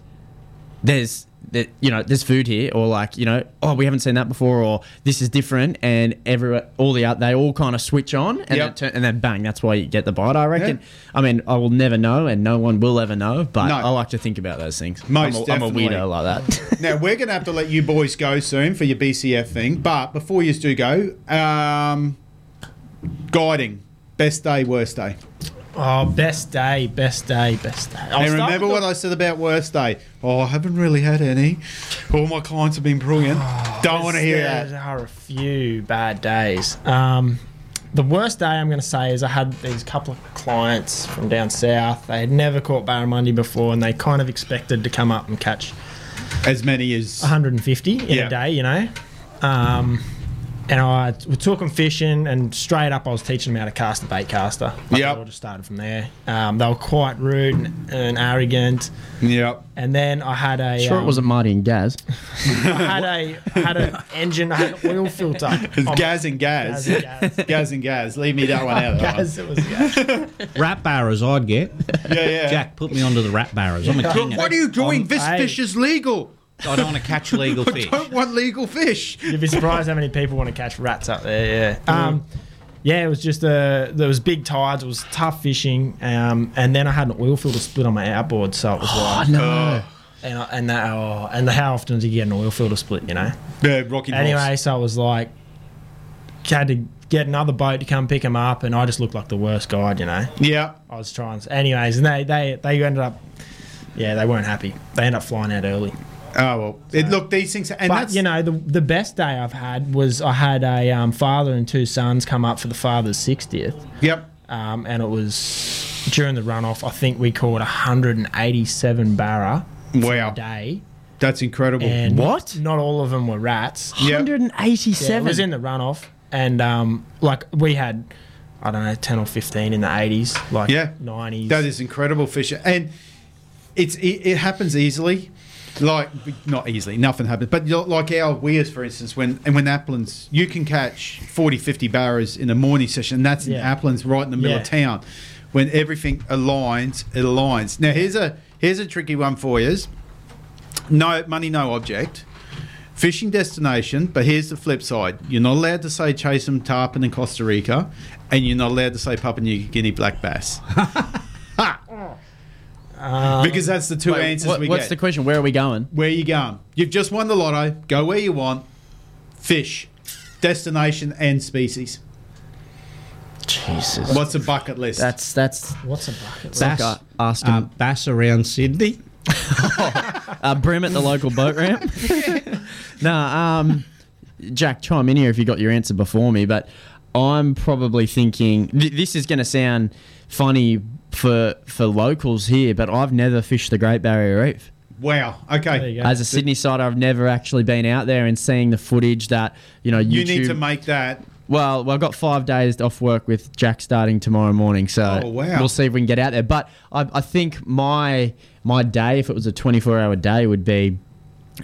there's that you know there's food here or like you know oh we haven't seen that before or this is different and every all the out they all kind of switch on and
Yep.
then turn, and then bang that's why you get the bite I reckon I mean I will never know and no one will ever know but
No.
I like to think about those things I'm, a,
Most
I'm a
definitely.
weirdo like that
now we're going to have to let you boys go soon for your BCF thing, but before you do go, um, guiding best day, worst day.
Oh, best day, best day, best day. I'll start
and remember
with
what
the-
I said about worst day. Oh, I haven't really had any. All my clients have been brilliant.
Oh,
Don't want to hear
There's-
that.
There are a few bad days. Um, the worst day I'm going to say is I had these couple of clients from down south. They had never caught barramundi before, and they kind of expected to come up and catch
as many as
150 in
Yeah.
a day. You know, um, and I we took them fishing, and straight up I was teaching them how to cast a bait caster.
Yeah.
all just started from there. Um, they were quite rude and, and arrogant.
Yep.
And then I had a
sure it
um,
wasn't Marty and Gaz
I had a I had an engine. I had an oil filter. Oh,
It's Gaz and Gaz.
Gaz
Gaz and Gaz. Leave me that one out. That
Gaz,
one.
it was Gaz.
Rat barras I'd get.
Yeah, yeah.
Jack, put me onto the rat barras. I'm a king. eh?
What are you doing? this
I-
fish is legal.
I don't want to catch illegal
I
fish.
don't want legal fish.
You'd be surprised how many people want to catch rats up there. Yeah. Um, yeah, it was just uh there was big tides. It was tough fishing. Um, and then I had an oil filter split on my outboard, so it was
Oh,
like uh,
no.
And I, and that oh, and how often do you get an oil filter split? You know.
Yeah, rocky. horse.
Anyway, so I was like, had to get another boat to come pick him up, and I just looked like the worst guide, you know.
Yeah.
I was trying. Anyways, and they they they ended up, yeah, they weren't happy. They ended up flying out early.
Oh well, it, look these things, and
but
that's-
you know the the best day I've had was I had a um, father and two sons come up for the father's sixtieth.
Yep.
Um, and it was during the runoff. I think we caught 187 barra.
Wow.
Day.
That's incredible.
And Not all of them were rats.
Yep.
187.
Yeah, it was in the runoff, and um, like we had, I don't know, 10 or 15 in the 80s. Like
yeah,
90s.
That is incredible fishing, and it's it, it happens easily. Like not easily, nothing happens. But you know, like our weirs, for instance, when and when Applands, you can catch 40, 50 barrows in a morning session. And that's in
Yeah.
Applands, right in the middle of
Yeah.
town, when everything aligns. It aligns. Now here's a here's a tricky one for you. No money, no object. Fishing destination, but here's the flip side. You're not allowed to say Chasem tarpon in Costa Rica, and you're not allowed to say Papua New Guinea black bass.
Um,
because that's the two
Wait,
answers
what-
we
what's
get.
the question? Where are we going?
Where you going? You've just won the lotto. Go where you want. Fish, destination, and species.
Jesus.
What's a bucket list?
That's that's
What's a bucket?
Bass,
list?
asked him.
bass uh, around Sydney.
uh, brim at the local boat ramp. nah, um, Jack, chime in here if you got your answer before me, but I'm probably thinking th- this is going to sound funny for for locals here, but I've never fished the Great Barrier Reef.
Wow. Okay.
As a Sydney sider, I've never actually been out there and seeing the footage that you know YouTube.
you need to make that.
Well, well, I've got five days off work with Jack starting tomorrow morning, so
Oh, wow.
we'll see if we can get out there. But I, I think my my day, if it was a twenty four hour day, would be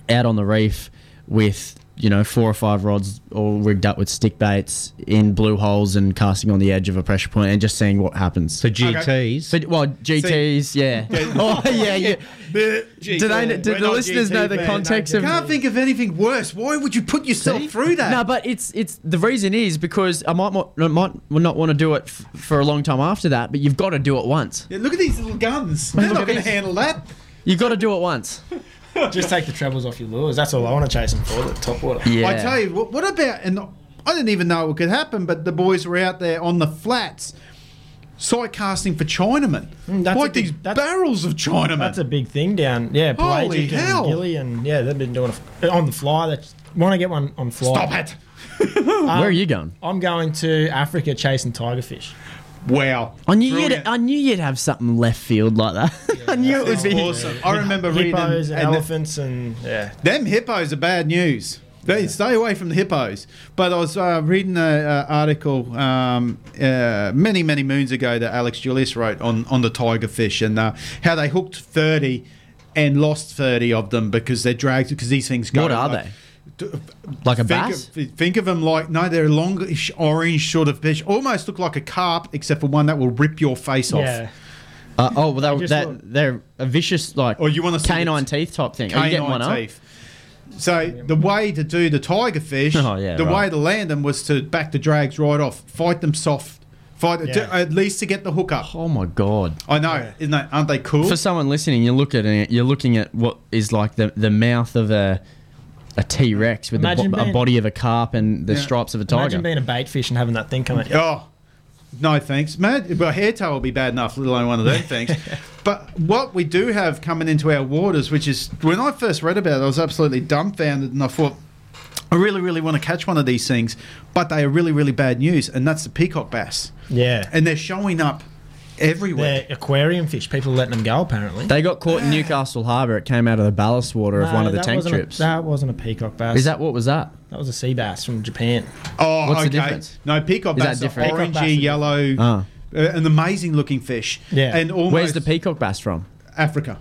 out on the reef with you know four or five rods all rigged up with stick baits in blue holes and casting on the edge of a pressure point and just seeing what happens for
GTs.
well, GTs, yeah. oh yeah, yeah. do they? Do the listeners know the context of?
Can't think of anything worse. Why would you put yourself through that?
No, but it's it's the reason is because I might mo- I might not want to do it f- for a long time after that, but you've got to do it once.
Yeah, look at these little guns. They're not going to handle that.
You've got to do it once.
Just take the trebles off your lures. That's all I want to chase them for. The top water.
I tell you, what, what about, and I didn't even know it could happen, but the boys were out there on the flats sight casting for Chinamen.
Mm,
that's
like
a big-
these barrels of Chinamen.
That's a big thing down. Yeah,
Holy
pelagic
hell.
and gilly, and yeah, they've been doing it on the fly. They want to get one on fly. Um,
Stop it. Uh,
Where are you going?
I'm going to Africa chasing tiger fish.
Wow.
I knew you'd I knew you'd have something left field like that. I knew it would be
awesome. I remember reading
hippos and
and the-
elephants and yeah.
Them hippos are bad news. They stay away from the hippos. But I was uh, reading an uh, article um, uh, many, many moons ago that Alex Julius wrote on, on the tiger fish and uh, how they hooked 30 and lost 30 of them because they're dragged, because these things go.
What are
like-
they? Like a
think
bass?
Of, think of them like, no, they're longish orange sort of fish. Almost look like a carp, except for one that will rip your face off.
Uh, oh, well,
I
they,
just
that,
thought-
they're a vicious like. Or
Oh, you want to
canine teeth type thing? Are you getting one
canine
up?
teeth. So the way to do the tiger fish,
Oh, yeah,
the
right.
way to land them was to back the drags right off, fight them soft, fight
Yeah.
to, at least to get the hook up.
Oh my god!
I know, isn't that? Aren't they cool?
For someone listening, you look at it. You're looking at what is like the the mouth of a a T Rex with the
Imagine
bo- a
being-
body of a carp and the
Yeah.
stripes of a
Imagine
tiger.
being a bait fish and having that thing come at you.
Oh, no thanks, mate. Well, hairtail will be bad enough, let alone one of them things. But what we do have coming into our waters, which is when I first read about it, I was absolutely dumbfounded, and I thought. I really, really want to catch one of these things, but they are really, really bad news, and that's the peacock bass.
Yeah.
And they're showing up everywhere.
They're aquarium fish. People are letting them go apparently.
They got caught in Newcastle Harbour. It came out of the ballast water of
No,
one of the
that
tank
wasn't a-
trips.
that wasn't a peacock bass.
Is that what was that?
That was a sea bass from Japan.
Oh, okay. No, peacock
Is that
bass are
different? Peacock bass are
orangey,
different.
yellow,
Ah.
uh, an amazing looking fish. And almost
where's the peacock bass from?
Africa.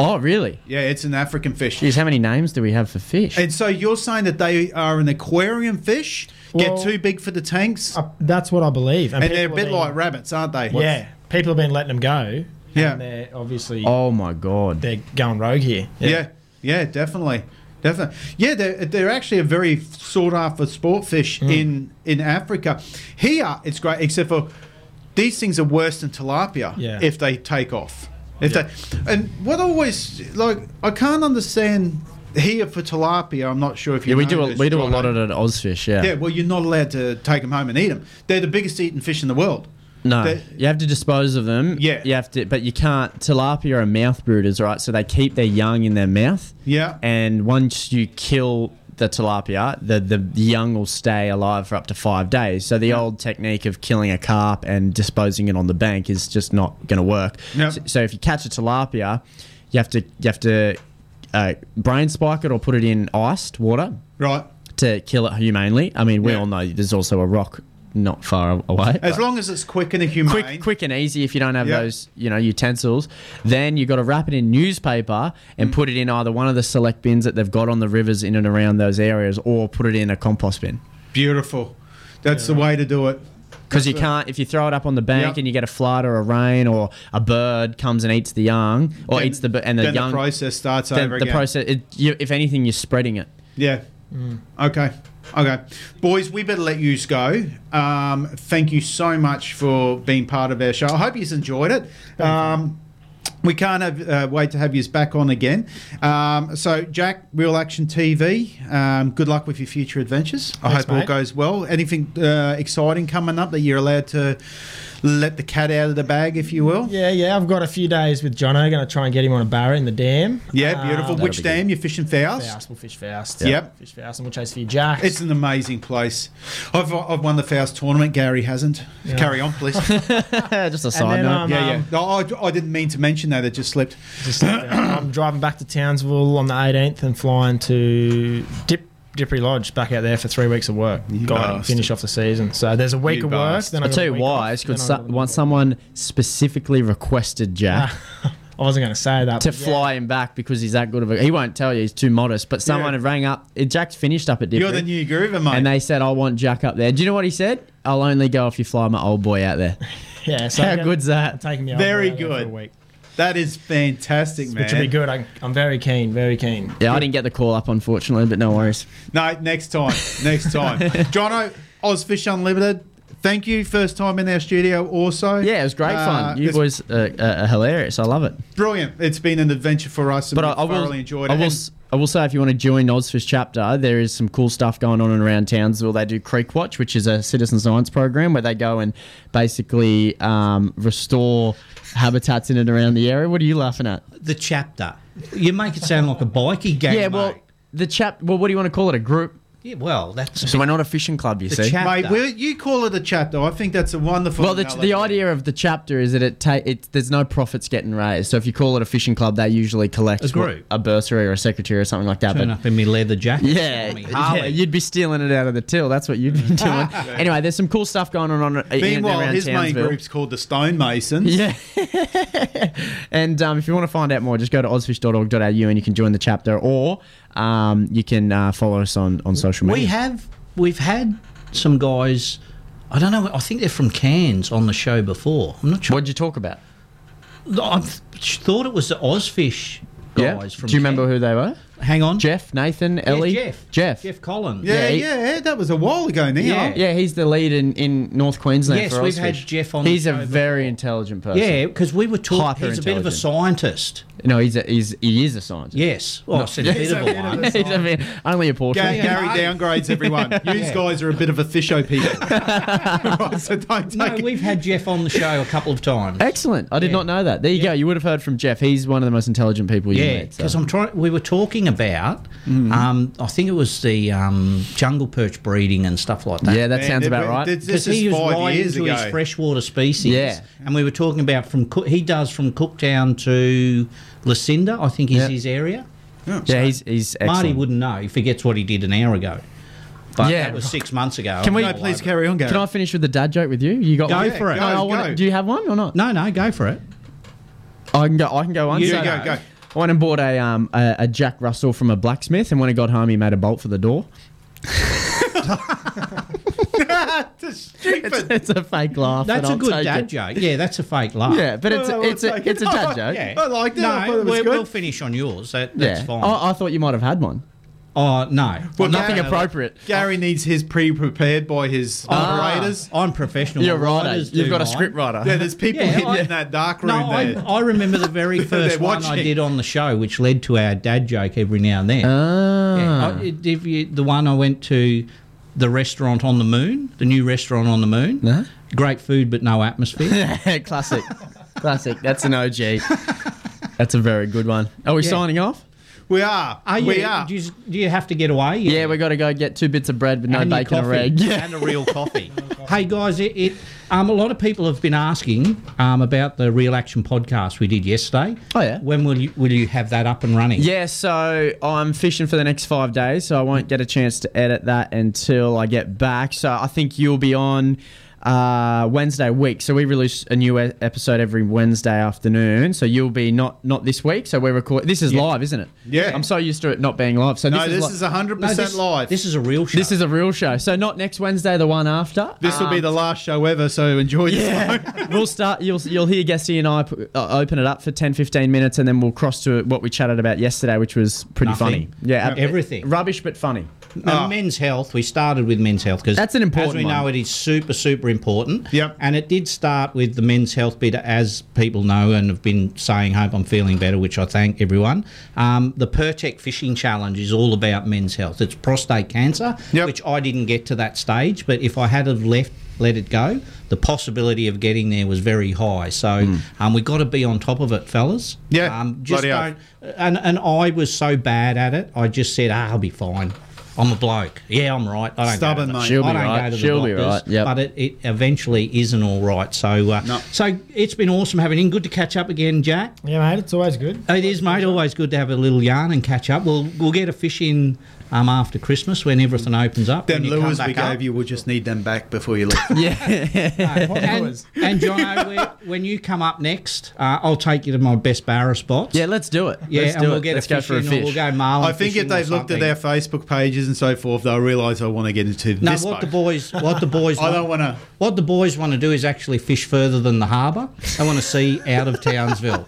Oh, really?
Yeah, it's an African fish.
Jeez, how many names do we have for fish?
And so you're saying that they are an aquarium fish,
Well, uh,
get too big for the tanks,
That's what I believe.
and, they're a
people
bit
have
like rabbits, aren't they?
been- yeah. People have been letting them go.
Yeah.
And they're obviously
Oh my god.
they're going rogue here.
Yeah. yeah, definitely, definitely. Yeah, they're, they're actually a very sought after sport fish
Mm.
in in Africa. Here, it's great, except for these things are worse than tilapia
Yeah.
if they take off. If they, and what always like I can't understand here for tilapia. I'm not sure if you.
yeah, we
know
do a,
this,
we do a
Jono.
lot of it at Ozfish. Yeah.
Yeah. well, you're not allowed to take them home and eat them. They're the biggest eaten fish in the world.
No,
They-
you have to dispose of them. Yeah, you have to, but you can't. Tilapia are mouth brooders, right? So they keep their young in their mouth.
Yeah.
and once you kill the tilapia, the the young will stay alive for up to five days. So the old technique of killing a carp and disposing it on the bank is just not going to work.
Yep.
So, so if you catch a tilapia, you have to you have to uh, brain spike it or put it in iced water.
Right.
To kill it humanely. I mean, we all know there's also a rock not far away.
As
but-
long as it's quick and humane.
quick, quick and easy. If you don't have
Yeah.
those, you know, utensils, then you got to wrap it in newspaper and put it in either one of the select bins that they've got on the rivers in and around those areas, or put it in a compost bin.
Beautiful. That's the way to do it.
Because you
That's a-
can't, if you throw it up on the bank
Yep.
and you get a flood or a rain or a bird comes and eats the young or
Then-
eats the bir- and the
then the
young
process starts
then
over
the
again.
process, it, you, if anything, you're spreading it.
Yeah.
Mm.
Okay. Okay. Boys, we better let you go. Um, thank you so much for being part of our show. I hope you've enjoyed it. Um, We can't have, uh, wait to have you back on again. Um, so, Jack, Real Action TV, um, good luck with your future adventures. I
Thanks,
hope all
mate.
goes well. Anything uh, exciting coming up that you're allowed to let the cat out of the bag, if you will?
Yeah, yeah. I've got a few days with Jono. Going to try and get him on a barra in the dam.
Yeah, beautiful.
Um,
Which dam? You're fishing Faust?
Faust, we'll fish Faust.
Yep.
Fish Faust and we'll chase a few jacks.
It's an amazing place. I've, I've won the Faust tournament. Gary hasn't.
Yeah.
Carry on, please.
Just a side note. um,
yeah, yeah.
um,
No, I, I didn't mean to mention that. It just slipped.
I'm driving back to Townsville on the 18th and flying to Dip. Dippery Lodge back out there for three weeks of work. Got
bastard.
finish off the season. So there's a week of work. Then
I'll
I've got
tell
a
you
week
why.
off,
It's because
then I've
so,
got Ah. a
once someone specifically requested Jack.
I wasn't going to say that.
To
but yeah.
fly him back because he's that good of a. He won't tell you. He's too modest. But someone
Yeah.
had rang up. Jack's finished up at Dippery.
You're the new groover, mate.
And they said, I want Jack up there. Do you know what he said? I'll only go if you fly my old boy out there.
Yeah, so
How
I'm gonna-
good's that?
I'm taking me out
Very
there for a
good.
week,
That is fantastic, man.
which will be good. I, I'm very keen, very keen.
Yeah, I didn't get the call up, unfortunately, but no worries.
No, next time. Next time. Jono, Ozfish Unlimited, thank you. First time in our studio, also. Yeah,
it was Great
Uh,
fun. You boys are, are hilarious. I love it.
Brilliant. It's been an adventure for us, and
But I,
we
I will,
thoroughly enjoyed it.
I will,
And-
s- I will say, if you want to join Ozford's chapter, there is some cool stuff going on and around Townsville. They do Creek Watch, which is a citizen science program where they go and basically um, restore habitats in and around the area. What are you laughing at?
The chapter. You make it sound like a bikey gang.
yeah, well, the chap. Well, what do you want to call it? A group?
Yeah, well, that's
so we're not a fishing club, you
The
see.
chapter.
Mate, will you call it a chapter. I think that's a wonderful.
Well, the, the idea of the chapter is that it, ta- it there's no profits getting raised. So if you call it a fishing club, they usually collect
A group.
a bursary or a secretary or something like that.
Turn
but
up in me leather jacket.
Yeah,
Me
yeah,
Harley.
you'd be stealing it out of the till. That's what you'd be doing. anyway, there's some cool stuff going on, on in and
Meanwhile,
around
his main
Townsville.
group's called the Stonemasons.
Yeah. And um, if you want to find out more, just go to ozfish.org.au and you can join the chapter, or um, you can uh, follow us on, on social media.
We have we've had some guys. I don't know. I think they're from Cairns on the show before. I'm not sure. What'd
you talk about?
I th- thought it was the Ozfish guys
Yeah.
from.
Do you remember who they were?
Hang on,
Jeff, Nathan, Ellie,
Jeff.
Jeff,
Jeff Collins.
Yeah, Yeah, he-
yeah, that was a while ago now.
Yeah, yeah, he's the lead in, in North Queensland.
Yes,
for
we've had
Ozfish.
Jeff on the
He's
show
a very intelligent person.
Yeah, because we were talking. He's a bit of a
Hyper-intelligent.
scientist.
No, he's a, he's he is a scientist.
Yes. Well, I
Not-
said a bit of a one.
He's a bit- only a portion.
Ga- Gary downgrades everyone. You
Yeah.
guys are a bit of a fisho people. right, so don't
No, we've had Jeff on the show a couple of times.
Excellent. I did not know that. There you go. You would have heard from Jeff. He's one of the most intelligent people you
Yeah,
met. so. Mm-hmm.
because I'm trying. We were talking about. Um, I think it was the um, jungle perch breeding and stuff like that.
Yeah, that Man, sounds about it- right. this- this
Because he
is
was
five
right
years
into
ago.
his freshwater species.
Yeah.
and we were talking about from Cook, he does from Cooktown to Lucinda. I think is
Yeah.
his area.
Yeah,
he's he's excellent.
Marty wouldn't know. He forgets what he did an hour ago. But
Yeah.
that was six months ago.
Can we-
I'm all
No, please
over
carry on,
Can I finish with the dad joke with you? You got
Go
one?
for it.
No, I
Go,
wanna-
go.
do you have one or not?
No, no, go for it.
I can go. I can go on.
You go, go.
I went and bought a um a, a Jack Russell from a blacksmith, and when I got home, he made a bolt for the door.
That's stupid.
It's, it's a fake laugh.
That's
but
a
I'll
good
take
dad
it.
joke. Yeah, that's a fake laugh.
Yeah, but it's a- it's a- it's a dad joke. I liked it.
No,
I thought it was
we'll,
good.
we'll finish on yours. That, that's
yeah. Oh.
fine.
I, I thought you might have had one.
Oh no.
Well, nothing appropriate.
Gary needs his pre-prepared by his
Ah.
operators.
I'm professional.
You're right,
Writers
eh? You've
do
got a
mine.
script writer.
Yeah, there's people
Yeah,
hidden
I-
in that dark room
No, I,
there.
I remember the very
They're
first one I
watching.
did on the show, which led to our dad joke every now and then.
Ah.
Yeah, I- it- if you- the one I went to, the restaurant on the moon, the new restaurant on the moon.
Uh-huh.
Great food, but no atmosphere.
Classic. Classic. That's an OG. That's a very good one. Are we
Yeah.
signing off?
We are.
Are you,
We are.
Do you, do you have to get away?
Yeah, we got to go get two bits of bread with no
And your
bacon or
coffee.
egg.
And a real coffee. hey guys, it, it um, a lot of people have been asking um, about the Real Action podcast we did yesterday. Oh yeah. When will you will you have that up and running?
Yeah, so I'm fishing for the next five days, so I won't get a chance to edit that until I get back. So I think you'll be on uh, Wednesday week. So we release a new e- episode every Wednesday afternoon. So you'll be not not this week. So we're recording. This is
Yeah.
live, isn't it?
Yeah.
I'm so used to it not being live. So
No,
this,
this
li-
is 100% live.
This is a real show.
This is a real show. So not next Wednesday, the one after.
This will be
Um,
the last show ever, so enjoy this one.
yeah. we'll start. You'll you'll hear Guesty and I p- uh, open it up for 10, 15 minutes, and then we'll cross to what we chatted about yesterday, which was pretty
Nothing.
funny. Yeah, ab-
everything.
Rubbish but funny.
And men's health. We started with men's health because
That's an important
As we
one.
know, it is super super important. Yep. And it did start with the men's health bit, as people know and have been saying, hope I'm feeling better, which I thank everyone. Um, the Pertec Fishing Challenge is all about men's health. It's prostate cancer, which I didn't get to that stage, but if I had have left, let it go, the possibility of getting there was very high. So um, we've got to be on top of it, fellas. Yeah. Um, just
bloody oath.
don't, and, and I was so bad at it, I just said, ah, I'll be fine. I'm a bloke. Yeah, I'm right. I don't
Stubborn,
go to the,
mate. She'll
I
be
don't Go
right.
to the
She'll be
doctors,
right. Yep.
But it, it eventually isn't all right. So uh, so it's been awesome having in. Good to catch up again, Jack.
Yeah, mate, it's always good.
It is, mate. Always good to have a little yarn and catch up. We'll we'll get a fish in um, after Christmas when everything opens up.
Them
when you come
lures
back
we
up.
gave you, we'll just need them back before you leave.
and, and Jono, when- when you come up next, uh, I'll take you to my best barra spots. Yeah,
let's do it.
Yeah,
Let's
and
do
we'll
it.
get
Let's
a
go
fish
for a
in or
fish.
we'll go marlin.
I think if
fishing or
they've looked
something.
at their Facebook pages and so forth, they'll realise I want to get into
No,
this.
what the
boat.
boys, what the boys,
I don't want to.
What the boys want to do is actually fish further than the harbour. They want to see out of Townsville.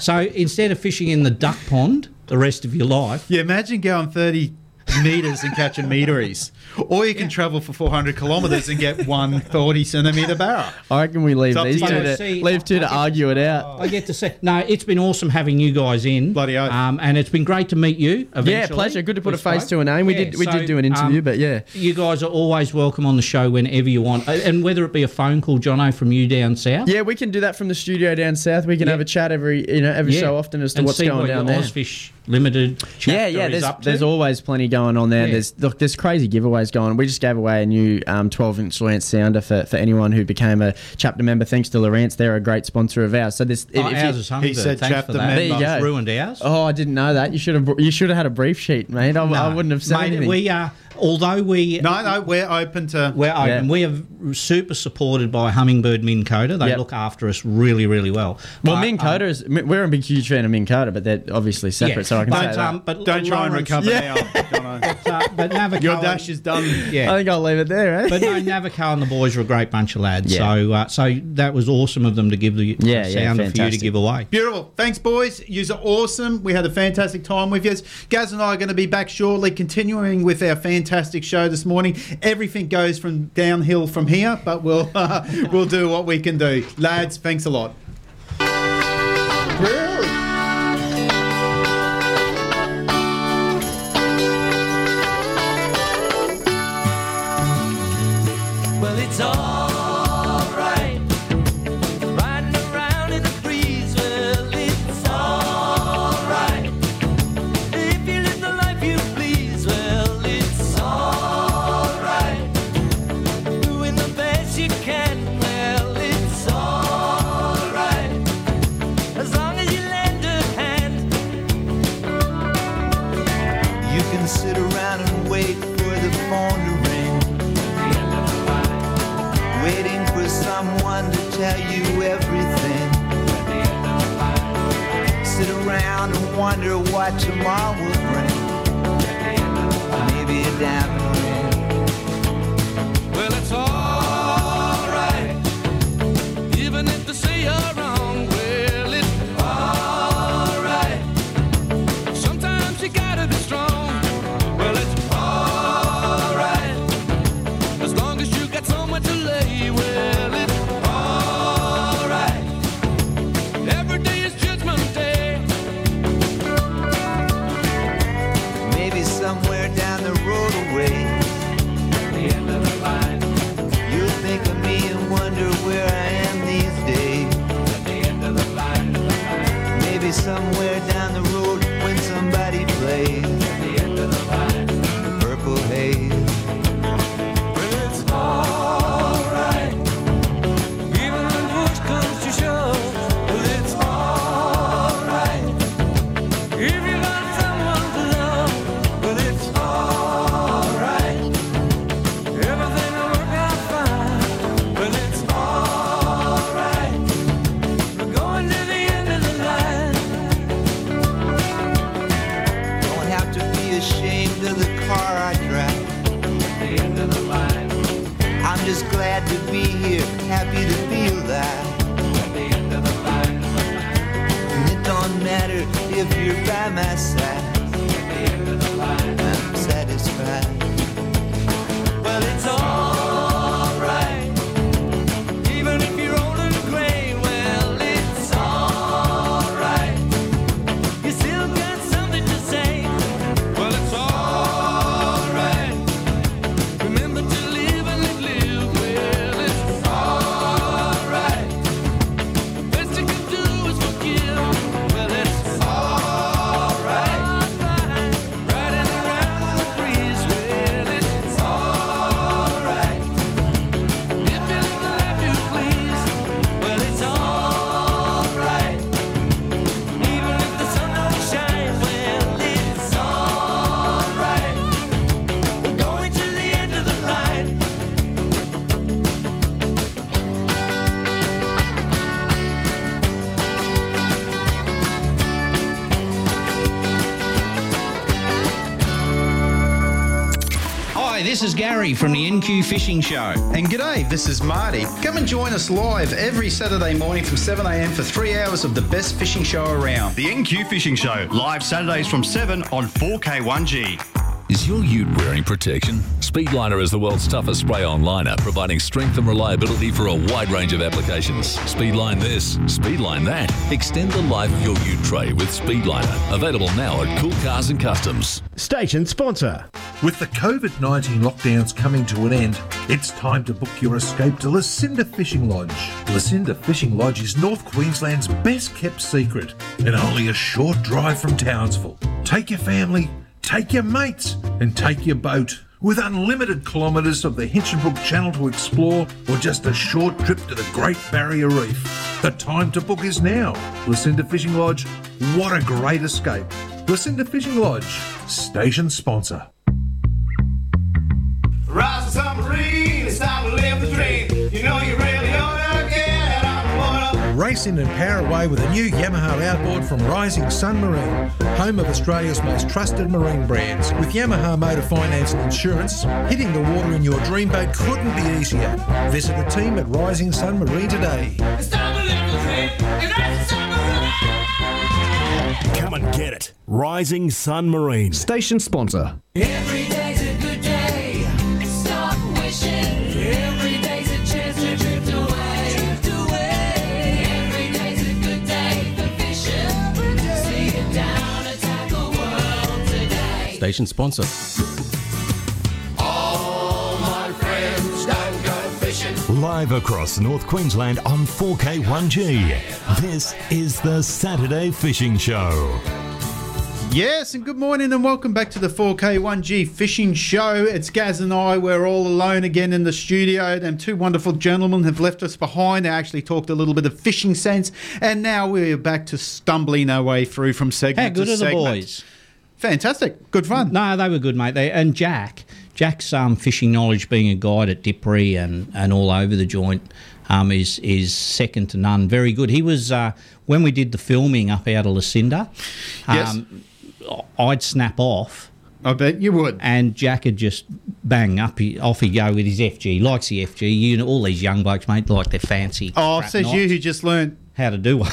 so instead of fishing in the duck pond the rest of your life,
Yeah, imagine going 30 metres and catching meteries. Or you can travel for 400 kilometres and get one 30 centimetre barra.
I reckon we leave
It's up
these
to
two
you.
to,
See,
leave two to argue it out.
I get to say no. It's been awesome having you guys in. Bloody oath. Um, and it's been great to meet you. Eventually.
Yeah, pleasure. Good to put
We
a face
spoke.
to a name. We
Yeah,
did we
so,
did do an interview,
um,
but yeah.
You guys are always welcome on the show whenever you want, A- and whether it be a phone call, Jono, from you down south.
Yeah, we can do that from the studio down south. We can have a chat every you know every
Yeah.
so often as to
And
what's
see
going
what
down
your
there.
Ozfish Limited.
Yeah,
chapter
yeah.
is
There's
up to.
there's always plenty going on there.
Yeah.
There's look, there's crazy giveaways going. on. We just gave away a new um, 12 inch Lawrence sounder for, for anyone who became a chapter member. Thanks to Lawrence, they're a great sponsor of ours. So this
Oh, ours is Hummingbird. He said Thanks chapter for that. member. It's ruined ours.
Oh, I didn't know that. You should have you should have had a brief sheet, mate. I, I wouldn't have said
Mate,
anything.
we um, are, although we
no, no, we're open to
we're open. We are super supported by Hummingbird Minn Kota. They
Yep.
look after us really, really well.
Well,
But, um,
Minn Kota is. We're a big, huge fan of Minn Kota, but they're obviously separate,
Yeah.
so I can
But,
say
um,
that.
but Don't try and Lawrence- recover Yeah. now.
uh,
but Navajo,
Your dash is done.
Yeah.
I think I'll leave it there. Eh?
but no, Navajo and the boys were a great bunch of lads.
Yeah.
So, uh, so that was awesome of them to give the
Yeah, yeah,
the sounder for you to
fantastic.
give away.
Beautiful. Thanks, boys. You are awesome. We had a fantastic time with you. Gaz and I are going to be back shortly, continuing with our fantastic show this morning. Everything goes from downhill from here, but we'll we'll do what we can do, lads. Thanks a lot.
Well, it's all right. Riding around in the breeze. Well, it's all right. If you live the life you please. Well, it's all right. Doing the best you can. Well, it's all right. As long as you lend a hand.
You can sit around and wait for the phone to ring. Waiting for someone to tell you everything. Sit around and wonder what tomorrow will bring. Maybe a diamond ring.
Well, it's all right, even if they say you're wrong. Well, it's all right. Sometimes you gotta be strong. Well, it's all right, as long as you got somewhere to lay. Well, it's all right. Every day is Judgment Day.
Maybe somewhere down the road away. The end of the line. You think of me and wonder where I am these days. At the end of the line. Maybe somewhere down the road when somebody plays. At the end of the line. Purple haze.
Well, it's all right, even when push comes to shove. Well, it's all right if you got someone to love. Well, it's all right, everything will work out fine. Well, it's all right, we're going to the end of the line.
Don't have to be ashamed of the car I drive. The end of the line. I'm just glad to be here, happy to be alive. At the end of the line. And it don't matter if you're by my side. At the end of the line. I'm satisfied.
Well, it's all right,
Hi, this is Gary from the NQ Fishing Show.
And g'day, this is Marty. Come and join us live every Saturday morning from 7am for three hours of the best fishing show around.
The NQ Fishing Show, live Saturdays from 7 on 4K1G.
Is your ute wearing protection? Speedliner is the world's toughest spray-on liner, providing strength and reliability for a wide range of applications. Speedline this, speedline that. Extend the life of your ute tray with Speedliner. Available now at Cool Cars and Customs.
Station sponsor. With the COVID 19 lockdowns coming to an end, it's time to book your escape to Lucinda Fishing Lodge. Lucinda Fishing Lodge is North Queensland's best kept secret and only a short drive from Townsville. Take your family, take your mates, and take your boat. With unlimited kilometres of the Hinchinbrook Channel to explore, or just a short trip to the Great Barrier Reef, the time to book is now. Lucinda Fishing Lodge, what a great escape! Lucinda Fishing Lodge, station sponsor.
Rise to submarine, it's time to live the dream. You know you really ought to get out of water.
Race in and power away with a new Yamaha outboard from Rising Sun Marine, home of Australia's most trusted marine brands. With Yamaha Motor Finance and Insurance, hitting the water in your dream boat couldn't be easier. Visit the team at Rising Sun Marine today.
Come and get it. Rising Sun Marine. Station sponsor.
Every day's a good day. Stop wishing. Every day's a chance to drift away. Drift away. Every day's a good day for fishing. See it down and tackle world today.
Station sponsor.
All my friends don't go fishing.
Live across North Queensland on 4K1G. This is the Saturday Fishing Show.
Yes, and good morning, and welcome back to the 4K1G Fishing Show. It's Gaz and I. We're all alone again in the studio. Them two wonderful gentlemen have left us behind. They actually talked a little bit of fishing sense, and now we're back to stumbling our way through from segment
How good
to
are the
segment.
boys?
Fantastic. Good fun.
No, they were good, mate. They, uh, and Jack, Jack's um, fishing knowledge, being a guide at Dippery and, and all over the joint, um, is is second to none. Very good. He was uh, when we did the filming up out of Lucinda.
Yes.
Um, I'd snap off.
I bet you would.
And Jack would just bang up, he, off he go with his FG. Likes the FG. You know, all these young blokes, mate, like their fancy.
Oh,
crap
says you
knives
who just learned.
how to do one.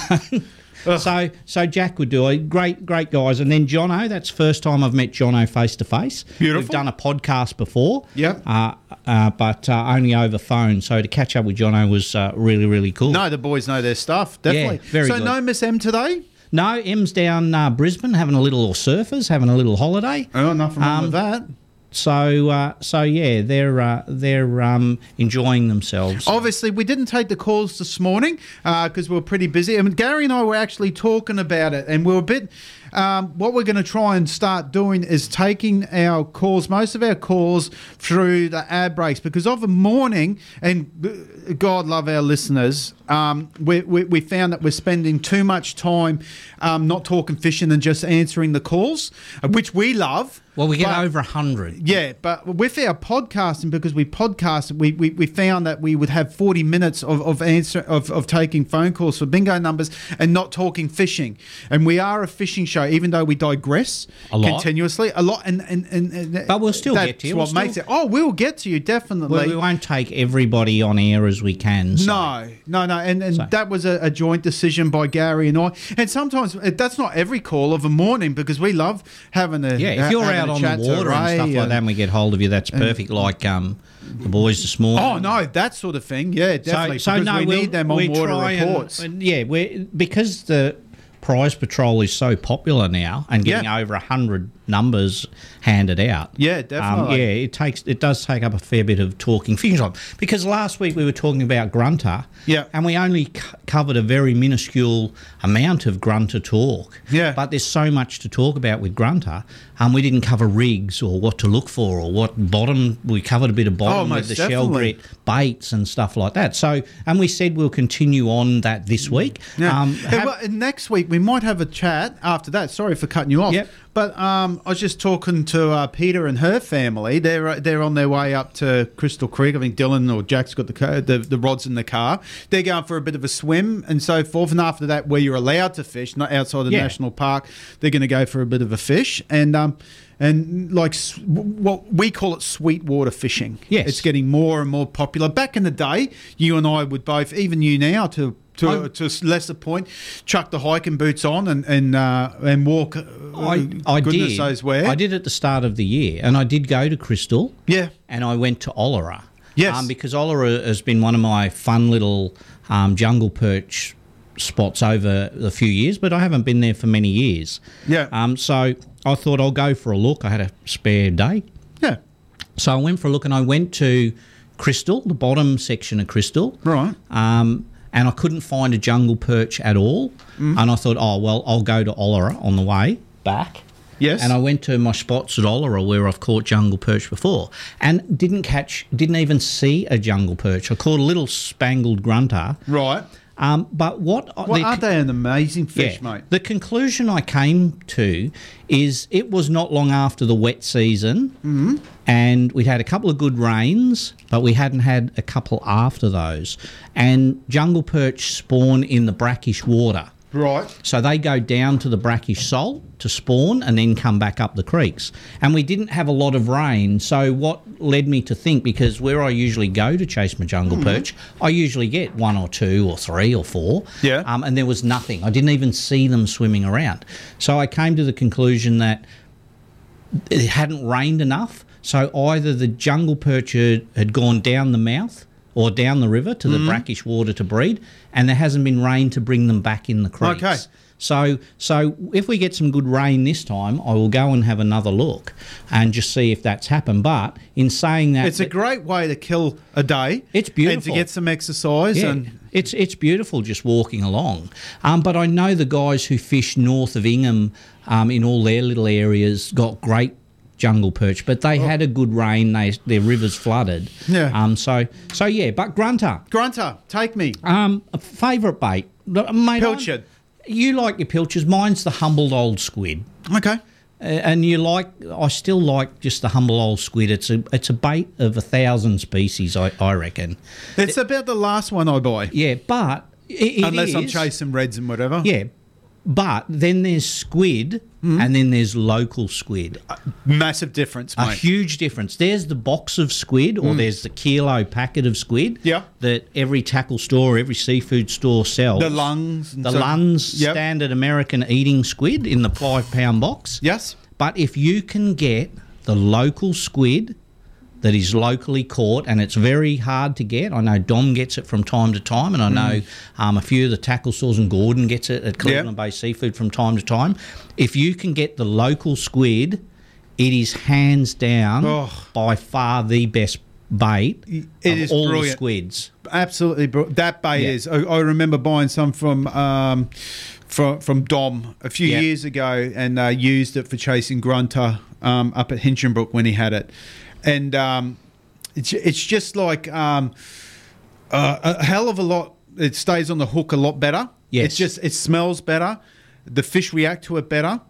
so so Jack would do it. Great, great guys. And then Jono, that's the first time I've met Jono face to face. Beautiful. We've done a podcast before.
Yep.
Uh, uh, but uh, only over phone. So to catch up with Jono was uh, really, really cool.
No, the boys know their stuff. Definitely.
Yeah, very
so
good.
no Miss M today.
No, M's down uh, Brisbane having a little, or surfers having a little holiday. Um,
Oh, nothing wrong with that.
So, uh, so yeah, they're uh, they're um, enjoying themselves.
Obviously, we didn't take the calls this morning because we were pretty busy. I mean, Gary and I were actually talking about it, and we were a bit. Um, what we're going to try and start doing is taking our calls, most of our calls, through the ad breaks because of a morning, and uh, God love our listeners, um, we, we, we found that we're spending too much time um, not talking fishing and just answering the calls, uh, which we love.
Well, we get
but-
over a hundred.
yeah, but with our podcasting, because we podcast, we, we, we found that we would have 40 minutes of, of answer of, of taking phone calls for bingo numbers and not talking fishing. And we are a fishing show, even though we digress
A lot.
continuously a lot. And, and, and, and but we'll
still
that's
get to you.
what
We'll
makes
still-
it. Oh, we'll get to you definitely.
Well, we won't take everybody on air as we can. So.
No, no, no, and and that was a, a joint decision by Gary and I. And sometimes uh, that's not every call of a morning because we love having a
Yeah, if you're
having
out
a
on
chat
the
to
water and
Ray
stuff like that, and we get hold of you, that's
and-
perfect. Like um, the boys this morning.
Oh no, that sort of thing. Yeah, definitely. because we
we'll-
need them on
we
water
try and-
reports.
and yeah, we because the prize patrol is so popular now and getting
Yeah.
over over hundred numbers handed out.
yeah,
Um,
definitely.
yeah, it takes it does take up a fair bit of talking fishing time because last week we were talking about grunter, yeah, and we only c- covered a very minuscule amount of grunter talk, yeah. But there's so much to talk about with grunter, um, we didn't cover rigs or what to look for or what bottom. We covered a bit of
Oh,
bottom
most
with the shell
definitely.
grit baits and stuff like that. So, and we said we'll continue on that this week.
Yeah.
Um,
Hey, well, and next week we might have a chat after that. Sorry for cutting you off. But um, I was just talking to uh, Peter and her family. They're uh, they're on their way up to Crystal Creek. I think Dylan or Jack's got the, car, the the rods in the car. They're going for a bit of a swim and so forth. And after that, where you're allowed to fish, not outside the
Yeah.
national park, they're going to go for a bit of a fish. And um, and like s- what we call it sweetwater fishing.
Yes.
It's getting more and more popular. Back in the day, you and I would both, even you now, to to, to a lesser point, chuck the hiking boots on and and uh, and walk. uh,
I, I
goodness
did.
knows where.
I did at the start of the year, and I did go to Crystal.
Yeah.
And I went to Olera.
Yes.
Um, because Olera has been one of my fun little um, jungle perch spots over a few years, but I haven't been there for many years.
Yeah.
Um, so I thought I'll go for a look. I had a spare day.
Yeah.
So I went for a look, and I went to Crystal, the bottom section of Crystal.
Right.
Um, and I couldn't find a jungle perch at all.
Mhm.
And I thought, oh well, I'll go to Olera on the way back.
Yes.
And I went to my spots at Olera where I've caught jungle perch before and didn't catch, didn't even see a jungle perch. I caught a little spangled grunter.
Right.
Um, but what.
Well, aren't they an amazing fish,
Yeah.
mate?
The conclusion I came to is it was not long after the wet season,
Mm-hmm.
and we'd had a couple of good rains, but we hadn't had a couple after those. And jungle perch spawn in the brackish water.
Right.
So they go down to the brackish salt to spawn and then come back up the creeks. And we didn't have a lot of rain. So, what led me to think because where I usually go to chase my jungle
Mhm.
perch, I usually get one or two or three or four.
Yeah.
Um, and there was nothing. I didn't even see them swimming around. So, I came to the conclusion that it hadn't rained enough. So, either the jungle perch had, had gone down the mouth. Or down the river to the
Mhm.
brackish water to breed, and there hasn't been rain to bring them back in the creeks.
Okay.
So, so if we get some good rain this time, I will go and have another look and just see if that's happened. But in saying that,
It's a great way to kill a day. It's
beautiful.
And to get some exercise
yeah,
and
it's it's beautiful just walking along. Um, but I know the guys who fish north of Ingham um, in all their little areas got great jungle perch, but they had a good rain. They their rivers flooded.
Oh. Yeah.
Um. So so yeah. But grunter.
Grunter, take me.
Um. a Favorite bait. Look, Mate, I'm-
Pilchard.
You like your pilchards. Mine's the humbled old squid.
Okay.
And you like, I still like just the humble old squid. It's a, it's a bait of a thousand species, I, I reckon.
It's about the last one I buy.
Yeah, but it- it
unless I'm
is-
chasing reds and whatever. Hmm?
Yeah, but then there's squid, and then there's local squid.
massive difference,
A
mate.
huge difference. There's the box of squid, or
Mm.
there's the kilo packet of squid.
Yeah.
That every tackle store, every seafood store sells.
The lungs and
the
so-
lungs,
Yep.
standard American eating squid in the five pound box.
Yes.
But if you can get the local squid that is locally caught and it's very hard to get. I know Dom gets it from time to time,
Mm.
and I know um, a few of the tackle stores and Gordon gets it at Cleveland Bay Seafood from time to time. If you can get the local squid, it is hands down by far the best bait
It
of
is
all the
brilliant.
squids.
Absolutely, bro. that bait
Yeah.
is. I, I remember buying some from um, from from Dom a few
Yeah.
years ago, and uh, used it for chasing grunter um, up at Hinchinbrook when he had it, and um, it's it's just like um, uh, a hell of a lot. It stays on the hook a lot better.
Yes.
it's just it smells better. The fish react to it better.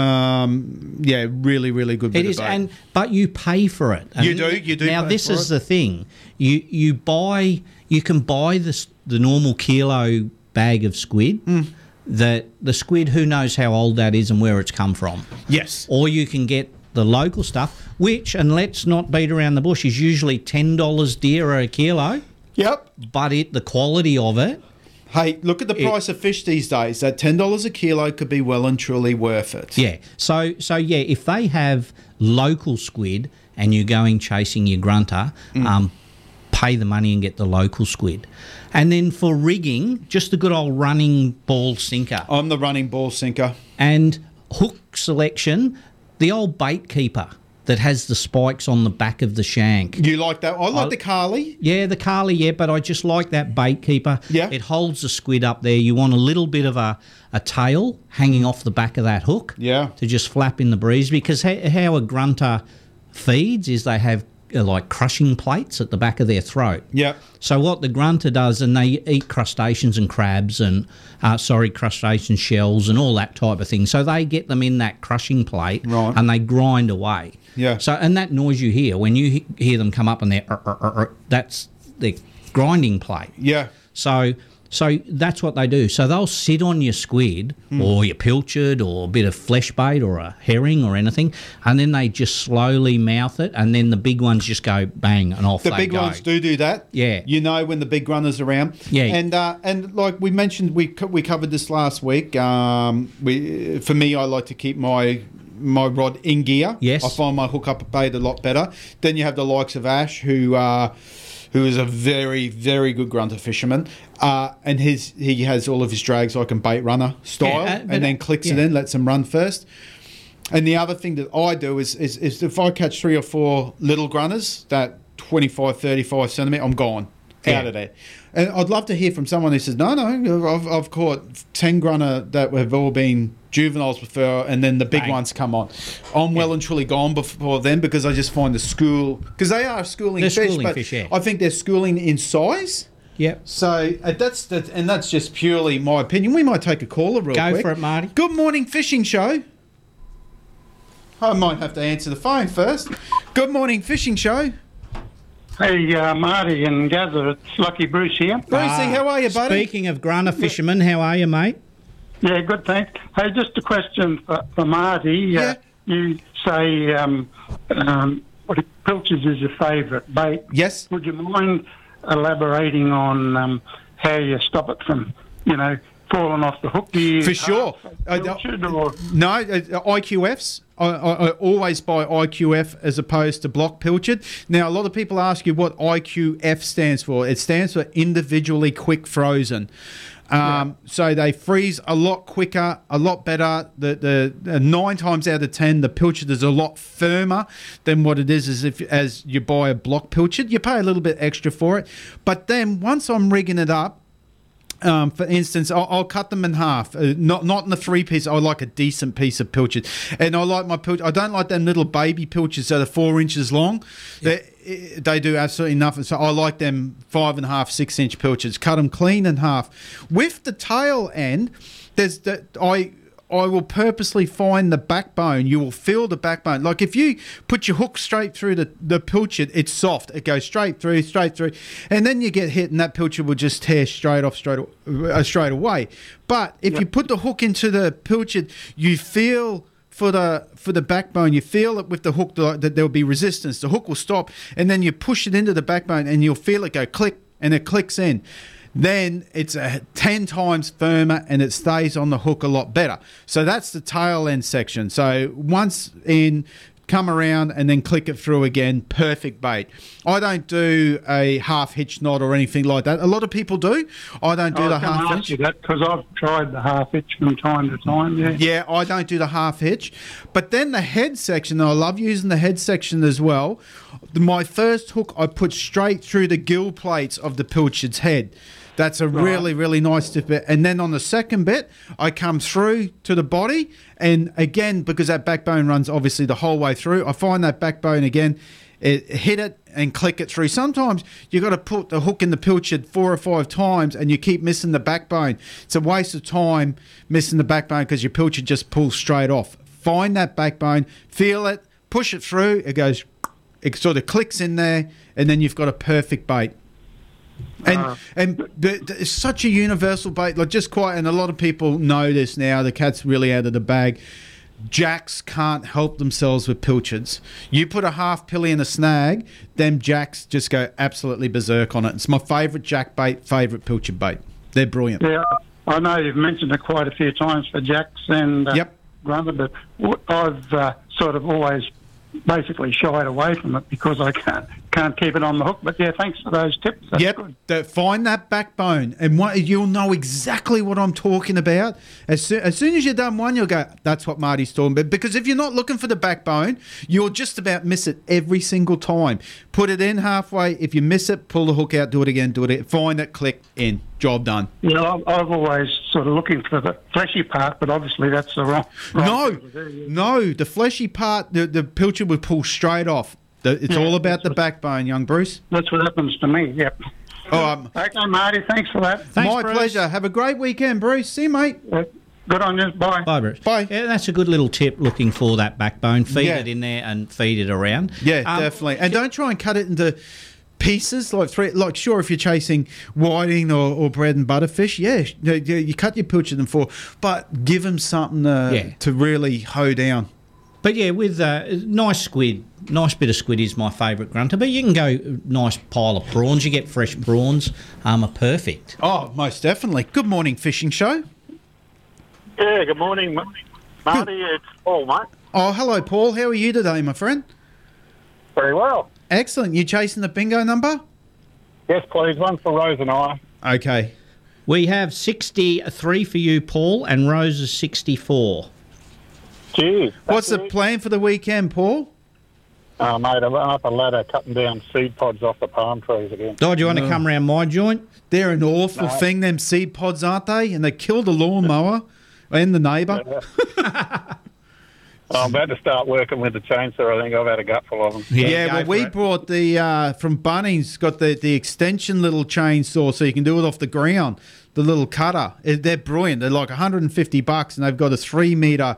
Um, yeah, really, really good. bit
It
of
is,
bait.
and but you pay for it.
You
And
do, you do
Now
pay
this
for
is
it.
the thing. You you buy you can buy the s- the normal kilo bag of squid.
Hmm.
That the squid, who knows how old that is and where it's come from.
Yes.
Or you can get the local stuff, which and let's not beat around the bush is usually ten dollars dearer a kilo.
Yep.
But it the quality of it.
Hey, look at the price of fish these days. That ten dollars a kilo could be well and truly worth it.
Yeah. So so yeah, if they have local squid and you're going chasing your grunter,
Mm.
um, pay the money and get the local squid. And then for rigging, just a good old running ball sinker.
I'm the running ball sinker.
And hook selection, the old bait keeper that has the spikes on the back of the shank.
You like that? I like
I-
the Carly.
Yeah, the Carly, yeah, but I just like that bait keeper. Yeah. It holds the squid up there. You want a little bit of a, a tail hanging off the back of that hook.
Yeah.
To just flap in the breeze because how, how a grunter feeds is they have uh, like crushing plates at the back of their throat.
Yeah.
So what the grunter does, and they eat crustaceans and crabs and, uh, sorry, crustacean shells and all that type of thing. So they get them in that crushing plate and they grind away.
Yeah.
So and that noise you hear when you he- uh, hear them come up and they're "Er, er, er, er," that's the grinding plate.
Yeah.
So So that's what they do. So they'll sit on your squid
Hmm.
Mm.
or your pilchard or a bit of flesh bait or a herring or anything, and then they just slowly mouth it, and then the big ones just go bang and off
The
they
big
go.
ones do do that.
Yeah.
you know when the big runners around.
Yeah.
and uh, and like we mentioned, we co- we covered this last week. Um, we for me, I like to keep my my rod in gear.
Yes.
I find my hook up bait a lot better. Then you have the likes of Ash, who uh, who is a very very good grunter fisherman, uh, and his he has all of his drags like a bait runner style,
uh, but-
and then clicks it
yeah.
in, lets them run first. And the other thing that I do is, is, is if I catch three or four little grunners, that 25, 35 centimetre, I'm gone.
Yeah.
Out of there. And I'd love to hear from someone who says, no, no, I've, I've caught 10 grunner that have all been juveniles before, and then the big ones come on. I'm well and truly gone before then because I just find the school, because they are schooling
They're
fish,
schooling
but
fish, yeah.
I think they're schooling in size.
Yep.
So uh, that's that, and that's just purely my opinion. We might take a caller real
Go
quick.
for it, Marty.
Good morning, fishing show. I might have to answer the phone first. Good morning, fishing show.
Hey, uh, Marty and Gather, it's Lucky Bruce here.
Ah, Speaking of grunner fishermen, how are you, mate?
Yeah, good, thanks. Hey, just a question for, for Marty. Yeah. Uh, you say um, um, what pilchards is your favourite bait.
Yes.
Would you mind elaborating on um, how you stop it from, you know, falling off the hook? Uh, Do you
For sure.
Pilchard or
No, uh, IQFs. I, I, I always buy IQF as opposed to block pilchard. Now, a lot of people ask you what IQF stands for. It stands for individually quick frozen. Um, So they freeze a lot quicker, a lot better. The, the, the nine times out of ten, the pilchard is a lot firmer than what it is as if as you buy a block pilchard. You pay a little bit extra for it, but then once I'm rigging it up, um, for instance, I'll, I'll cut them in half. Uh, not not in a three piece. I like a decent piece of pilchard, and I like my pilchard. I don't like them little baby pilchards that are four inches long. They eh, they do absolutely nothing. So I like them five and a half, six inch pilchards. Cut them clean in half. With the tail end, there's the I. I will purposely find the backbone. You will feel the backbone. Like if you put your hook straight through the, the pilchard, it's soft. It goes straight through, straight through. And then you get hit and that pilchard will just tear straight off straight, a- uh, straight away. But if you put the hook into the pilchard, you feel for the for the backbone you feel it with the hook that, that there will be resistance the hook will stop and then you push it into the backbone and you'll feel it go click and it clicks in then it's a 10 times firmer and it stays on the hook a lot better so that's the tail end section so once in come around and then click it through again perfect bait i don't do a half hitch knot or anything like that a lot of people do i don't do
I
the
was gonna
half hitch
ask you that because I've tried the half hitch from time to time. Yeah.
yeah, I don't do the half hitch. But then the head section, I love using the head section as well. The- My first hook I put straight through the gill plates of the pilchard's head. That's a really, really nice tip. bit. And then on the second bit, I come through to the body. And again, because that backbone runs obviously the whole way through, I find that backbone again it, hit it and click it through. Sometimes you got to put the hook in the pilchard four or five times and you keep missing the backbone. It's a waste of time missing the backbone because your pilchard just pulls straight off. Find that backbone, feel it, push it through, it goes, it sort of clicks in there, and then you've got a perfect bait. And
Ah.
and the, the, it's such a universal bait, like just quite, and a lot of people know this now. The cat's really out of the bag. Jacks can't help themselves with pilchards. You put a half pilly in a snag, them jacks just go absolutely berserk on it. It's my favourite jack bait, favourite pilchard bait. They're brilliant.
Yeah, I know you've mentioned it quite a few times for Jacks and uh,
Yep.
Grummer, but w- I've uh, sort of always basically shied away from it because I can't can't keep it on the hook. But yeah, thanks for those tips. That's
yep, that- find that backbone, and what, you'll know exactly what I'm talking about. As, soo- as soon as you're done one, you'll go, "That's what Marty's talking about." Because if you're not looking for the backbone, you'll just about miss it every single time. Put it in halfway. If you miss it, pull the hook out. Do it again. Do it. Again. Find it. Click in. Job done.
You know, I've- I've always sort of looking for the fleshy part, but obviously that's the wrong.
No, no, the fleshy part, the, the pilchard would pull straight off. The, it's all about the backbone, young Bruce.
That's what happens to me. Yep. okay, Marty, thanks for that.
My pleasure. Have a great weekend, Bruce. See you, mate.
Good on you. Bye.
Bye, Bruce. Bye. Yeah, that's a good little tip. Looking for that backbone, feed
Yeah.
it in there and feed it around.
Yeah,
Um,
definitely. And don't try and cut it into pieces, like three, like sure, if you're chasing whiting or, or bread and butter fish, yeah, sh- you, you- you cut your pilchard in four, but give them something to,
Yeah.
uh, to really hoe down.
But yeah, with uh, nice squid, nice bit of squid is my favourite grunter. But you can go nice pile of prawns. You get fresh prawns. Um, are perfect.
Oh, most definitely. Good morning, fishing show.
Yeah, good morning, Ma- Marty. It's Paul, mate.
Oh, hello, Paul. How are you today, my friend?
Very well.
Excellent. You chasing the bingo number?
Yes, please. One for Rose and I.
Okay.
We have 63 for you, Paul, and Rose is 64.
Cheers.
What's the plan for the weekend, Paul?
Oh, mate, I'm up a ladder cutting down seed pods off the palm trees again.
Oh, do you want to come round my joint?
They're an awful
No.
thing, them seed pods, aren't they? And they kill the lawnmower and the neighbour.
I'm about to start working with the chainsaw. I think I've had a gutful of them.
Yeah, well, we brought the uh, from Bunnings got the the extension little chainsaw, so you can do it off the ground. The little cutter, It- they're brilliant. They're like 150 bucks, and they've got a three meter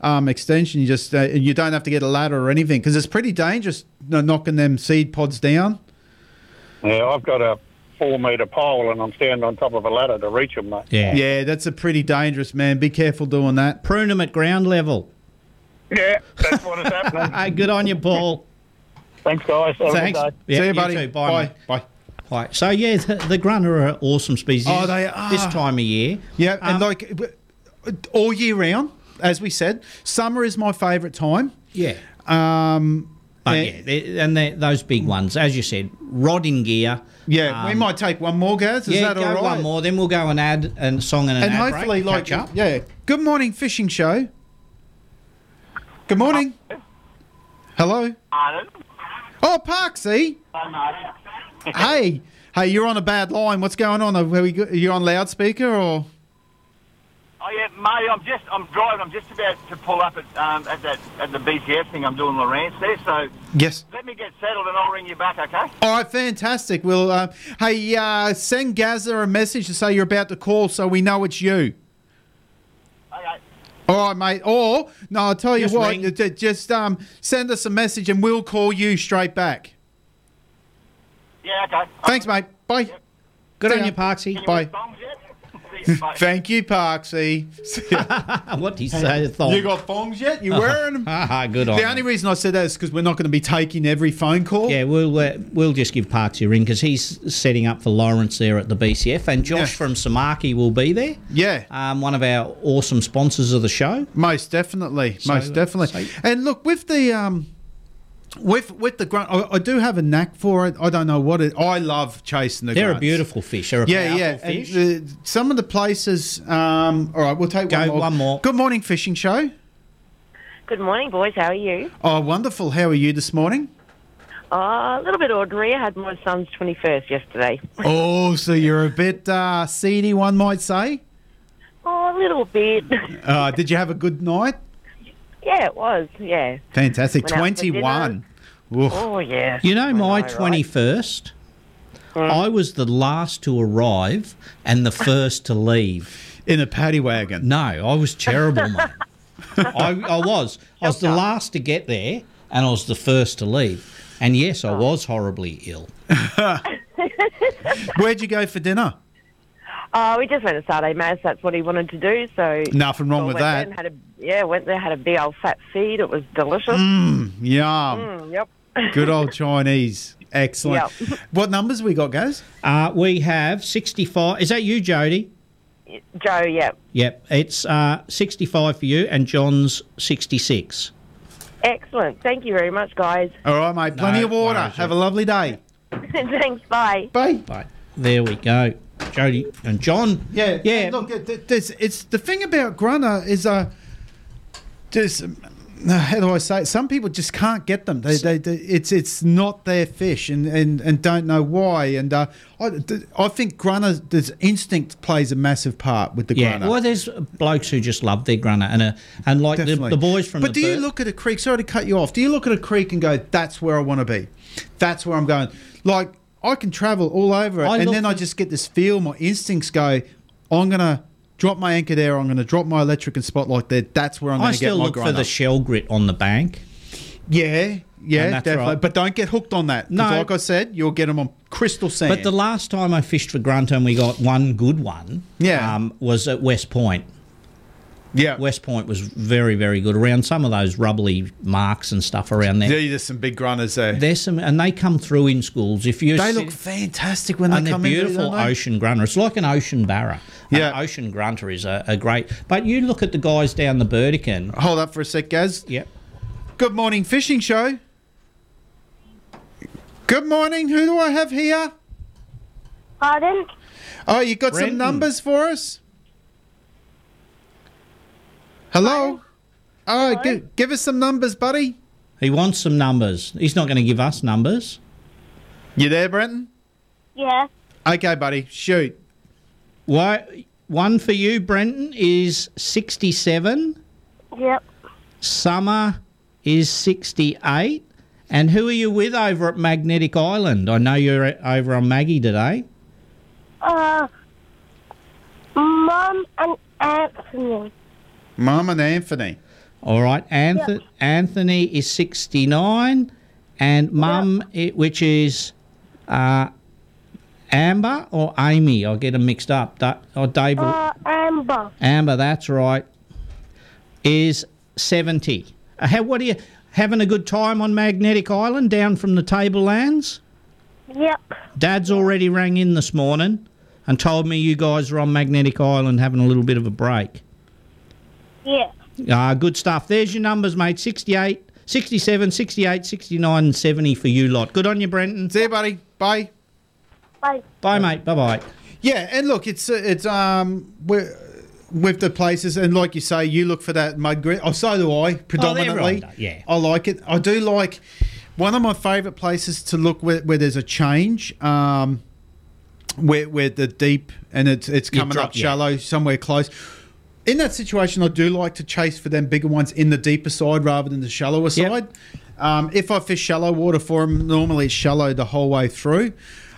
um, extension. You just uh, you don't have to get a ladder or anything because it's pretty dangerous you know, knocking them seed pods down.
Yeah, I've got a four metre pole and I'm standing on top of a ladder to reach them, mate.
yeah, that's a pretty dangerous man. Be careful doing that.
Prune them at ground level.
Yeah, that's what is happening.
Hey, good on you, Paul.
Thanks, guys. Have a good
Thanks.
day.
Yeah,
See you, buddy.
too.
Bye.
Bye. mate. Bye. So yeah, the, the grunter are an awesome species.
Oh, they are.
This time of year.
Yeah,
Um,
and like w- all year round, as we said, summer is my favourite time.
Yeah.
Um,
But
and-
yeah, they- and they- those big ones, as you said, rodding gear.
Yeah, we
Um,
might take one more, Gaz. Is
yeah,
that
go
all right?
one more, then we'll go and add a song and an
and
ad break
hopefully,
and
like,
catch up.
yeah. Good morning, fishing show. Good morning. Hello. Oh, Parksy. hey, hey, you're on a bad line. What's going on? Are we? go- Are you on loudspeaker or?
Oh yeah, mate. I'm just I'm driving. I'm just about to pull up at um, at that at the BCF thing. I'm doing Lawrence there. So
Yes.
let me get settled and I'll ring you back. Okay.
All right, Oh, fantastic. Well, uh, hey, uh, send Gaza a message to say you're about to call, so we know it's you. All right, mate. Or no, I'll tell you
Just
what.
ring.
j- Just um, send us a message, and we'll call you straight back.
Yeah. Okay.
Thanks, mate. Bye.
Good
See
on
ya.
you, Parksy.
Bye.
See you, mate.
Thank you, Parksy.
Ah, what do you say, Thong? Ah,
You got thongs yet? You wearing them?
Good on
the
you.
only reason I said that is because we're not going to be taking every phone call.
Yeah, we'll uh, we'll just give Parks a ring because he's setting up for Lawrence there at the BCF, and Josh from Samaki will be there.
Yeah,
um, one of our awesome sponsors of the show.
Most definitely, most definitely. And look, with the um, with with the grunt, I, I do have a knack for it. I don't know what it. I love chasing the.
They're
grunts.
a beautiful fish. They're a yeah,
yeah, yeah.
powerful fish.
And, uh, some of the places. Um, all right, we'll take one more.
one more.
Good morning, fishing show.
Good morning, boys. How are you?
Oh, wonderful. How are you this morning?
Uh, a little bit ordinary. I had my son's 21st yesterday.
Oh, so you're a bit uh, seedy, one might say.
Oh, a little bit.
Uh, did you have a good night?
Yeah, it was. Yeah.
Fantastic.
Went out for dinner.
21.
Oof.
Oh, yeah.
You know, my
right?
twenty first.
Uh.
I was the last to arrive and the first to leave.
In a paddy wagon.
No, I was terrible, mate. I, I was. I was the last to get there and I was the first to leave. And yes, I was horribly ill.
Where'd you go for dinner?
Uh, we just went to Saturday Mass. That's what he wanted to do. So
Nothing wrong
Well,
with
went there
that.
and had a, yeah, went there, had a big old fat feed. It was delicious.
Mm, yum.
Mm, yep.
Good old Chinese. Excellent.
Yep.
What numbers we got, guys?
Uh, we have 65. Is that you, Jody?
Joe, yep.
Yep. It's uh, 65 for you and John's 66.
Excellent. Thank you very much, guys.
All right, mate. Plenty
No
of water.
worries,
Have a lovely day.
Thanks. Bye.
Bye.
Bye. There we go. Jody and John.
Yeah, yeah. Look, it- it- it's, it's the thing about grunter is uh, just uh, how do I say? It? Some people just can't get them. They, they, they it's it's not their fish, and and, and don't know why. And uh, I, th- I think grunter, this instinct plays a massive part with the
Yeah.
grunter.
Well, there's blokes who just love their grunner and uh, and like the,
Definitely.
the boys from
But
the
do you
Bur-
look at a creek? Sorry to cut you off. Do you look at a creek and go, "That's where I want to be. That's where I'm going." Like I can travel all over it,
I
and
look
then I just get this feel. My instincts go, "I'm gonna." Drop my anchor there. I'm going to drop my electric and spotlight there. That's where I'm
I
going to get
still
my
look for
grinder.
the shell grit on the bank.
Yeah, Yeah,
And that's
definitely.
right.
But don't get hooked on that. 'cause
No.
like I said, you'll get them on crystal sand.
But the last time I fished for grunter and we got one good one, yeah, um, was at West Point.
Yeah,
West Point was very, very good around some of those rubbly marks and stuff around there.
Yeah, there's some big grunters there.
There's some, and they come through in schools. If you
they
sit-
look fantastic when
and
they
they're
come in.
beautiful
don't they?
ocean grunter. It's like an ocean barra. Yeah, an ocean grunter is a, a great. But you look at the guys down the Burdekin.
Hold up for a sec, Gaz.
Yep.
Good morning, fishing show. Good morning. Who do I have here?
Pardon?
Oh, you got
Brenton.
some numbers for us? Hello. Oh, gi- give us some numbers, buddy.
He wants some numbers. He's not going to give us numbers.
You there, Brenton?
Yeah.
Okay, buddy. Shoot.
Why? One for you, Brenton, is sixty-seven.
Yep.
Summer is 68. And who are you with over at Magnetic Island? I know you're at- over on Maggie today.
Uh, Mum and Anthony.
Mum and Anthony.
All right. Anthony, Anthony is 69. And Mum, it, which is uh, Amber or Amy? I get them mixed up. Da- oh, Dave. will-
Uh, Amber.
Amber, that's right, is 70. Uh, How, what are you, having a good time on Magnetic Island down from the Tablelands?
Yep.
Dad's already rang in this morning and told me you guys are on Magnetic Island having a little bit of a break.
Yeah.
Ah, good stuff. There's your numbers, mate 68, 67, 68, 69, and 70 for you lot. Good on you, Brenton.
See you, buddy. Bye.
Bye.
Bye, mate. Bye bye.
Yeah, and look, it's uh, it's um we with the places, and like you say, you look for that mud grit. Oh, so do I, predominantly.
everyone does, yeah.
I like it. I do like one of my favourite places to look where, where there's a change. Um, where where the deep and it's it's
You
coming
drop-
up
yeah.
shallow, somewhere close. In that situation, I do like to chase for them bigger ones in the deeper side rather than the shallower side. Um, if I fish shallow water for them, normally it's shallow the whole way through.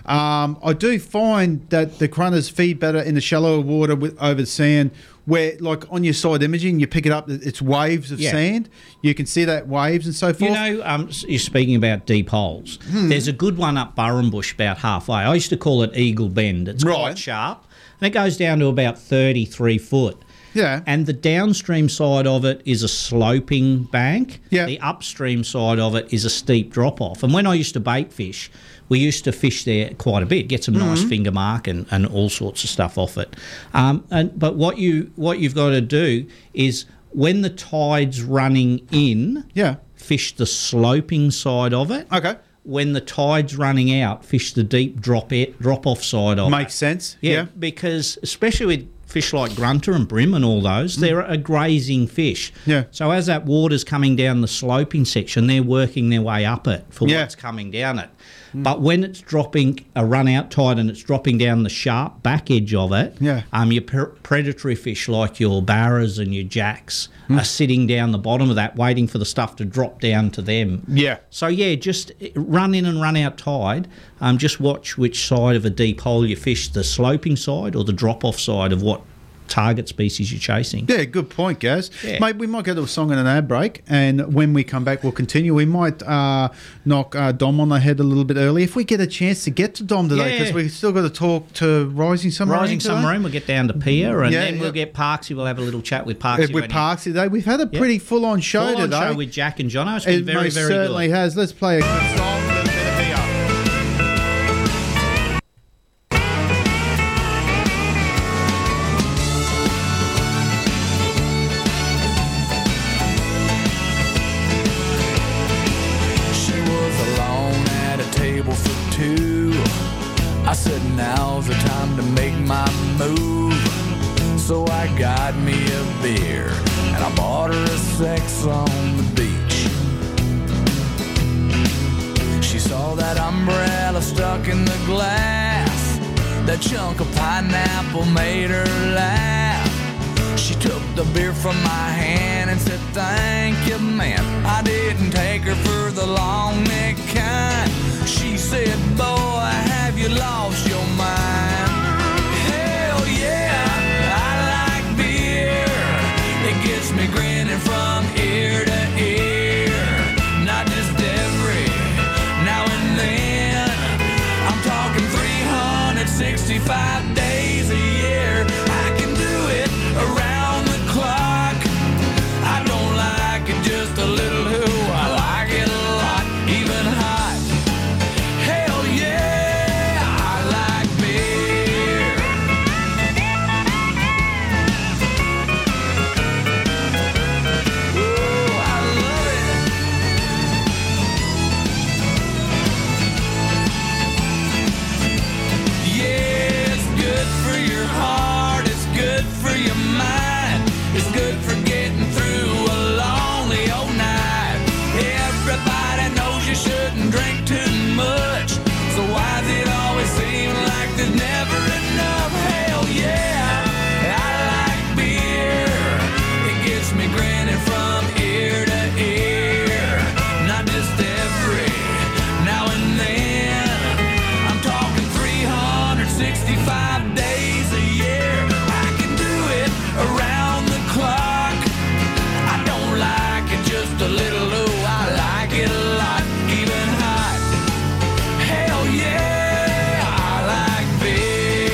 Um, I do find that the crunners feed better in the shallower water with, over the sand, where like on your side imaging, you pick it up, it's waves of
Yeah.
sand. You can see that waves and so forth. Hmm.
You know, um, s- you're speaking about deep holes. There's a good one up Burrumbush about halfway. I used to call it Eagle Bend. It's quite sharp, and it goes down to about 33 foot.
Yeah.
And the downstream side of it is a sloping bank. Yeah. The upstream side of it is a steep drop off. And when I used to bait fish, we used to fish there quite a bit, get some nice
Mm-hmm.
Mhm.
finger mark and, and all sorts of stuff off it. Um, and but what you what you've got to do is when the tide's running in,
yeah,
fish the sloping side of it.
Okay.
When the tide's running out, fish the deep drop it drop off side of it.
Makes sense. Yeah.
because especially with fish like grunter and brim and all
Mm.
those, they're a grazing fish. Yeah. So as that water's coming down the sloping section, they're working their way up it for
Yeah. Mm.
what's coming down it. But when it's dropping a run out tide and it's dropping down the sharp back edge of it,
Yeah.
um, your per- predatory fish like your barras and your jacks
Hmm.
are sitting down the bottom of that, waiting for the stuff to drop down to them.
Yeah.
So yeah, just eh, run in and run out tide. Um, just watch which side of a deep hole you fish, the sloping side or the drop off side of what target species you're chasing.
Yeah, good point, Gaz.
Yeah.
Mate, we might go to a song and an ad break, and when we come back, we'll continue. We might uh, knock uh, Dom on the head a little bit early if we get a chance to get to Dom today,
Yeah.
because we've still got to talk to Rising Submarine.
Rising
today.
submarine, we'll get down to pier, and
Yeah, Eh,
then we'll get Parksy. We'll have a little chat with Parksy.
with
when he-
Parks today. We've had a pretty full on show
Full-on
today.
show with Jack and Jono. It's been
it
very,
most
very good.
certainly has. Let's play a good song.
She was alone at a table for two. I said, now's the time to make my move. So I got me a beer and I bought her a sex on the beach. She saw that umbrella stuck in the glass. That chunk of pineapple made her laugh. She took the beer from my hand and said, Thank you, man. I didn't take her for the long neck kind. She said, Boy, have you lost your mind? Hell yeah, I like beer. It gets me grinning from ear to ear. Not just every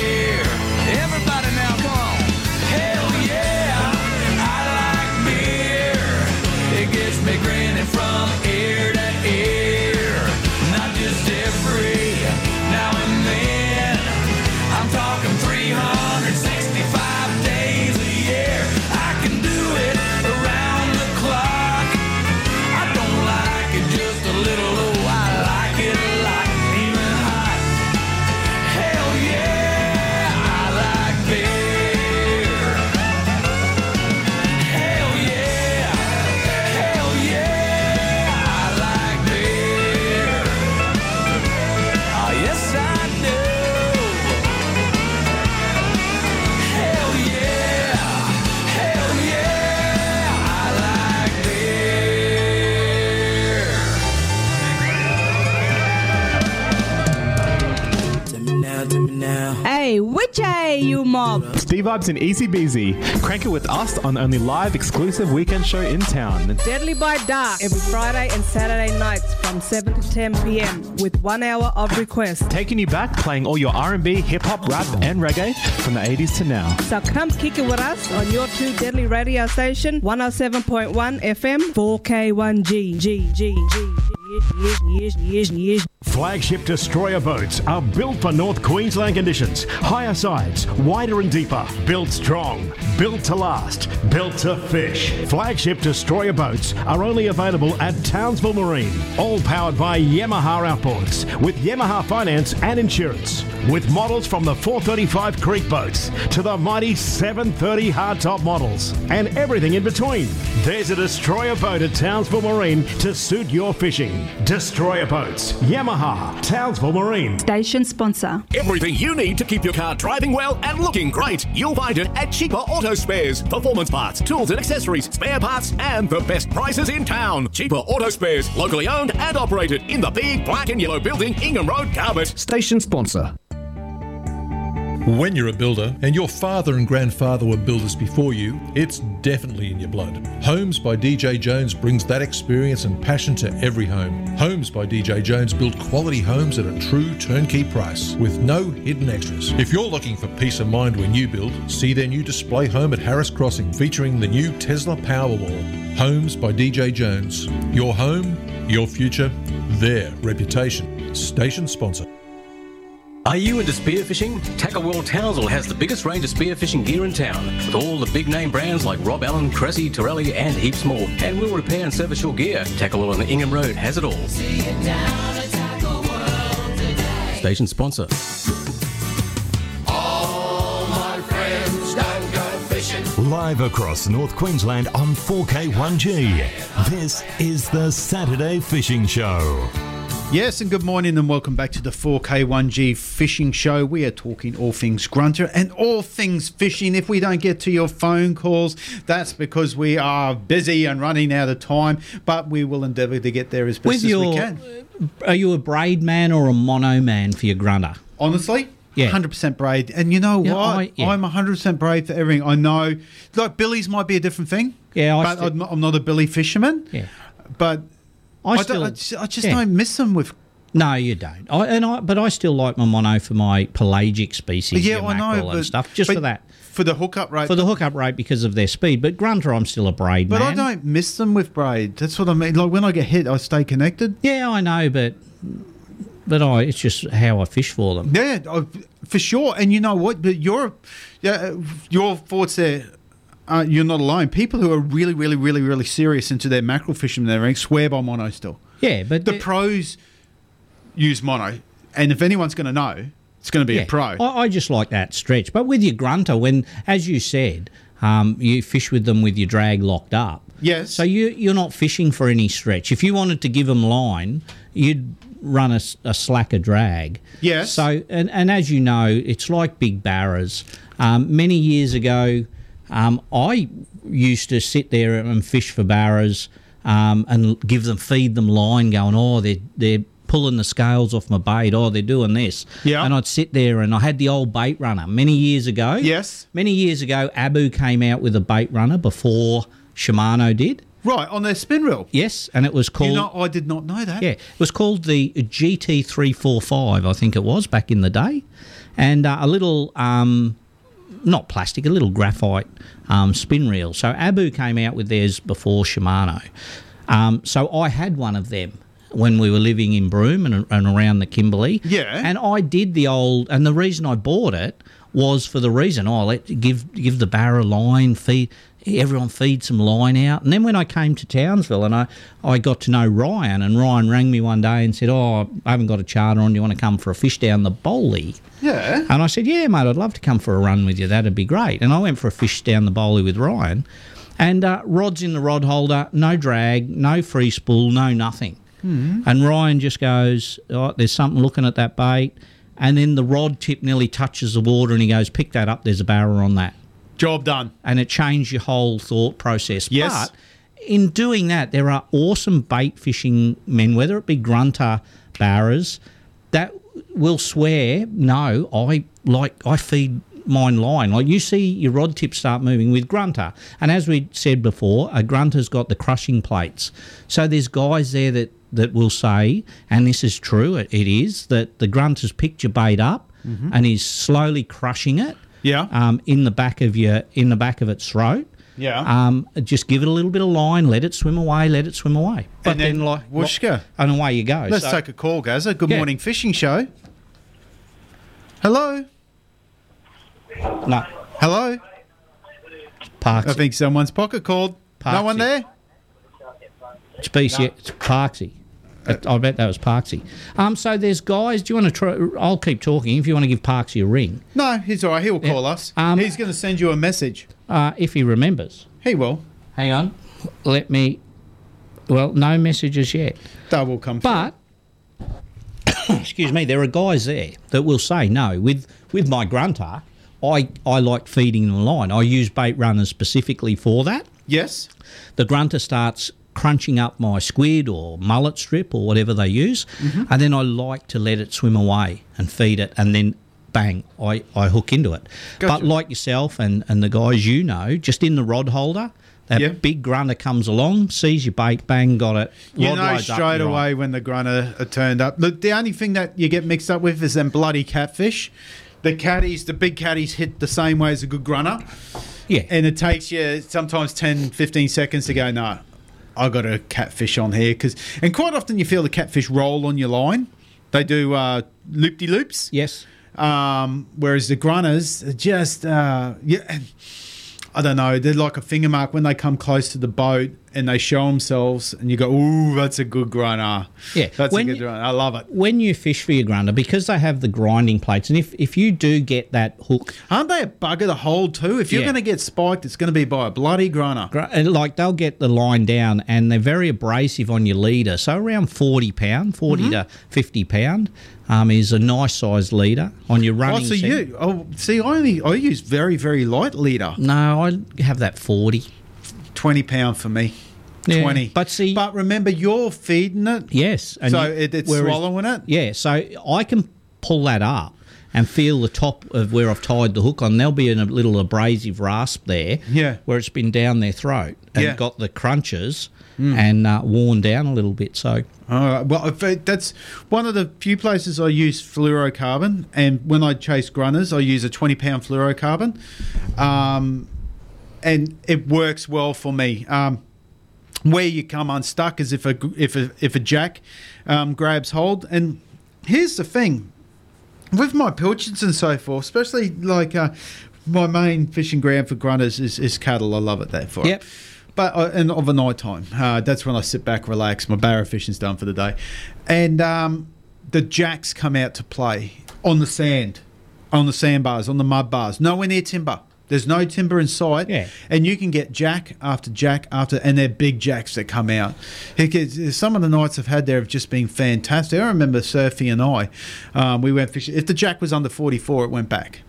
oh, oh, Ah,
job. Steve Vibes and Easy Beasy. Crank it with us on the only live exclusive weekend show in town.
Deadly by Dark every Friday and Saturday nights from 7 to 10 p.m. with one hour of requests.
Taking you back, playing all your R&B, hip hop, rap, and reggae from the 80s to now.
So come kick it with us on your two deadly radio station 107.1 FM 4K1G. G, G, G. Yes, yes, yes, yes.
Flagship destroyer boats are built for North Queensland conditions. Higher sides, wider and deeper. Built strong, built to last, built to fish. Flagship destroyer boats are only available at Townsville Marine. All powered by Yamaha Outboards with Yamaha Finance and Insurance. With models from the 435 Creek boats to the mighty 730 hardtop models and everything in between. There's a destroyer boat at Townsville Marine to suit your fishing. Destroyer boats, Yamaha, Townsville Marine.
Station sponsor.
Everything you need to keep your car driving well and looking great, you'll find it at Cheaper Auto Spares. Performance parts, tools and accessories, spare parts, and the best prices in town. Cheaper Auto Spares, locally owned and operated in the big black and yellow building, Ingham Road, Carbet.
Station sponsor.
When you're a builder, and your father and grandfather were builders before you, it's definitely in your blood. Homes by DJ Jones brings that experience and passion to every home. Homes by DJ Jones build quality homes at a true turnkey price with no hidden extras. If you're looking for peace of mind when you build, see their new display home at Harris Crossing featuring the new Tesla Powerwall. Homes by DJ Jones. Your home, your future, their reputation. Station sponsor.
Are you into spearfishing? Tackle World Townsville has the biggest range of spearfishing gear in town, with all the big name brands like Rob Allen, Cressy, Torelli, and heaps more. And we'll repair and service your gear. Tackle World on the Ingham Road has it all. Station sponsor.
All my friends don't go fishing.
Live across North Queensland on 4K1G. This is the Saturday Fishing Show.
Yes, and good morning, and welcome back to the 4K1G Fishing Show. We are talking all things grunter and all things fishing. If we don't get to your phone calls, that's because we are busy and running out of time, but we will endeavour to get there as best
With
as
your,
we can.
are you a braid man or a mono man for your grunter?
Honestly,
Yeah.
100% braid. And you know
Yeah,
what?
I- yeah.
I'm 100% braid for everything. I know, like, Billy's might be a different thing.
Yeah, I
but
still-
I'm not- I'm not a Billy fisherman.
Yeah.
But
I
I, don't-
still-
I just, I just
yeah.
don't miss them with
No, you don't. I, and I, but I still like my mono for my pelagic species,
Yeah,
your
I know,
mackerel and
but-
stuff, just
but
for that,
for the hookup rate.
for the hookup rate because of their speed. But grunter, I'm still a braid
But
man.
I don't miss them with braid. That's what I mean. Like when I get hit, I stay connected.
Yeah, I know, but but I, it's just how I fish for them.
Yeah, I, for sure. And you know what? But your yeah, your thoughts there. Uh, you're not alone. People who are really, really, really, really serious into their mackerel fishing, their ranks swear by mono still.
Yeah, but
the pros use mono, and if anyone's going to know, it's going to be
Yeah.
a pro.
I, I just like that stretch. But with your grunter, when as you said, um, you fish with them with your drag locked up.
Yes.
So you you're not fishing for any stretch. If you wanted to give them line, you'd run a, s- a slacker drag.
Yes.
So and and as you know, it's like big barras. Um, many years ago, um, I used to sit there and fish for barras. Um, and give them feed them line going oh they're they're pulling the scales off my bait oh they're doing this yeah and I'd sit there and I had the old bait runner many years ago yes many years ago Abu came out with a bait runner before Shimano did
right on their spin reel
yes and it was called
you know, I did not know that.
yeah, it was called the GT345, I think it was back in the day, and uh, a little um, not plastic, a little graphite um, spin reel. So Abu came out with theirs before Shimano. Um, so I had one of them when we were living in Broome and, and around the Kimberley. Yeah, and I did the old, and the reason I bought it was for the reason I let give give the barra line feed everyone feed some line out. And then when I came to Townsville and I, I got to know Ryan and Ryan rang me one day and said, Oh, I haven't got a charter on, do you want to come for a fish down the bowley?
Yeah.
And I said, Yeah, mate, I'd love to come for a run with you. That'd be great. And I went for a fish down the bowley with Ryan. And uh, rod's in the rod holder, no drag, no free spool, no nothing.
Hmm.
And Ryan just goes, oh, there's something looking at that bait. And then the rod tip nearly touches the water and he goes, pick that up, there's a barra on that.
Job done.
And it changed your whole thought process.
Yes.
But in doing that, there are awesome bait fishing men, whether it be grunter barras, that will swear, no, I like I feed mine line. Like you see your rod tip start moving with grunter, and as we said before, a grunter's got the crushing plates. So there's guys there that that will say, and this is true, it, it is that the grunter's picked your bait up,
Mhm.
and he's slowly crushing it.
Yeah.
Um, in the back of your in the back of its throat.
Yeah.
Um, just give it a little bit of line, let it swim away, let it swim away. But
And then
then, like
whooshka.
and away you go.
Let's
So-
take a call, Gaza. Good
Yeah.
morning, fishing show. Hello.
No.
Hello.
Parks.
I think someone's pocket called. No one there.
It's BC, it's Parksy. I I bet that was Parksy. Um, so there's guys. Do you want to try? I'll keep talking. If you want to give Parksy a ring,
No, he's all right. He'll call us.
Um,
he's going to send you a message
uh, if he remembers.
He will.
Hang on. Let me. Well, no messages yet.
That will come.
But excuse me, there are guys there that will say no. With with my grunter, I I like feeding the line. I use bait runners specifically for that.
Yes.
The grunter starts crunching up my squid or mullet strip or whatever they use,
Mm-hmm.
and then I like to let it swim away and feed it, and then bang, I, I hook into it. But like yourself and, and the guys you know, just in the rod holder. That big grunter comes along, sees your bait, bang, got it.
You
rod
know
loads up,
straight
you're on.
away when the grunter are turned up. Look, the only thing that you get mixed up with is them bloody catfish. The caddies, the big caddies hit the same way as a good grunter.
Yeah.
And it takes you sometimes 10, 15 seconds to go, no, I got a catfish on here. Cause, and quite often you feel the catfish roll on your line. They do uh, loop de loops.
Yes.
Um, whereas the grunters are just, uh, yeah. I don't know. They're like a finger mark when they come close to the boat and they show themselves, and you go, "Ooh, that's a good grunter."
Yeah,
that's
when
a good
you-
grunter. I love it.
When you fish for your grunter, because they have the grinding plates, and if, if you do get that hook,
aren't they a bugger to hold too? If you're
Yeah.
going to get spiked, it's going to be by a bloody grunter.
and like they'll get the line down, and they're very abrasive on your leader. So around forty pound, 40
Mm-hmm.
to fifty pound, um, is a nice size leader on your running.
Oh, so
set.
you? Oh, see, I only I use very very light leader.
No, I have that forty.
Twenty pound for me.
Yeah,
Twenty. But see, but remember, you're feeding it.
Yes,
so
you-
it, it's
whereas-
swallowing it.
Yeah, so I can pull that up and feel the top of where I've tied the hook on. There'll be a little abrasive rasp there,
Yeah.
where it's been down their throat and
Yeah.
got the crunches
Mm.
and uh, worn down a little bit. So
All right. Well, if it, that's one of the few places I use fluorocarbon, and when I chase grunners, I use a twenty-pound fluorocarbon, um, and it works well for me. Um, where you come unstuck is if a gr- if a, if a jack um, grabs hold, and here's the thing: with my pilchards and so forth, especially like uh, my main fishing ground for grunters is, is cattle. I love it there for
Yep.
it. But uh, and of a night time, uh, that's when I sit back, relax. My barra fishing's done for the day, and um, the jacks come out to play on the sand, on the sandbars, on the mud bars, nowhere near timber. There's no timber in sight, yeah. and you can get jack after jack after, and they're big jacks that come out. Heck, it's- Some of the nights I've had there have just been fantastic. I remember Surfy and I, um, we went fishing. If the jack was under 44, it went back.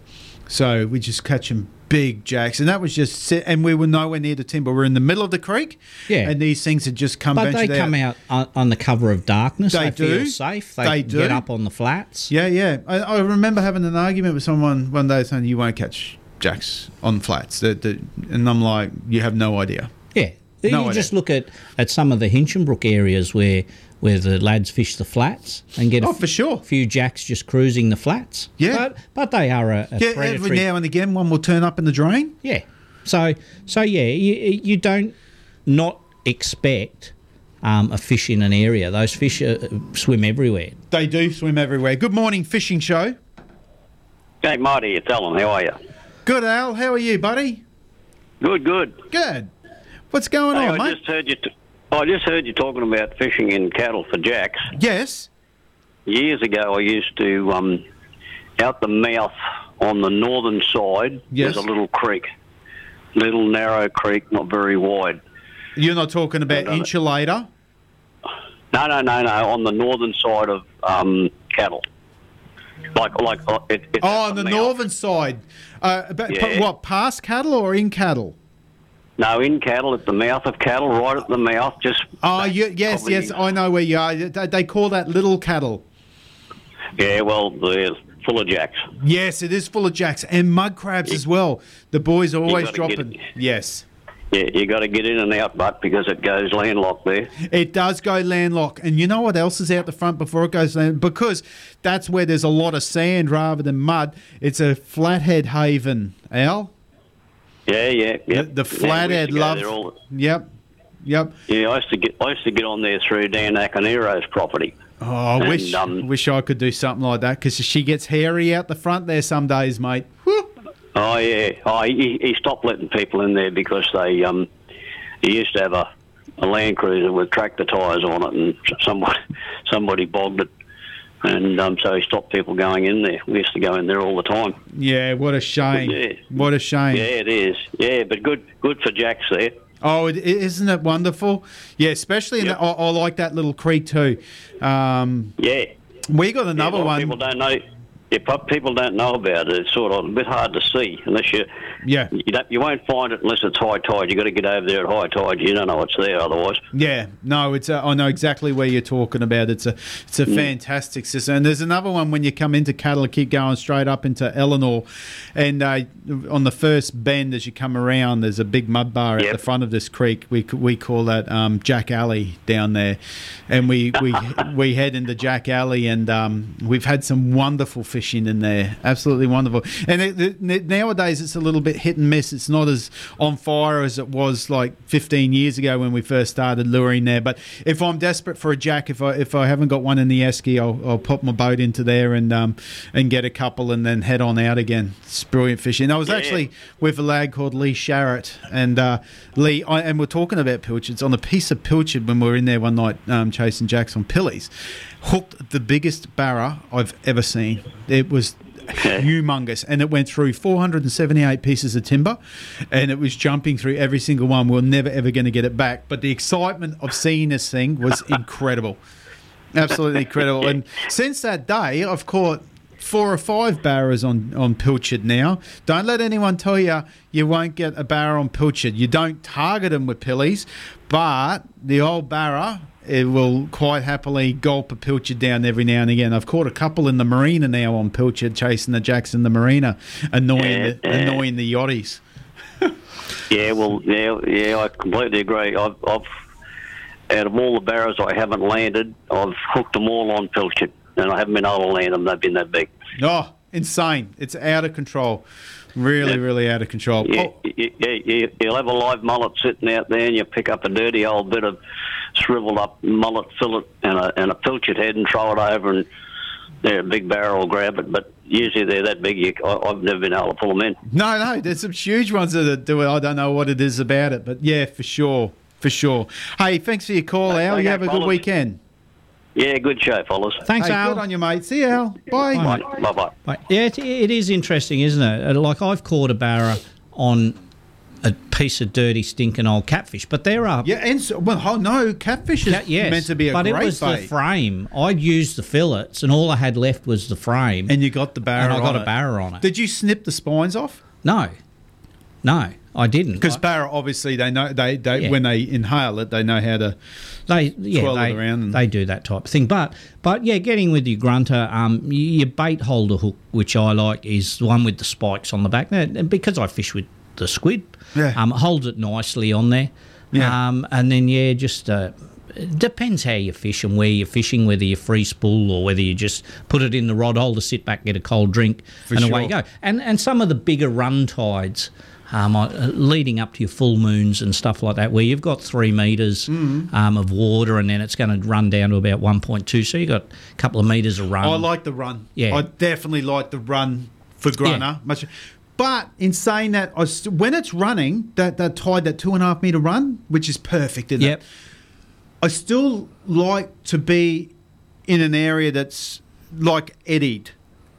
So we just catching big jacks, and that was just. Sit, and we were nowhere near the timber. We are in the middle of the creek.
Yeah.
and these things had just come.
but they
ventured
come out on, on the cover of darkness. They,
They do.
feel safe. They,
They
can get
do.
up on the flats.
Yeah, yeah. I, I remember having an argument with someone one day saying you won't catch jacks on flats, They're- they're- and I'm like, you have no idea.
Yeah.
No
you
idea.
just look at, at some of the Hinchinbrook areas where where the lads fish the flats and get a
Oh, for
sure. few jacks just cruising the flats.
Yeah.
But, but they are a, a
yeah, every
predatory
now and again, one will turn up in the drain.
Yeah. So so yeah, you you don't not expect um, a fish in an area. Those fish uh, swim everywhere.
They do swim everywhere. Good morning, fishing show.
Hey, Marty, it's Alan. How are you?
Good, Al. How are you, buddy?
Good, good.
Good. What's going
Hey,
on,
I
mate?
just heard you. T- I just heard you talking about fishing and cattle for jacks.
Yes.
Years ago, I used to um, out the mouth on the northern side.
Yes.
There's a little creek, little narrow creek, not very wide.
You're not talking about insulator.
No, no, no, no. On the northern side of um, cattle, like like uh, it, it's
Oh, on the northern side. Uh, but, but
Yeah.
what, past cattle or in cattle?
no in cattle at the mouth of cattle, right at the mouth, just
Oh, you, yes,
probably-
yes, I know where you are. They, they call that little cattle.
Yeah, well, there's
full of jacks.
Yes, it is full of jacks and mud crabs as well. The boys are always
gotta get
dropping. Yes.
Yeah, you got to get in and out, but because it goes landlocked there.
It does go landlocked. And you know what else is out the front before it goes land? Because that's where there's a lot of sand rather than mud. It's a flathead haven, Al.
Yeah, yeah, yeah.
The flathead
yeah,
love.
we used to go there all-
Yep. Yep.
Yeah, I used to get I used to get on there through Dan Acanero's property.
Oh, I
And,
wish
um,
wish I could do something like that because she gets hairy out the front there some days, mate.
Oh yeah, oh, he, he stopped letting people in there because they um, he used to have a, a Land Cruiser with tractor tyres on it, and s- somebody somebody bogged it, and um, so he stopped people going in there. We used to go in there all the time.
Yeah, what a shame.
Yeah.
What a shame.
Yeah, it is. Yeah, but good good for Jack's there.
Oh, it, i- isn't it wonderful? Yeah, especially in the, I, I like that little creek too. Um,
Yeah.
we got
Yeah, a
another
lot of
one.
People don't know. Yeah, but people don't know about it. It's sort of a bit hard to see unless you.
Yeah.
You, don't, you won't find it unless it's high tide. You got to get over there at high tide. You don't know it's there otherwise.
Yeah, no, it's a, I know exactly where you're talking about. It's a it's a
Mm.
fantastic system. And there's another one when you come into Cattle, keep going straight up into Eleanor, and uh, on the first bend as you come around, there's a big mud bar at the front of this creek. We c- we call that um, Jack Alley down there, and we we we head into Jack Alley, and um, we've had some wonderful fishing in there. Absolutely wonderful. And it, it, nowadays it's a little bit hit and miss. It's not as on fire as it was like 15 years ago when we first started luring there. But if I'm desperate for a jack, if I if I haven't got one in the esky, I'll, I'll pop my boat into there and um, and get a couple and then head on out again. It's brilliant fishing. I was
Yeah.
actually with a lad called Lee Sharrett and uh, Lee I, and we're talking about pilchards on a piece of pilchard when we were in there one night um, chasing jacks on pillies. Hooked the biggest barra I've ever seen. It was humongous and it went through 478 pieces of timber and it was jumping through every single one we're never ever going to get it back but the excitement of seeing this thing was incredible absolutely incredible and since that day i've caught four or five barrows on on pilchard now don't let anyone tell you you won't get a barrow on pilchard you don't target them with pillies but the old barra it will quite happily gulp a pilchard down every now and again. I've caught a couple in the marina now on pilchard chasing the jacks in the marina, annoying the,
Yeah, yeah.
annoying the yachties.
Yeah, well, yeah, yeah, I completely agree. I've, I've out of all the barrows I haven't landed, I've hooked them all on pilchard, and I haven't been able to land them. They've been that big.
Oh, insane! It's out of control. Really, really out of control.
Yeah,
Oh,
yeah, yeah, you'll have a live mullet sitting out there, and you pick up a dirty old bit of shriveled up mullet fillet and a and a pilchard head, and throw it over, and they're a big barrel will grab it. But usually they're that big. You, I, I've never been able to pull them in.
no, no, there's some huge ones that do it. I don't know what it is about it, but yeah, for sure, for sure. Hey, thanks for your call, Al.
okay,
You have a good
follow-
weekend.
Yeah, good show, fellas.
hey, Good on you, mate. See you, Al. Bye.
Bye bye.
Right. Yeah, it, it is interesting, isn't it? Uh, Like I've caught a barra on a piece of dirty, stinking old catfish, but they're up.
Yeah, and so, well, oh, no, catfish is
Ca- yes,
meant to be a
but
great
it was the
bait.
frame. I'd used the fillets, and all I had left was the frame.
And you got the
And
barra.
I got
on
a
it.
barra on it.
Did you snip the spines off?
No, no, I didn't.
Because barra, obviously, they know they, they
Yeah.
when they inhale it, they know how to
they yeah,
twirl
they,
it around. And,
they do that type of thing. But but yeah, getting with your grunter, um, y- your bait holder hook, which I like, is the one with the spikes on the back. Now, and because I fish with the squid,
Yeah.
um, it holds it nicely on there.
Yeah.
Um, and then yeah, just uh, it depends how you fish and where you're fishing, whether you free spool or whether you just put it in the rod holder, sit back, get a cold drink,
For
and away you
sure.
go. And and some of the bigger run tides. Um, I- uh, leading up to your full moons and stuff like that, where you've got three meters
Mm.
um, of water, and then it's going to run down to about one point two. So you have got a couple of meters of run.
I like the run.
Yeah.
I definitely like the run for Grunner. Much, but in saying that, I st- when it's running, that that tide, that two and a half meter run, which is perfect, isn't it? I still like to be in an area that's like eddied,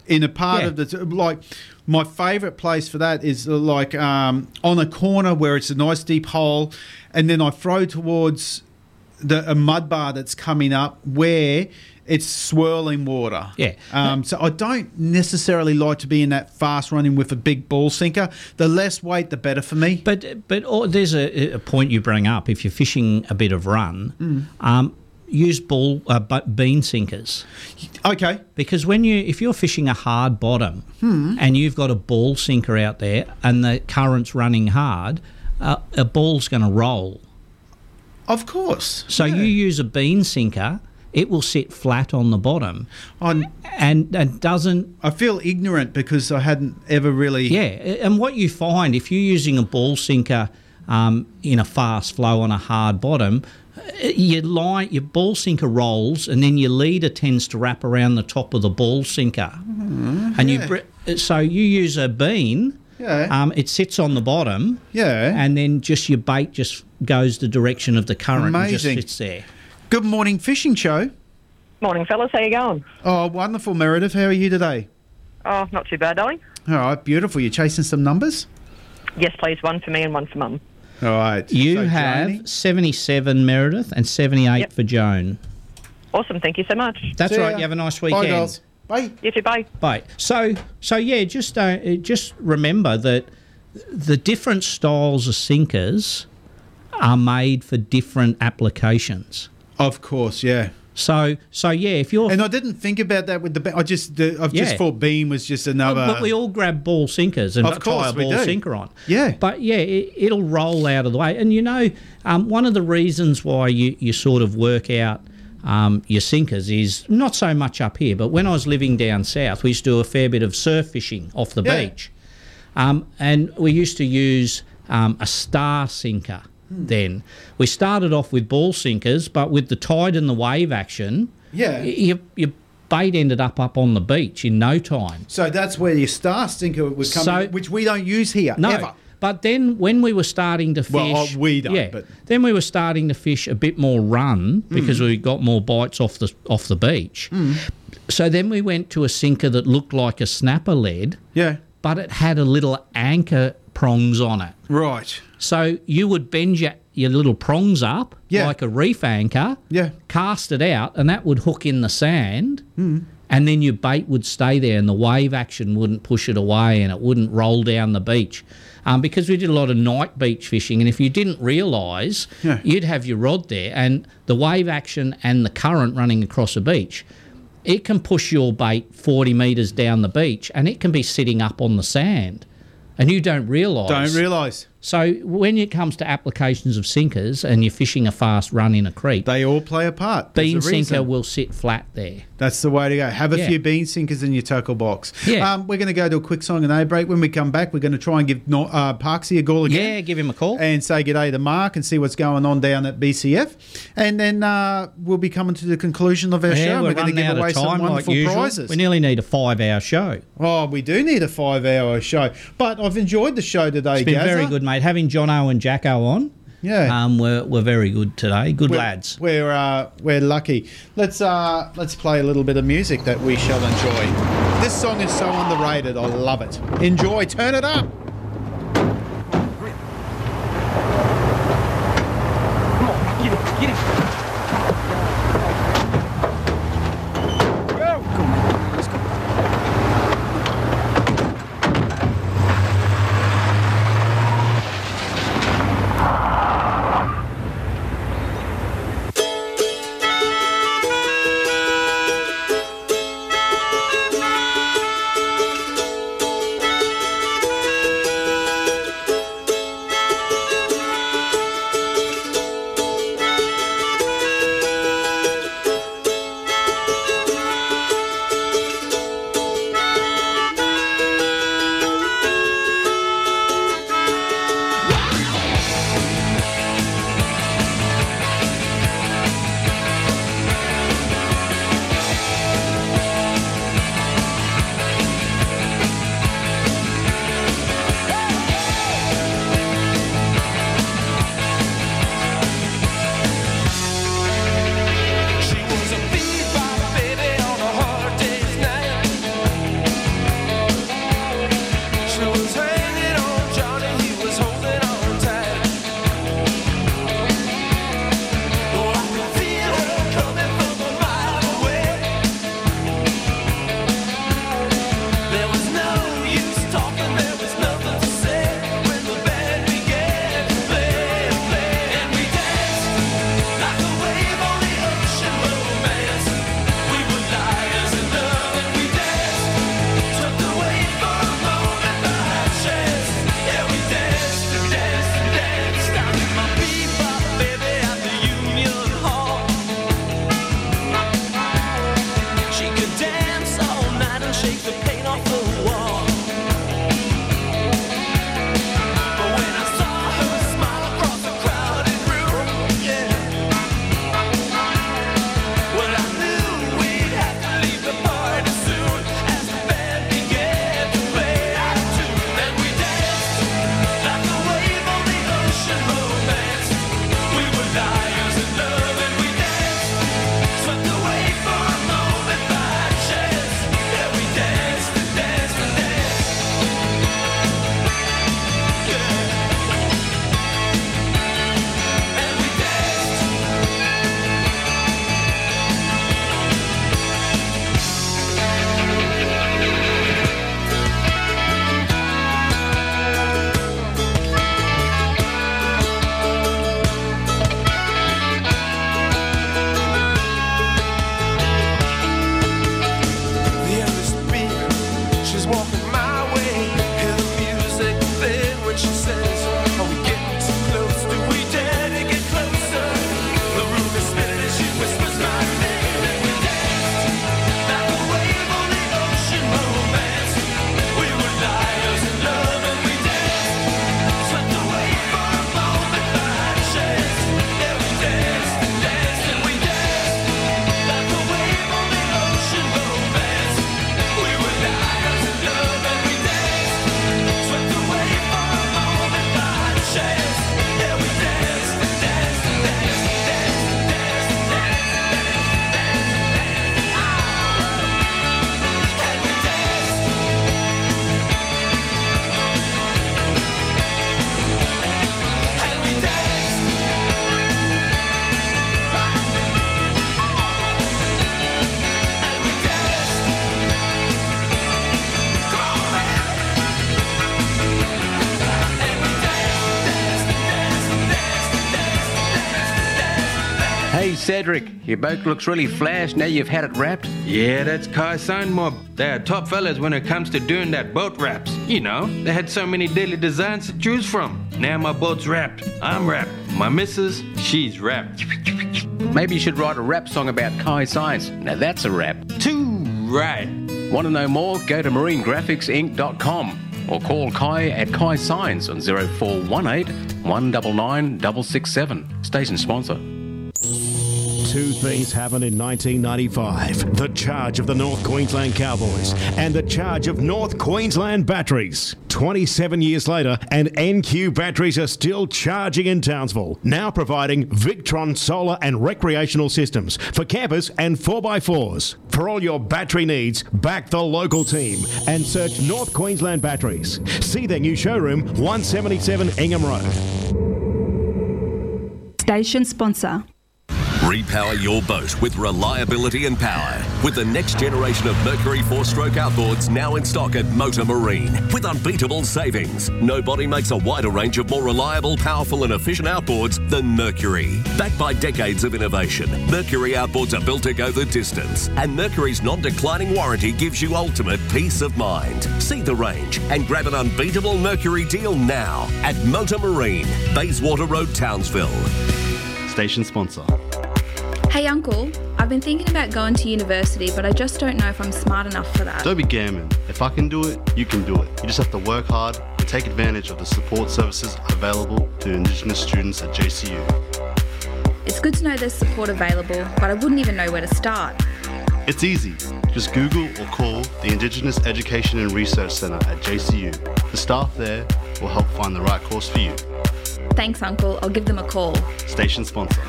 in a part
Yeah.
of the like. My favourite place for that is uh, like um, on a corner where it's a nice deep hole, and then I throw towards the a mud bar that's coming up where it's swirling water.
Yeah.
Um, so I don't necessarily like to be in that fast running with a big ball sinker. The less weight, the better for me. Mm. Hmm.
But but oh, there's a, a point you bring up. If you're fishing a bit of run, um, use ball uh, bu- bean sinkers.
Okay.
Because when you if you're fishing a hard bottom
Hmm.
and you've got a ball sinker out there and the current's running hard, uh, a ball's going to roll.
Of course.
So you use a bean sinker, it will sit flat on the bottom.
On
and and doesn't
I feel ignorant because I hadn't ever really
Yeah, a- and what you find if you're using a ball sinker um, in a fast flow on a hard bottom, uh, your line, your ball sinker rolls, and then your leader tends to wrap around the top of the ball sinker,
Mm-hmm.
and you br- so you use a bean.
Yeah.
Um, it sits on the bottom.
Yeah.
And then just your bait just goes the direction of the current
Amazing.
and just sits there.
Good morning fishing show.
Morning, fellas. How you going?
Oh, wonderful Meredith. How are you today?
Oh, not too bad, darling.
All right, beautiful. You're chasing some numbers?
Yes, please. One for me and one for mum.
All right.
You have 77 Meredith and 78 for Joan.
Awesome. Thank you so much.
That's See right, ya. you have a nice Bye, weekend. girls.
Bye.
You too. Bye.
Right. So so yeah, just uh, just remember that the different styles of sinkers are made for different applications.
Of course, yeah.
So so yeah, if you're
And I didn't think about that with the ba- I just the, I've just
Yeah.
thought beam was just another
but we all grab ball sinkers and
Of course
tie a
we
ball
do.
sinker on.
Yeah.
But yeah, it, it'll roll out of the way. And you know, um, one of the reasons why you, you sort of work out um, your sinkers is not so much up here, but when I was living down south, we used to do a fair bit of surf fishing off the
Yeah.
beach. Um, and we used to use um, a star sinker
Hmm.
then. We started off with ball sinkers, but with the tide and the wave action,
Yeah.
y- your, your bait ended up up on the beach in no time.
So that's where your star stinker would come
So-
in, which we don't use here
No.
ever.
But then when we were starting to fish,
Well, uh, we don't,
yeah,
but-
then we were starting to fish a bit more run because
Mm.
we got more bites off the off the beach.
Hmm.
So then we went to a sinker that looked like a snapper lead,
yeah,
but it had a little anchor prongs on it.
Right.
So you would bend your, your little prongs up
Yeah.
like a reef anchor,
yeah,
cast it out, and that would hook in the sand. And then your bait would stay there, and the wave action wouldn't push it away, and it wouldn't roll down the beach, um, because we did a lot of night beach fishing. And if you didn't realise,
Yeah.
you'd have your rod there, and the wave action and the current running across a beach, it can push your bait forty metres down the beach, and it can be sitting up on the sand, and you don't realise.
Don't realise.
So when it comes to applications of sinkers, and you're fishing a fast run in a creek,
they all play a part. There's
Bean
a
sinker
reason.
will sit flat there.
That's the way to go. Have a
Yeah.
few bean sinkers in your tackle box.
Yeah.
Um, we're going to go to a quick song and a break. When we come back, we're going to try and give no- uh, Parksy a call again.
Yeah, give him a call.
And say good day to Mark and see what's going on down at BCF. And then uh, we'll be coming to the conclusion of our show.
Yeah,
and
we're,
going to
running
give
out
away
of time
some
like
wonderful
usual.
prizes.
We nearly need a five-hour show.
Oh, we do need a five-hour show, but I've enjoyed the show today,
It's been
Gazza.
very good, mate. Having John O and Jacko on,
Yeah.
um, we're, we're very good today. Good
we're,
lads.
We're uh, we're lucky. Let's uh, let's play a little bit of music that we shall enjoy. This song is so underrated. I love it. Enjoy. Turn it up.
Thank
Cedric, your boat looks really flash now you've had it wrapped. Yeah, that's Kai Sign Mob. They are top fellas when it comes to doing that boat wraps. You know, they had so many deadly designs to choose from. Now my boat's wrapped. I'm wrapped. My missus, she's wrapped. Maybe you should write a rap song about Kai Science. Now that's a rap. Too right. Want to know more? Go to marinegraphicsinc.com or call Kai at Kai Science on 0418 199 667. Station sponsor.
Two things happened in 1995 the charge of the North Queensland Cowboys and the charge of North Queensland Batteries. 27 years later, and NQ batteries are still charging in Townsville, now providing Victron solar and recreational systems for campers and 4x4s. For all your battery needs, back the local team and search North Queensland Batteries. See their new showroom, 177 Ingham Road.
Station sponsor.
Repower your boat with reliability and power with the next generation of Mercury four stroke outboards now in stock at Motor Marine with unbeatable savings. Nobody makes a wider range of more reliable, powerful, and efficient outboards than Mercury. Backed by decades of innovation, Mercury outboards are built to go the distance, and Mercury's non declining warranty gives you ultimate peace of mind. See the range and grab an unbeatable Mercury deal now at Motor Marine, Bayswater Road, Townsville. Station sponsor.
Hey, Uncle, I've been thinking about going to university, but I just don't know if I'm smart enough for that.
Don't be gammon. If I can do it, you can do it. You just have to work hard and take advantage of the support services available to Indigenous students at JCU.
It's good to know there's support available, but I wouldn't even know where to start.
It's easy. Just Google or call the Indigenous Education and Research Centre at JCU. The staff there will help find the right course for you.
Thanks, Uncle. I'll give them a call.
Station sponsor.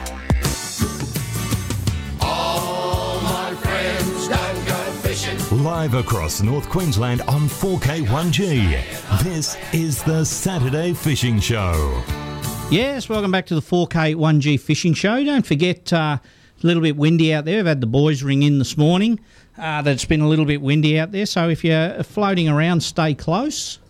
All my friends don't go fishing.
Live across North Queensland on 4K1G. This is the Saturday Fishing Show.
Yes, welcome back to the 4K 1G Fishing Show. Don't forget, uh, it's a little bit windy out there. I've had the boys ring in this morning uh, that it's been a little bit windy out there. So if you're floating around, stay close.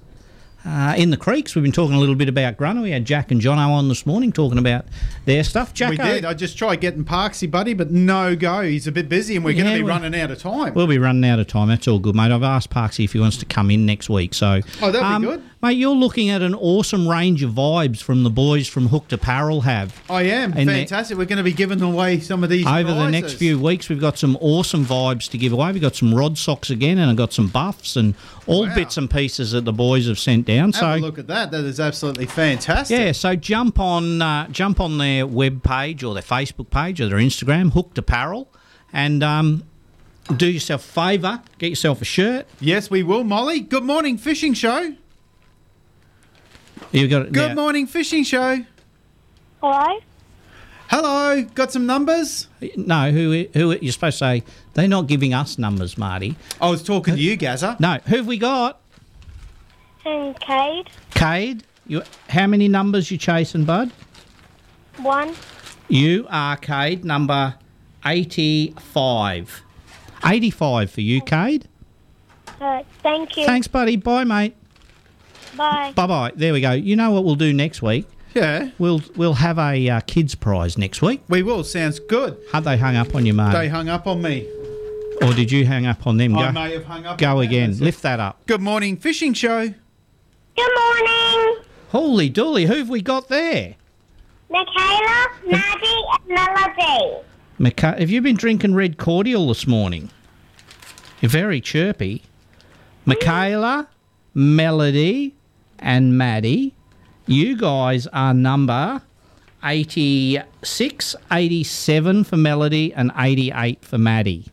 Uh, in the creeks, we've been talking a little bit about grunner. We had Jack and Jono on this morning talking about their stuff. Jack,
we did. I just tried getting Parksy, buddy, but no go. He's a bit busy, and we're going
Yeah,
to be
we-
running out of time.
We'll be running out of time. That's all good, mate. I've asked Parksy if he wants to come in next week. So, um,
Oh, that'd be good.
mate. You're looking at an awesome range of vibes from the boys from Hooked Apparel have.
I am
And the-
fantastic. we're going to be giving away some of these
Over the next
prizes.
few weeks, we've got some awesome vibes to give away. We've got some rod socks again, and I've got some buffs and all bits and pieces that the boys have sent down.
Have
so
a look at that. That is absolutely fantastic.
yeah, so jump on uh, jump on their web page or their Facebook page or their Instagram, Hooked Apparel, and um, do yourself a favour, get yourself a shirt.
Yes, we will, Molly. Good morning, fishing show.
You got it.
Good
now.
morning, fishing show.
Hello?
Hello. Got some numbers?
No, who who you're supposed to say? They're not giving us numbers, Marty.
I was talking to you, Gazza.
No, who've we got?
And Cade,
Cade. You, how many numbers you chasing, bud?
one.
You are Cade number eighty-five. Eighty-five for you, Cade.
Uh, thank you.
Thanks, buddy. Bye, mate.
Bye.
Bye bye. There we go. You know what we'll do next week?
Yeah.
We'll we'll have a uh, kids prize next week.
We will. Sounds good.
Have they hung up on you,
They
mate?
hung up on me.
Or did you hang up on them?
I
go,
may have hung up
Go again. Lift that up.
Good morning, fishing show.
Good morning,
Holy dooly, who've we got there?
Michaela, Maddie, and Melody.
McCa- have you been drinking red cordial this morning? You're very chirpy. Michaela, Melody, and Maddie, you guys are number 86, 87 for Melody, and 88 for Maddie.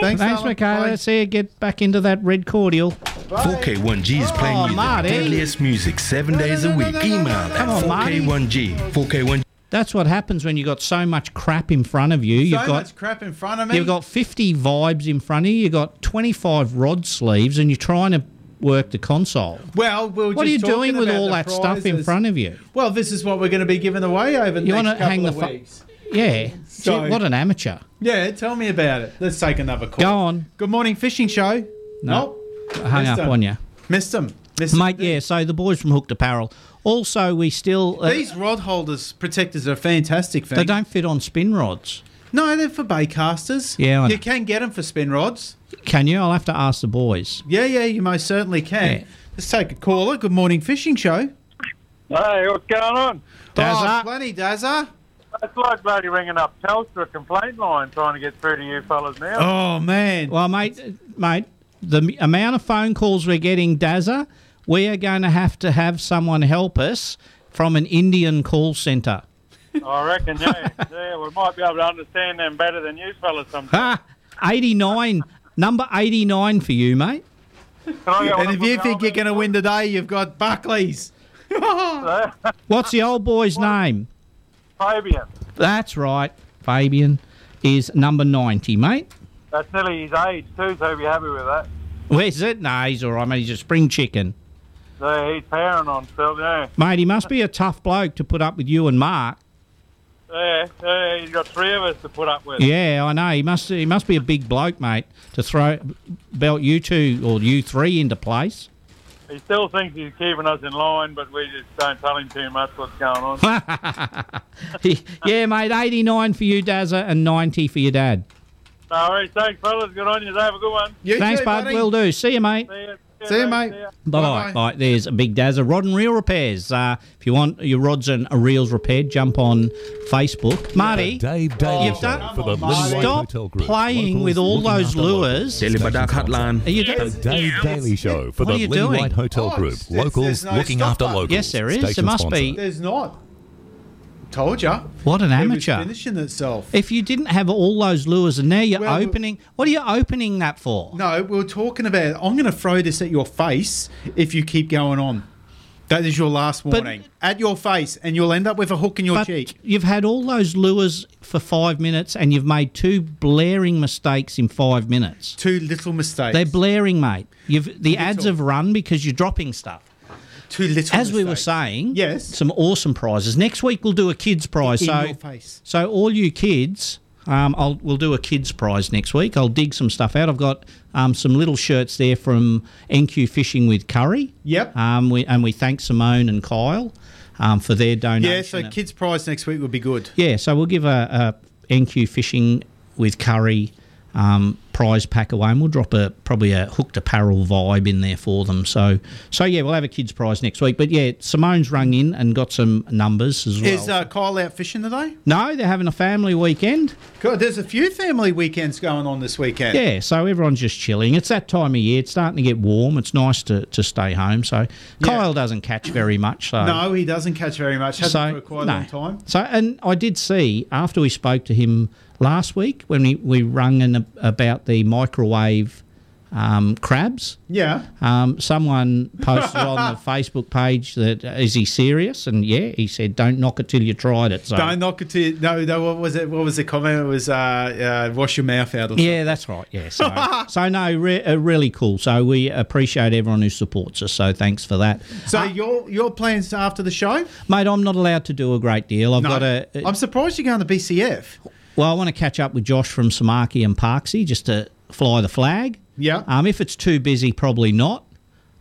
Thanks,
Thanks
Alan.
Michaela. See you get back into that red cordial.
4K1G is playing
Oh,
you
Marty.
the deadliest music seven days a week. Email at
Come on, Marty.
4K1G. 4K1G.
That's what happens when you've got so much crap in front of you. You've
so
got
much crap in front of me.
You've got 50 vibes in front of you. You've got 25 rod sleeves, and you're trying to work the console.
well, we were
what are you
just
doing
talking
with
about
all
the
that stuff in
prizes.
front of you?
Well, this is what we're going to be giving away over the
You
next
wanna
couple
hang
of
the fu-
weeks.
Yeah.
So-
Gee, what an amateur.
yeah, tell me about it. Let's take another call.
Go on.
Good morning, fishing show.
No.
Nope.
Hung
Missed
up
them.
on you.
Missed them.
Mate, yeah, so the boys from Hooked Apparel, Also, we still uh,
These rod holders protectors are fantastic.
they
Thing.
don't fit on spin rods.
No, they're for bay casters.
Yeah, I
you
know.
can get them for spin rods.
Can you? I'll have to ask the boys.
Yeah, yeah, you most certainly can. Let's take a caller. Good morning, fishing show.
Hey, what's going on?
Dazza. Oh, plenty, Dazza.
It's like bloody ringing up Telstra complaint line trying to get through to you fellas now.
Oh man!
Well, mate, mate, the m- amount of phone calls we're getting, Dazza, we are going to have to have someone help us from an Indian call centre.
I reckon, yeah. yeah, we might be able to understand them better than you fellas sometimes.
Ah, 89, number 89 for you, mate.
And if you think you're going to win today, you've got Buckley's.
What's the old boy's name?
Fabian,
That's right, Fabian is number 90, mate.
that's nearly his age too, so he'll be happy with that.
Where's it? No, he's all right, mate. He's a spring chicken.
So he's powering on still, yeah.
Mate, he must be a tough bloke to put up with you and Mark.
Yeah, yeah, he's got three of us to put up with.
Yeah, I know. He must he must be a big bloke, mate, to throw belt you two or you three into place.
He still thinks he's keeping us in line, but we just don't tell him too much what's going on.
yeah, mate, 89 for you, Dazza, and 90 for your dad.
All right, thanks, fellas. Good on you. Have a good one.
Thanks, bud. Will do. See you, mate.
See you,
See you, mate.
Bye bye. All right, there's a big Dazza. Rod and Reel Repairs. Uh, if you want your rods and reels repaired, jump on Facebook. Marty,
Dave
you've
Davies
done.
for the Lind Lane
Stop
Hotel Group.
playing with all
Looking
those
after locals.
lures.
Daily Badak Hotline.
Are you
The Dave Daily Show for
What
the
are you
Lynn
doing?
White Hotel
Oh,
Group.
it's- it's-
locals
there's no
looking
stop
after
button.
locals.
Yes, there is.
Station
There must
sponsor.
be.
There's not. Told ya.
What an
It was
amateur.
finishing itself.
If you didn't have all those lures and now you're
Well,
opening, what are you opening that for?
No, we were talking about. I'm going to throw this at your face if you keep going on. That is your last
But-
warning. at your face, and you'll end up with a hook in your
But
cheek.
You've had all those lures for five minutes and you've made two blaring mistakes in five minutes.
Two little mistakes.
They're blaring, mate. You've the ads have run because you're dropping stuff.
Two little.
As we were saying,
yes,
some awesome prizes. Next week we'll do a kids prize.
In
so,
your face.
so all you kids, um, I'll we'll do a kids prize next week. I'll dig some stuff out. I've got um, some little shirts there from NQ Fishing with Curry.
Yep.
Um, we, and we thank Simone and Kyle um, for their donation.
Yeah, so kids' prize next week will be good.
Yeah, so we'll give a, a NQ fishing with curry um, prize pack away, and we'll drop a probably a hooked apparel vibe in there for them. So, so yeah, we'll have a kids prize next week. But yeah, Simone's rung in and got some numbers as well.
Is uh, Kyle out fishing today?
no, they're having a family weekend.
God, there's a few family weekends going on this weekend.
Yeah, so everyone's just chilling. It's that time of year. It's starting to get warm. It's nice to, to stay home. So Kyle doesn't catch very much. So
No, he doesn't catch very much. Hasn't
So,
for quite a
no.
long time.
So, and I did see after we spoke to him last week when we, we rung in ab- about the microwave um, crabs.
Yeah.
Um, someone posted on the Facebook page that uh, is he serious? And yeah, he said, "Don't knock it till you tried it." So
Don't knock it to no. No, what was it? What was the comment? It was uh, uh, wash your mouth out. Or something.
Yeah, that's right. Yeah. So, so no, re- uh, really cool. So we appreciate everyone who supports us. So thanks for that, Uh,
So your your plans after the show?
mate. I'm not allowed to do a great deal. I've got a.
I'm surprised you're going to BCF.
Well, I want to catch up with Josh from Samaki and Parksy just to fly the flag.
Yeah.
Um, if it's too busy, probably not.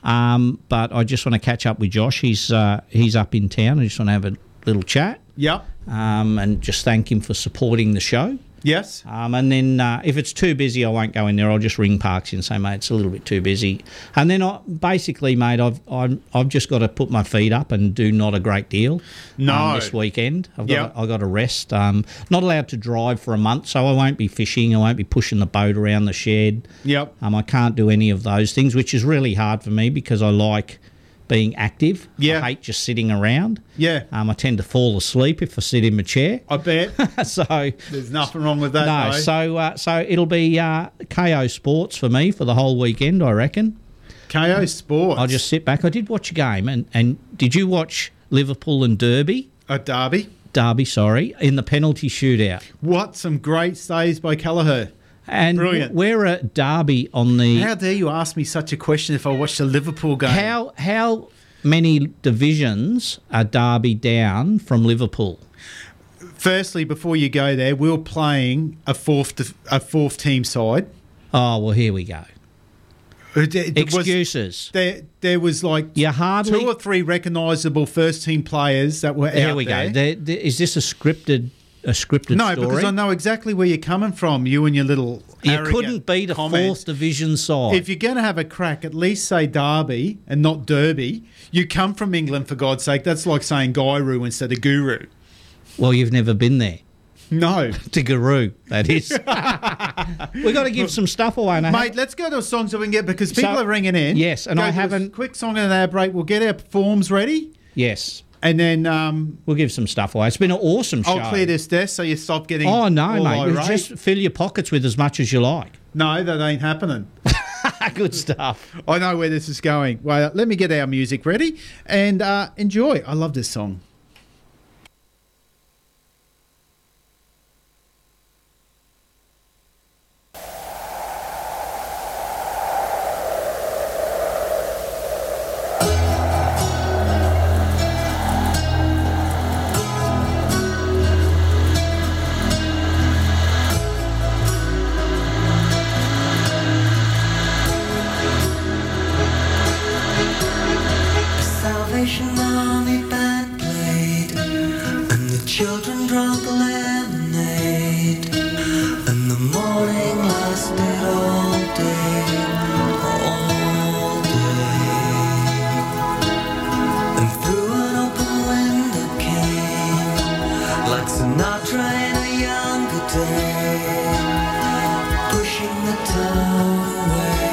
Um, but I just want to catch up with Josh. He's uh, he's up in town. I just want to have a little chat.
Yep.
Um, and just thank him for supporting the show.
Yes.
Um, and then uh, if it's too busy, I won't go in there. I'll just ring Parksy and say, mate, it's a little bit too busy. And then I, basically, mate, I've I'm, I've just got to put my feet up and do not a great deal.
No.
um, this weekend I've got
Yep.
I got to rest. Um, not allowed to drive for a month, so I won't be fishing. I won't be pushing the boat around the shed.
Yep.
Um, I can't do any of those things, which is really hard for me because I like being active. Yeah. I hate just sitting around.
Yeah.
Um, I tend to fall asleep if I sit in my chair.
I bet.
so
There's nothing wrong with that.
no,
though.
so uh, so it'll be uh, KO Sports for me for the whole weekend, I reckon.
KO Sports.
I'll just sit back. I did watch a game, and and did you watch Liverpool and Derby?
A derby.
Derby, sorry, in the penalty shootout.
what some great saves by Callagher.
And
Brilliant.
We're at Derby on the.
How dare you ask me such a question if I watched a Liverpool game?
How how many divisions are Derby down from Liverpool?
Firstly, before you go there, we were playing a fourth a fourth team side.
Oh well, here we go.
It- it was-
Excuses.
there, there was like
hardly-
two or three recognisable first team players that were out
There we
there.
go. There, there, is this a scripted a scripted
No,
story?
because I know exactly where you're coming from. You and your little
You
arrogant
couldn't beat a
comments.
fourth division side.
If you're going to have a crack, at least say Derby and not Derby. You come from England, for God's sake. That's like saying Guru instead of Guru.
well, you've never been there.
No.
to Guru, that is. We've got to give some stuff away. And I
Mate, let's go to a song so we can get because people
So-
are ringing in.
Yes, and
Go
I
to a
haven't-
quick song and our break. We'll get our forms ready,
Yes.
and then um,
we'll give some stuff away. It's been an awesome show.
I'll clear this desk so you stop getting.
Oh no,
all
mate!
irate.
Just fill your pockets with as much as you like.
No, that ain't happening.
Good stuff.
I know where this is going. Well, let me get our music ready and uh, enjoy. I love this song.
Salvation Army band played, and the children drank lemonade, and the morning lasted all day, all day. And through an open window came, like Sinatra in a younger day, pushing the town away.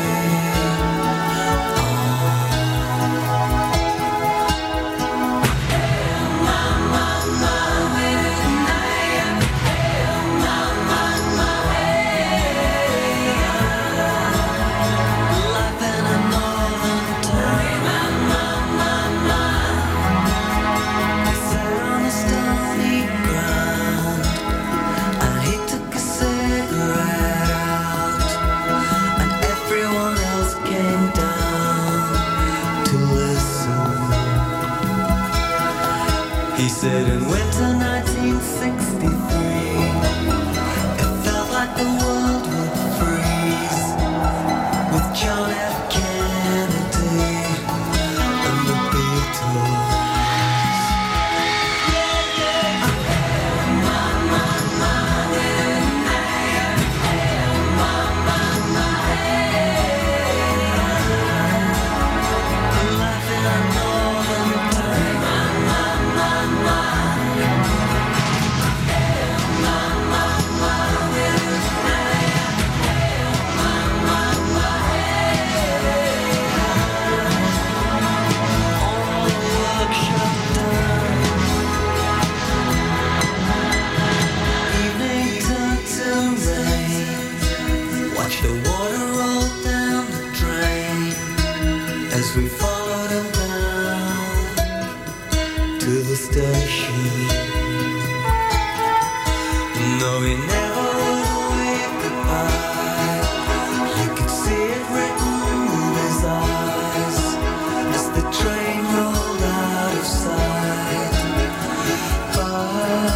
He said in winter 1963, it felt like the world would freeze with John F. Kennedy and the Beatles. Evening turned to rain. Watch the water roll down the drain as we followed him down to the station. No, he never would wave goodbye. You could see it written in his eyes as the train rolled out of sight. Bye.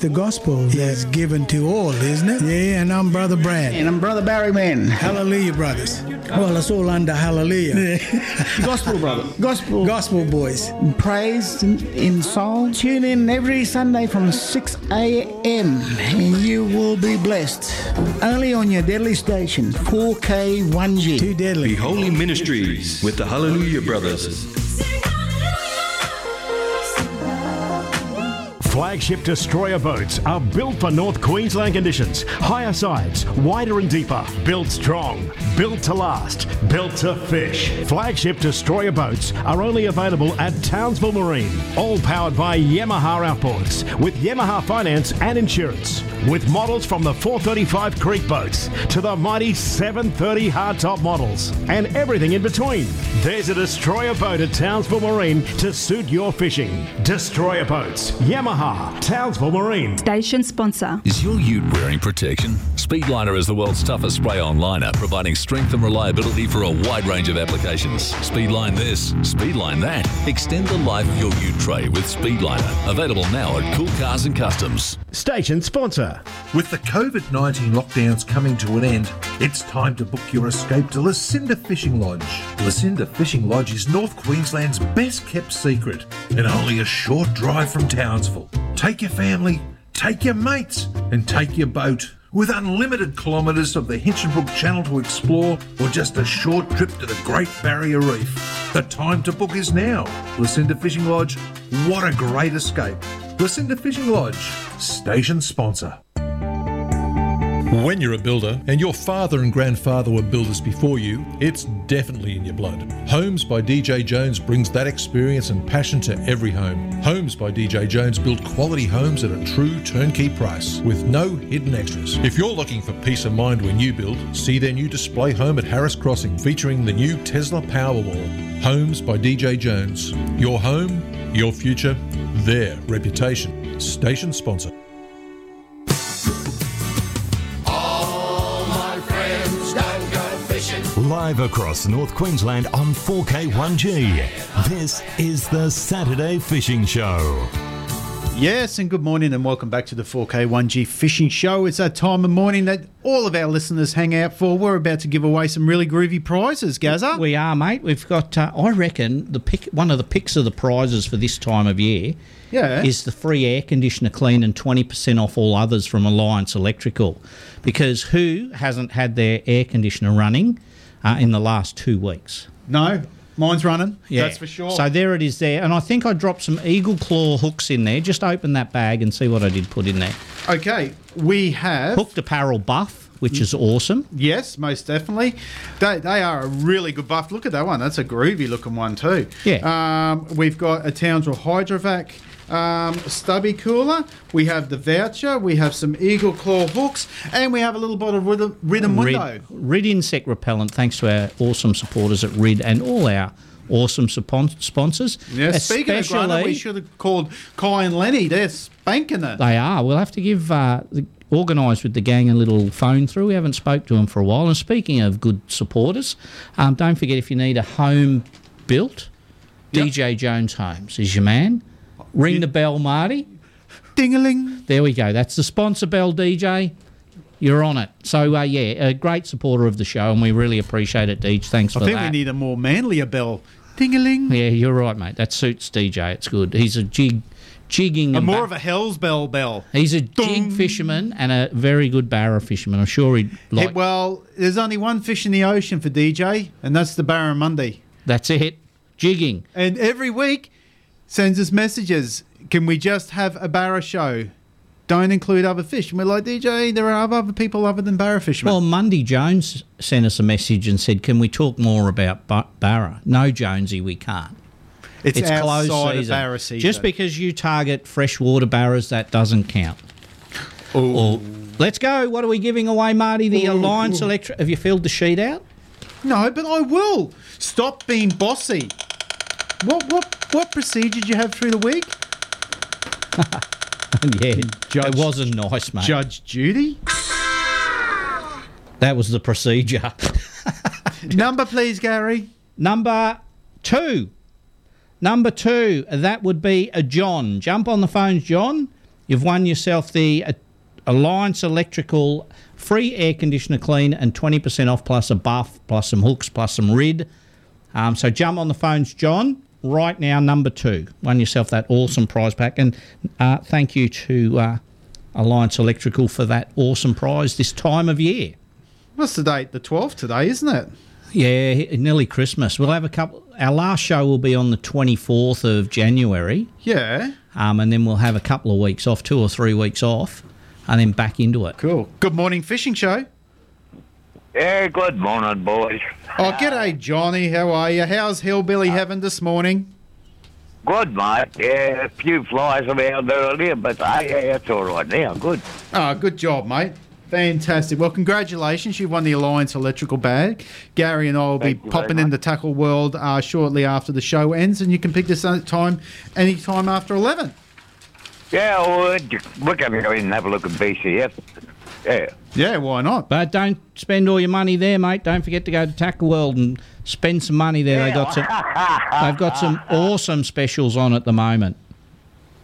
the gospel that's given to all, isn't it? Yeah, and I'm Brother Brad. And I'm Brother Barryman. Hallelujah, brothers. Well, it's all under hallelujah. gospel, brother. Gospel. Gospel boys.
Praise in, in song. Tune in every Sunday from 6 a.m. and you will be blessed. Only on your deadly station, 4K1G. Too
deadly.
The Holy Ministries with the Hallelujah Brothers.
Flagship destroyer boats are built for North Queensland conditions. Higher sides, wider and deeper. Built strong, built to last, built to fish. Flagship destroyer boats are only available at Townsville Marine. All powered by Yamaha Outboards with Yamaha Finance and Insurance. With models from the 435 Creek boats to the mighty 730 hardtop models and everything in between. There's a destroyer boat at Townsville Marine to suit your fishing. Destroyer boats, Yamaha, Townsville Marine.
Station sponsor. Is your ute wearing protection? Speedliner is the world's toughest spray-on liner, providing strength and reliability for a wide range of applications. Speedline this, Speedline that. Extend the life of your ute tray with Speedliner. Available now at Cool Cars and Customs.
Station sponsor.
With the COVID 19 lockdowns coming to an end, it's time to book your escape to Lucinda Fishing Lodge. Lucinda Fishing Lodge is North Queensland's best kept secret and only a short drive from Townsville. Take your family, take your mates, and take your boat. With unlimited kilometres of the Hinchinbrook Channel to explore, or just a short trip to the Great Barrier Reef, the time to book is now. Lucinda Fishing Lodge, what a great escape! Lucinda Fishing Lodge, station sponsor.
When you're a builder and your father and grandfather were builders before you, it's definitely in your blood. Homes by DJ Jones brings that experience and passion to every home. Homes by DJ Jones build quality homes at a true turnkey price with no hidden extras. If you're looking for peace of mind when you build, see their new display home at Harris Crossing featuring the new Tesla Powerwall. Homes by DJ Jones. Your home, your future, their reputation. Station sponsor.
All my friends don't go fishing.
Live across North Queensland on 4K1G. This is the Saturday Fishing Show.
Yes, and good morning, and welcome back to the 4K1G Fishing Show. It's that time of morning that all of our listeners hang out for. We're about to give away some really groovy prizes, Gazza.
We are, mate. We've got. Uh, I reckon the pick, one of the picks of the prizes for this time of year,
Yeah.
is the free air conditioner clean and twenty percent off all others from Alliance Electrical, because who hasn't had their air conditioner running uh, in the last two weeks?
No, mine's running.
Yeah.
That's for sure.
So there it is there, and I think I dropped some eagle claw hooks in there. Just open that bag and see what I did put in there.
Okay, we have
hooked apparel buff, which is awesome.
Yes, most definitely. They, they are a really good buff. Look at that one. That's a groovy looking one too. Yeah. Um, we've got a Townsville Hydrovac um, stubby cooler. We have the voucher. We have some Eagle Claw hooks, and we have a little bottle of Rid- Ridden Window.
Rid, Rid insect repellent, thanks to our awesome supporters at Rid and all our awesome supon- sponsors.
Yeah. Speaking of Grana, we
Especially-
should have called Kai and Lenny. They're spanking it.
They are. We'll have to give uh, the, organise with the gang a little phone through. We haven't spoke to them for a while. And speaking of good supporters, um, don't forget if you need a home built, DJ Jones Homes is your man. Ring the bell, Marty.
Ding-a-ling.
There we go. That's the sponsor bell, DJ. You're on it. So uh, yeah, a great supporter of the show, and we really appreciate it, Deej. Thanks
I
for
think
that.
we need a more manlier bell. Ding-a-ling.
yeah, you're right, mate. That suits DJ. It's good. He's a jig, jigging.
A
and
more
ba-
of a Hell's Bell bell.
He's a jig fisherman and a very good barra fisherman. I'm sure he'd
Hey,
like.
well, there's only one fish in the ocean for DJ, and that's the barramundi.
That's it. Jigging.
And every week sends us messages. Can we just have a barra show? Don't include other fish. And we're like, DJ, there are other people other than barra fishermen.
Well, Monday Jones sent us a message and said, "Can we talk more about ba- barra?" No, Jonesy, we can't.
It's outside of barra season.
Just because you target freshwater barras, that doesn't count. Or- let's go. What are we giving away, Marty? The
Ooh,
Alliance
ooh.
Electric. Have you filled the sheet out?
no, but I will. Stop being bossy. What what what procedure did you have through the week?
yeah, it wasn't nice, mate.
Mm, Judge Judy.
That was the procedure.
Number, please, Gary.
Number two. Number two, that would be a John. Jump on the phones, John. You've won yourself the uh, Alliance Electrical free air conditioner clean and 20% off plus a buff, plus some hooks, plus some rid. Um, so jump on the phones, John, right now, number two. Won yourself that awesome prize pack. And uh, thank you to uh, Alliance Electrical for that awesome prize this time of year.
What's the date? The 12th today, isn't it?
Yeah, nearly Christmas. We'll have a couple. Our last show will be on the 24th of January.
Yeah.
Um, and then we'll have a couple of weeks off, two or three weeks off, and then back into it.
Cool. Good morning, fishing show.
Yeah, good morning, boys.
Oh, g'day, Johnny. How are you? How's Hillbilly
Uh,
Heaven this morning?
Good, mate. Yeah, a few flies around there and there, but hey, yeah, it's all right now. Good.
Ah, good job, mate. Fantastic. Well, congratulations. You've won the Alliance Electrical Bag. Gary and I will
Thank
be
you very
popping in the Tackle World uh, shortly after the show ends, and you can pick this up time anytime after 11.
Yeah, well, we're going to go in and have a look at BCF. Yeah.
Yeah, why not?
But don't spend all your money there, mate. Don't forget to go to Tackle World and spend some money there. They got some. they've got some awesome specials on at the moment.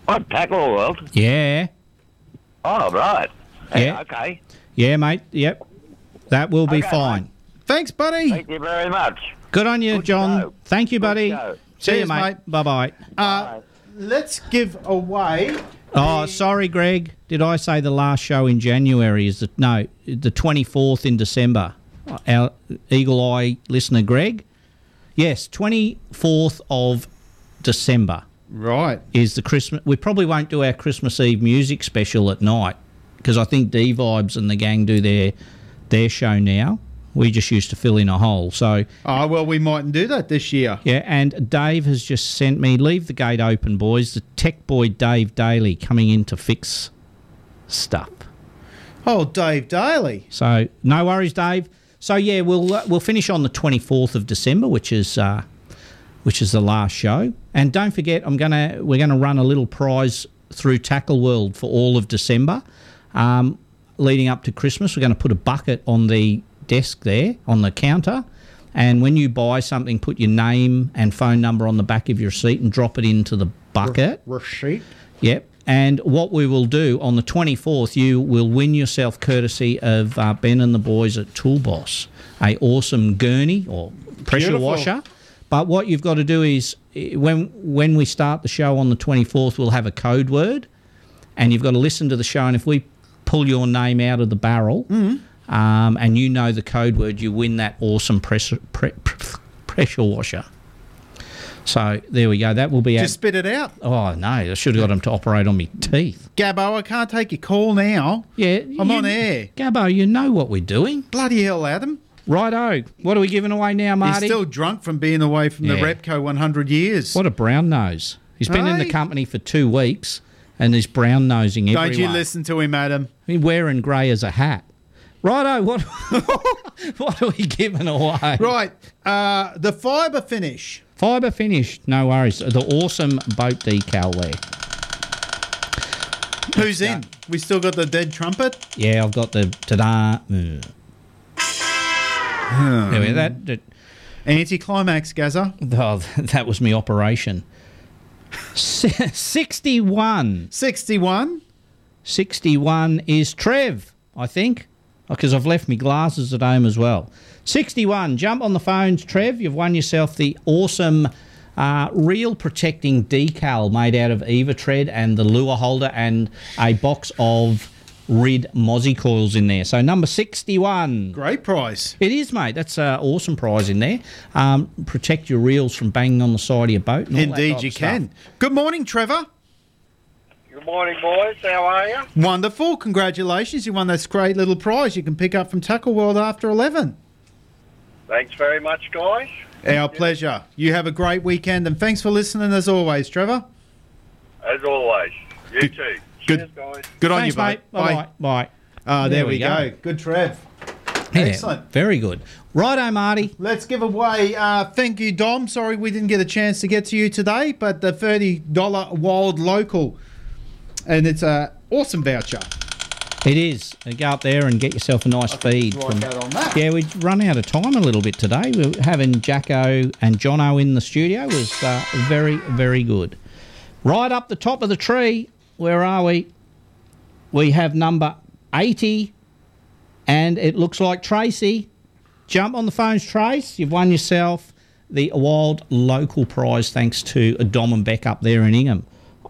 What, Tackle World?
Yeah,
Oh, right.
Yeah.
Okay.
yeah, mate. Yep, that will be
Okay,
fine. Thanks, buddy.
Thank you very much.
Good on you, John. Thank you, buddy.
show.
See you,
Cheers,
mate.
mate.
Bye bye.
Uh, let's give away.
Oh, sorry, Greg. Did I say the last show in January is the no the twenty fourth in December? Our Eagle Eye listener, Greg. Yes, twenty fourth of December.
Right
is the Christmas. We probably won't do our Christmas Eve music special at night because I think D Vibes and the gang do their their show now. We just used to fill in a hole. So
Oh, well, we mightn't do that this year.
yeah, and Dave has just sent me leave the gate open, boys. The tech boy Dave Daly coming in to fix stuff.
Oh, Dave Daly.
So no worries, Dave. So yeah, we'll uh, we'll finish on the twenty fourth of December, which is uh, which is the last show. And don't forget, I'm gonna we're gonna run a little prize through Tackle World for all of December, um, leading up to Christmas. We're going to put a bucket on the desk there on the counter, and when you buy something, put your name and phone number on the back of your receipt and drop it into the bucket.
Receipt.
Yep. And what we will do on the 24th, you will win yourself courtesy of uh, Ben and the boys at Toolboss, a awesome gurney or pressure
Beautiful.
washer. But what you've got to do is eh, when when we start the show on the 24th, we'll have a code word, and you've got to listen to the show. And if we pull your name out of the barrel,
Hmm.
um, and you know the code word, you win that awesome pressure pre- pre- pressure washer. So there we go. That will be our-
Just spit it out.
Oh no! I should have got him to operate on me teeth.
Gabbo, I can't take your call now.
Yeah.
I'm
you-
on air.
Gabbo, you know what we're doing.
Bloody hell, Adam.
Righto. What are we giving away now, Marty?
He's still drunk from being away from the
Yeah.
Repco 100 years.
What a brown nose. He's been in the
Aye.
company for two weeks and he's brown nosing everyone.
Don't you listen to him, Adam.
He's wearing grey as a hat. Righto. What? what are we giving away?
Right. Uh, the fibre finish.
Fibre finish. No worries. The awesome boat decal there.
Who's in? We still got the dead trumpet.
Yeah, I've got the ta-da. Mm. Anyway, that, that
Anticlimax, Gazza.
Oh, that was me operation. Si- 61.
61?
61 is Trev, I think, because I've left my glasses at home as well. 61. Jump on the phones, Trev. You've won yourself the awesome uh, reel protecting decal made out of Eva Tread and the lure holder and a box of red mozzie coils in there. So number 61.
Great prize.
It is, mate. That's an awesome prize in there. Um, protect your reels from banging on the side of your boat. And all that type
Indeed, you
of stuff.
can. Good morning, Trevor.
Good morning, boys. How are you?
Wonderful. Congratulations. You won this great little prize you can pick up from Tackle World after 11.
Thanks very much, guys.
Our pleasure. You have a great weekend and thanks for listening as always, Trevor.
As always, you too.
Good,
guys.
good on
Thanks,
you,
mate. Bye-bye. Bye.
Ah, there, we go. Good, Trev.
Yeah,
Excellent.
Very good. Righto, Marty.
Let's give away. Uh, thank you, Dom. Sorry we didn't get a chance to get to you today, but the thirty dollar wild local, and it's a awesome voucher.
It is. Uh, Go up there and get yourself a nice feed.
write that on that.
Yeah, we've run out of time a little bit today. We We're having Jacko and Jono in the studio was uh, very, very good. Right up the top of the tree. Where are we? we have number 80, and it looks like Tracy. Jump on the phones, Trace. You've won yourself the Wild Local Prize thanks to Dom and Beck up there in Ingham.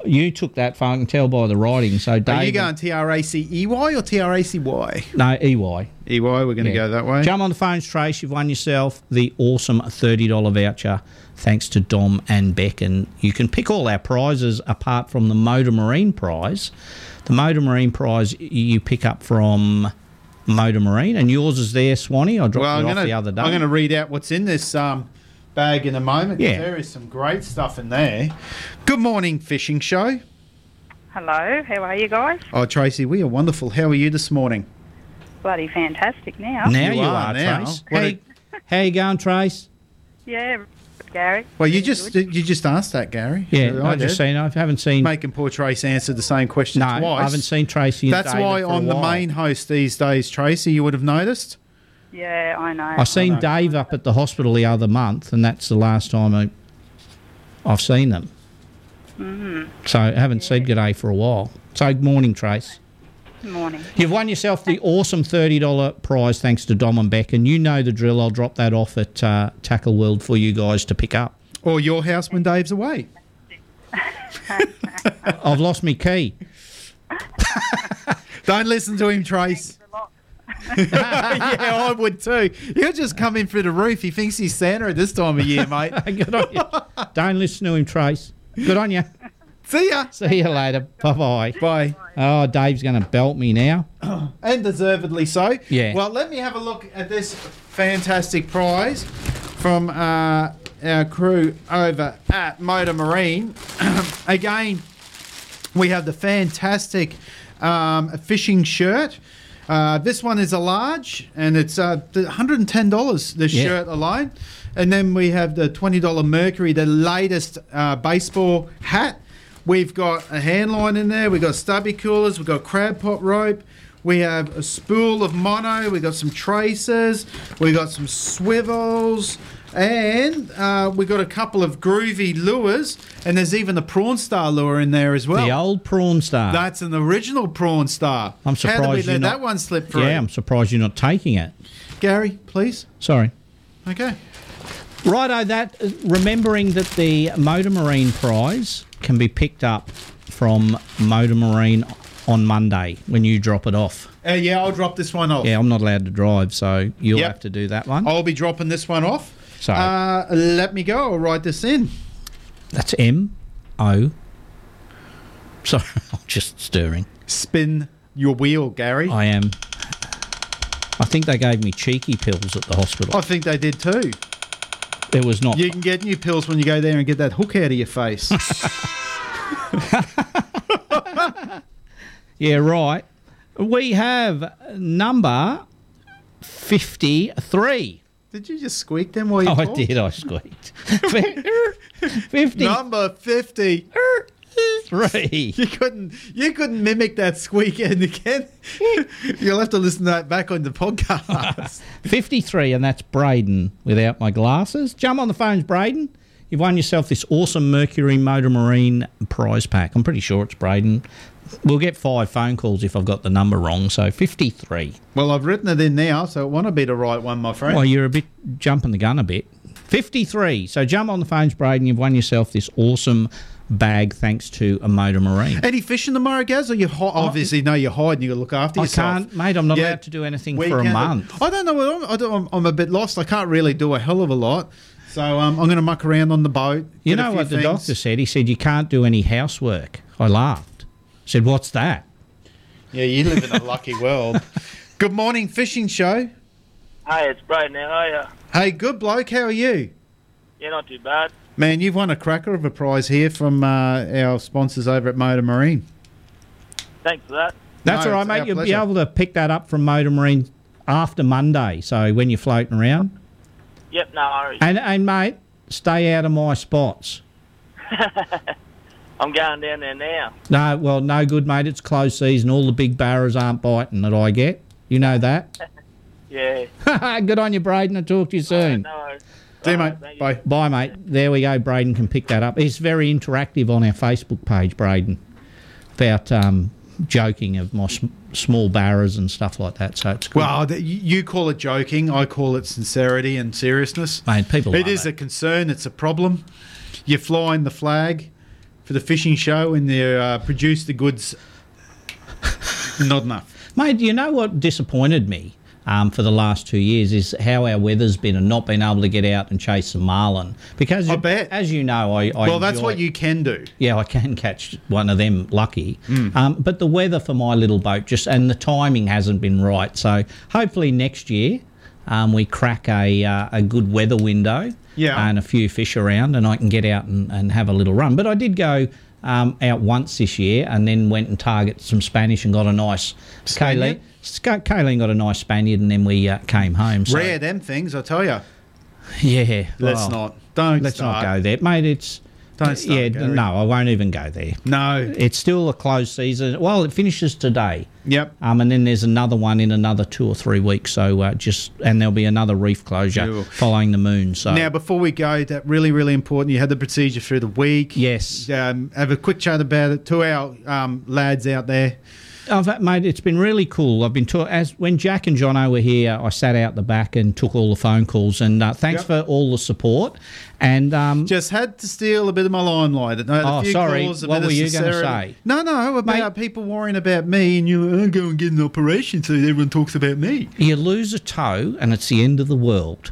You took that phone, I can tell by the writing. So, Dave.
Are you going T R A C E Y or T R A C Y?
No, EY.
EY, E we're going to
Yeah.
go that way.
Jump on the phones, Trace. You've won yourself the awesome $30 voucher thanks to Dom and Beck. And you can pick all our prizes apart from the Motor Marine prize. The Motor Marine prize y- you pick up from Motor Marine, and yours is there, Swanee. I dropped
Well, I'm
it off
gonna,
the other day.
I'm going to read out what's in this um, bag in a moment. 'cause
Yeah.
There is some great stuff in there. Good morning, Fishing Show.
Hello, how are you guys?
Oh, Tracy, we are wonderful. How are you this morning?
Bloody fantastic now.
Now you, are, Trace.
What
Hey, how you going, Trace?
Yeah, Gary.
Well, you just you just asked that, Gary.
Yeah, no, I've just
seen.
I haven't seen
making poor Trace answer the same question
No,
twice.
I haven't seen Tracy. and
That's
David
why
for a
I'm the
while.
main host these days, Tracy. You would have noticed.
Yeah, I know.
I seen Dave up at the hospital the other month, and that's the last time I, I've seen them.
Mm,
So I haven't said good day for a while. So good morning, Trace.
good morning.
You've won yourself the awesome $30 prize thanks to Dom and Beck, and you know the drill. I'll drop that off at uh, Tackle World for you guys to pick up.
Or your house when Dave's away.
I've lost my key.
Don't listen to him, Trace. yeah, I would too. He'll just come in through the roof. He thinks he's Santa at this time of year, mate.
Good on you. Don't listen to him, Trace. Good on you.
See ya.
See you later. Bye bye.
Bye.
Oh, Dave's going to belt me now.
and deservedly so.
Yeah.
Well, let me have a look at this fantastic prize from uh, our crew over at Motor Marine. Again, we have the fantastic um, fishing shirt. Uh, this one is a large, and it's uh, the $110. This
Yeah.
shirt alone, and then we have the $20 Mercury, the latest uh, baseball hat. We've got a hand line in there. We've got stubby coolers. We've got crab pot rope. We have a spool of mono. We've got some traces. We've got some swivels. And uh, we've got a couple of groovy lures. And there's even the prawn star lure in there as well.
The old prawn star.
That's an original prawn star.
I'm surprised
How did we
you're
let
not-
that one slip through?
Yeah, I'm surprised you're not taking it.
Gary, please.
Sorry.
Okay.
Righto, that uh, remembering that the Motor Marine prize can be picked up from Motor Marine on Monday when you drop it off.
Uh, yeah, I'll drop this one off.
Yeah, I'm not allowed to drive, so you'll
Yep.
have to do that one.
I'll be dropping this one off.
So
Uh, let me go. I'll write this in.
that's M O. Sorry, I'm just stirring.
Spin your wheel, Gary.
I am. I think they gave me cheeky pills at the hospital.
I think they did too.
There was not.
You can get new pills when you go there and get that hook out of your face.
Yeah, right. We have number 53.
did you just squeak them while you
oh, I
talked?
did. I squeaked. 50.
Number fifty.
Three.
You couldn't. You couldn't mimic that squeak end again. You'll have to listen to that back on the podcast.
53, and that's Braden without my glasses. Jump on the phones, Braden. You've won yourself this awesome Mercury Motor Marine prize pack. I'm pretty sure it's Braden. We'll get five phone calls if I've got the number wrong. So 53.
well, I've written it in now, so it want to be the right one, my friend.
Well, you're a bit jumping the gun a bit. 53. So jump on the phones, Braden. You've won yourself this awesome bag thanks to a Motor Marine.
Any fishing tomorrow, Gaz? Or you hi- obviously know you're hiding. You look after
I
yourself.
can't, mate. I'm not
Yeah,
allowed to do anything for a
weekend-
month.
I don't know. What I'm, I don't, I'm, I'm a bit lost. I can't really do a hell of a lot. So um, I'm going to muck around on the boat.
You
get a
know
few
what the
things.
doctor said? He said, You can't do any housework. I laughed. said, What's that?
Yeah, you live in a lucky world. Good morning, fishing show.
Hey, it's Braden. How are you?
Hey, good bloke. How are you?
Yeah, not too bad.
Man, you've won a cracker of a prize here from uh, our sponsors over at Motor Marine.
Thanks for that.
That's
No,
all right,
it's our
mate. You'll
pleasure.
be able to pick that up from Motor Marine after Monday. So when you're floating around.
Yep, no worries.
And, and mate, stay out of my spots.
I'm going down there now.
No, well, no good, mate. It's closed season. All the big barras aren't biting that I get. You know that.
Yeah.
good on you, Braden. I'll talk to you soon.
See you, mate. Bye.
Bye, mate. There we go. Braden can pick that up. He's very interactive on our Facebook page, Braden, about um, joking of my sm- small barras and stuff like that. So it's good.
Well, th- you call it joking. I call it sincerity and seriousness.
Mate, people
It
love
is a concern. It's a problem. You're flying the flag for the fishing show, and they uh, produce the goods. Not enough,
mate. You know what disappointed me um, for the last two years is how our weather's been and not being able to get out and chase some marlin because you- as you know, I, I
well, that's
enjoy-
what you can do.
Yeah, I can catch one of them. Lucky,
Hmm.
um, but the weather for my little boat just and the timing hasn't been right. So hopefully next year um, we crack a uh, a good weather window.
Yeah.
and a few fish around, and I can get out and, and have a little run. But I did go. Um, out once this year, and then went and targeted some Spanish and got a nice Kayleen. Sc- Kayleen got a nice Spaniard, and then we uh, came home. So,
Rare them things, I tell you.
yeah,
Let's
well,
not. Don't.
Let's
start.
not go there, mate. It's
Don't start,
yeah,
Gary.
no, I won't even go there.
No,
it's still a closed season. Well, it finishes today.
Yep.
Um, and then there's another one in another two or three weeks. So uh, just and there'll be another reef closure
Cool.
following the moon. So
Now, before we go, that really, really important. You had the procedure through the week.
Yes.
Um, have a quick chat about it to our um, lads out there.
I've, Oh, mate, it's been really cool. I've been to as when Jack and Jono were here, I sat out the back and took all the phone calls. And uh, thanks
Yep.
for all the support. And um,
Just had to steal a bit of my limelight. I had a
Oh,
few
sorry.
calls, a
What
bit of
were you gonna
sincerity.
say?
No, no, about people worrying about me, and you i go and get an operation, so everyone talks about me.
You lose a toe and it's the end of the world.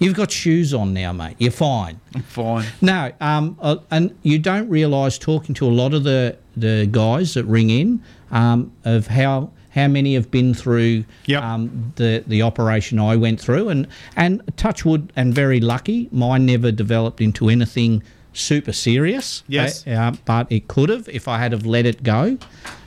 You've got shoes on now, mate. You're fine.
I'm fine.
No, um, uh, and you don't realise talking to a lot of the, the guys that ring in um, of how how many have been through um, the the operation I went through, and and touchwood and very lucky, mine never developed into anything super serious.
Yes.
Uh, uh, but it could have if I had have let it go.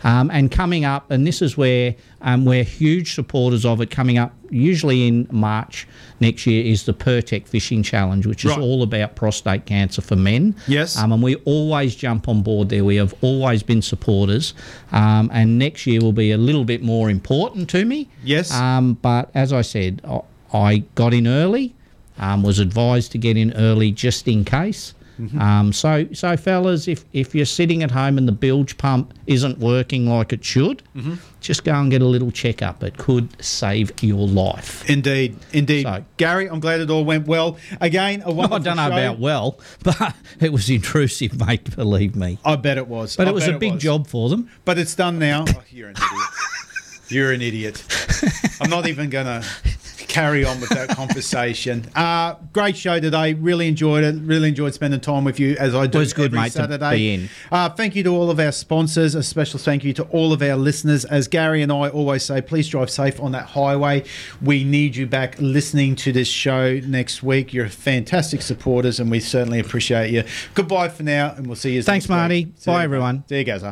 Um, and coming up, and this is where um, we're huge supporters of it. Coming up, usually in March next year, is the Pertec Fishing Challenge, which is
Right.
all about prostate cancer for men.
Yes.
Um, and we always jump on board there. We have always been supporters. Um, and next year will be a little bit more important to me.
Yes.
Um, but as I said, I, I got in early, um, was advised to get in early just in case.
Mm-hmm.
Um, so, so fellas, if, if you're sitting at home and the bilge pump isn't working like it should,
Mm-hmm.
just go and get a little checkup. It could save your life.
Indeed, indeed. Gary, I'm glad it all went well. Again, a wonderful
I don't know
show.
about well, but it was intrusive, mate. Believe me.
I bet it was.
But
I
it was
bet
a big job for them.
But it's done now. Oh, you're an idiot. You're an idiot. I'm not even going to carry on with that conversation. Uh, great show today. Really enjoyed it. Really enjoyed spending time with you as I do
Was good,
every
mate, to
Saturday.
be in.
Uh, thank you to all of our sponsors. A special thank you to all of our listeners. As Gary and I always say, please drive safe on that highway. We need you back listening to this show next week. You're fantastic supporters, and we certainly appreciate you. Goodbye for now, and we'll see you.
Thanks,
next week.
Marty.
See
Bye,
you later.
everyone.
There you go. Sir.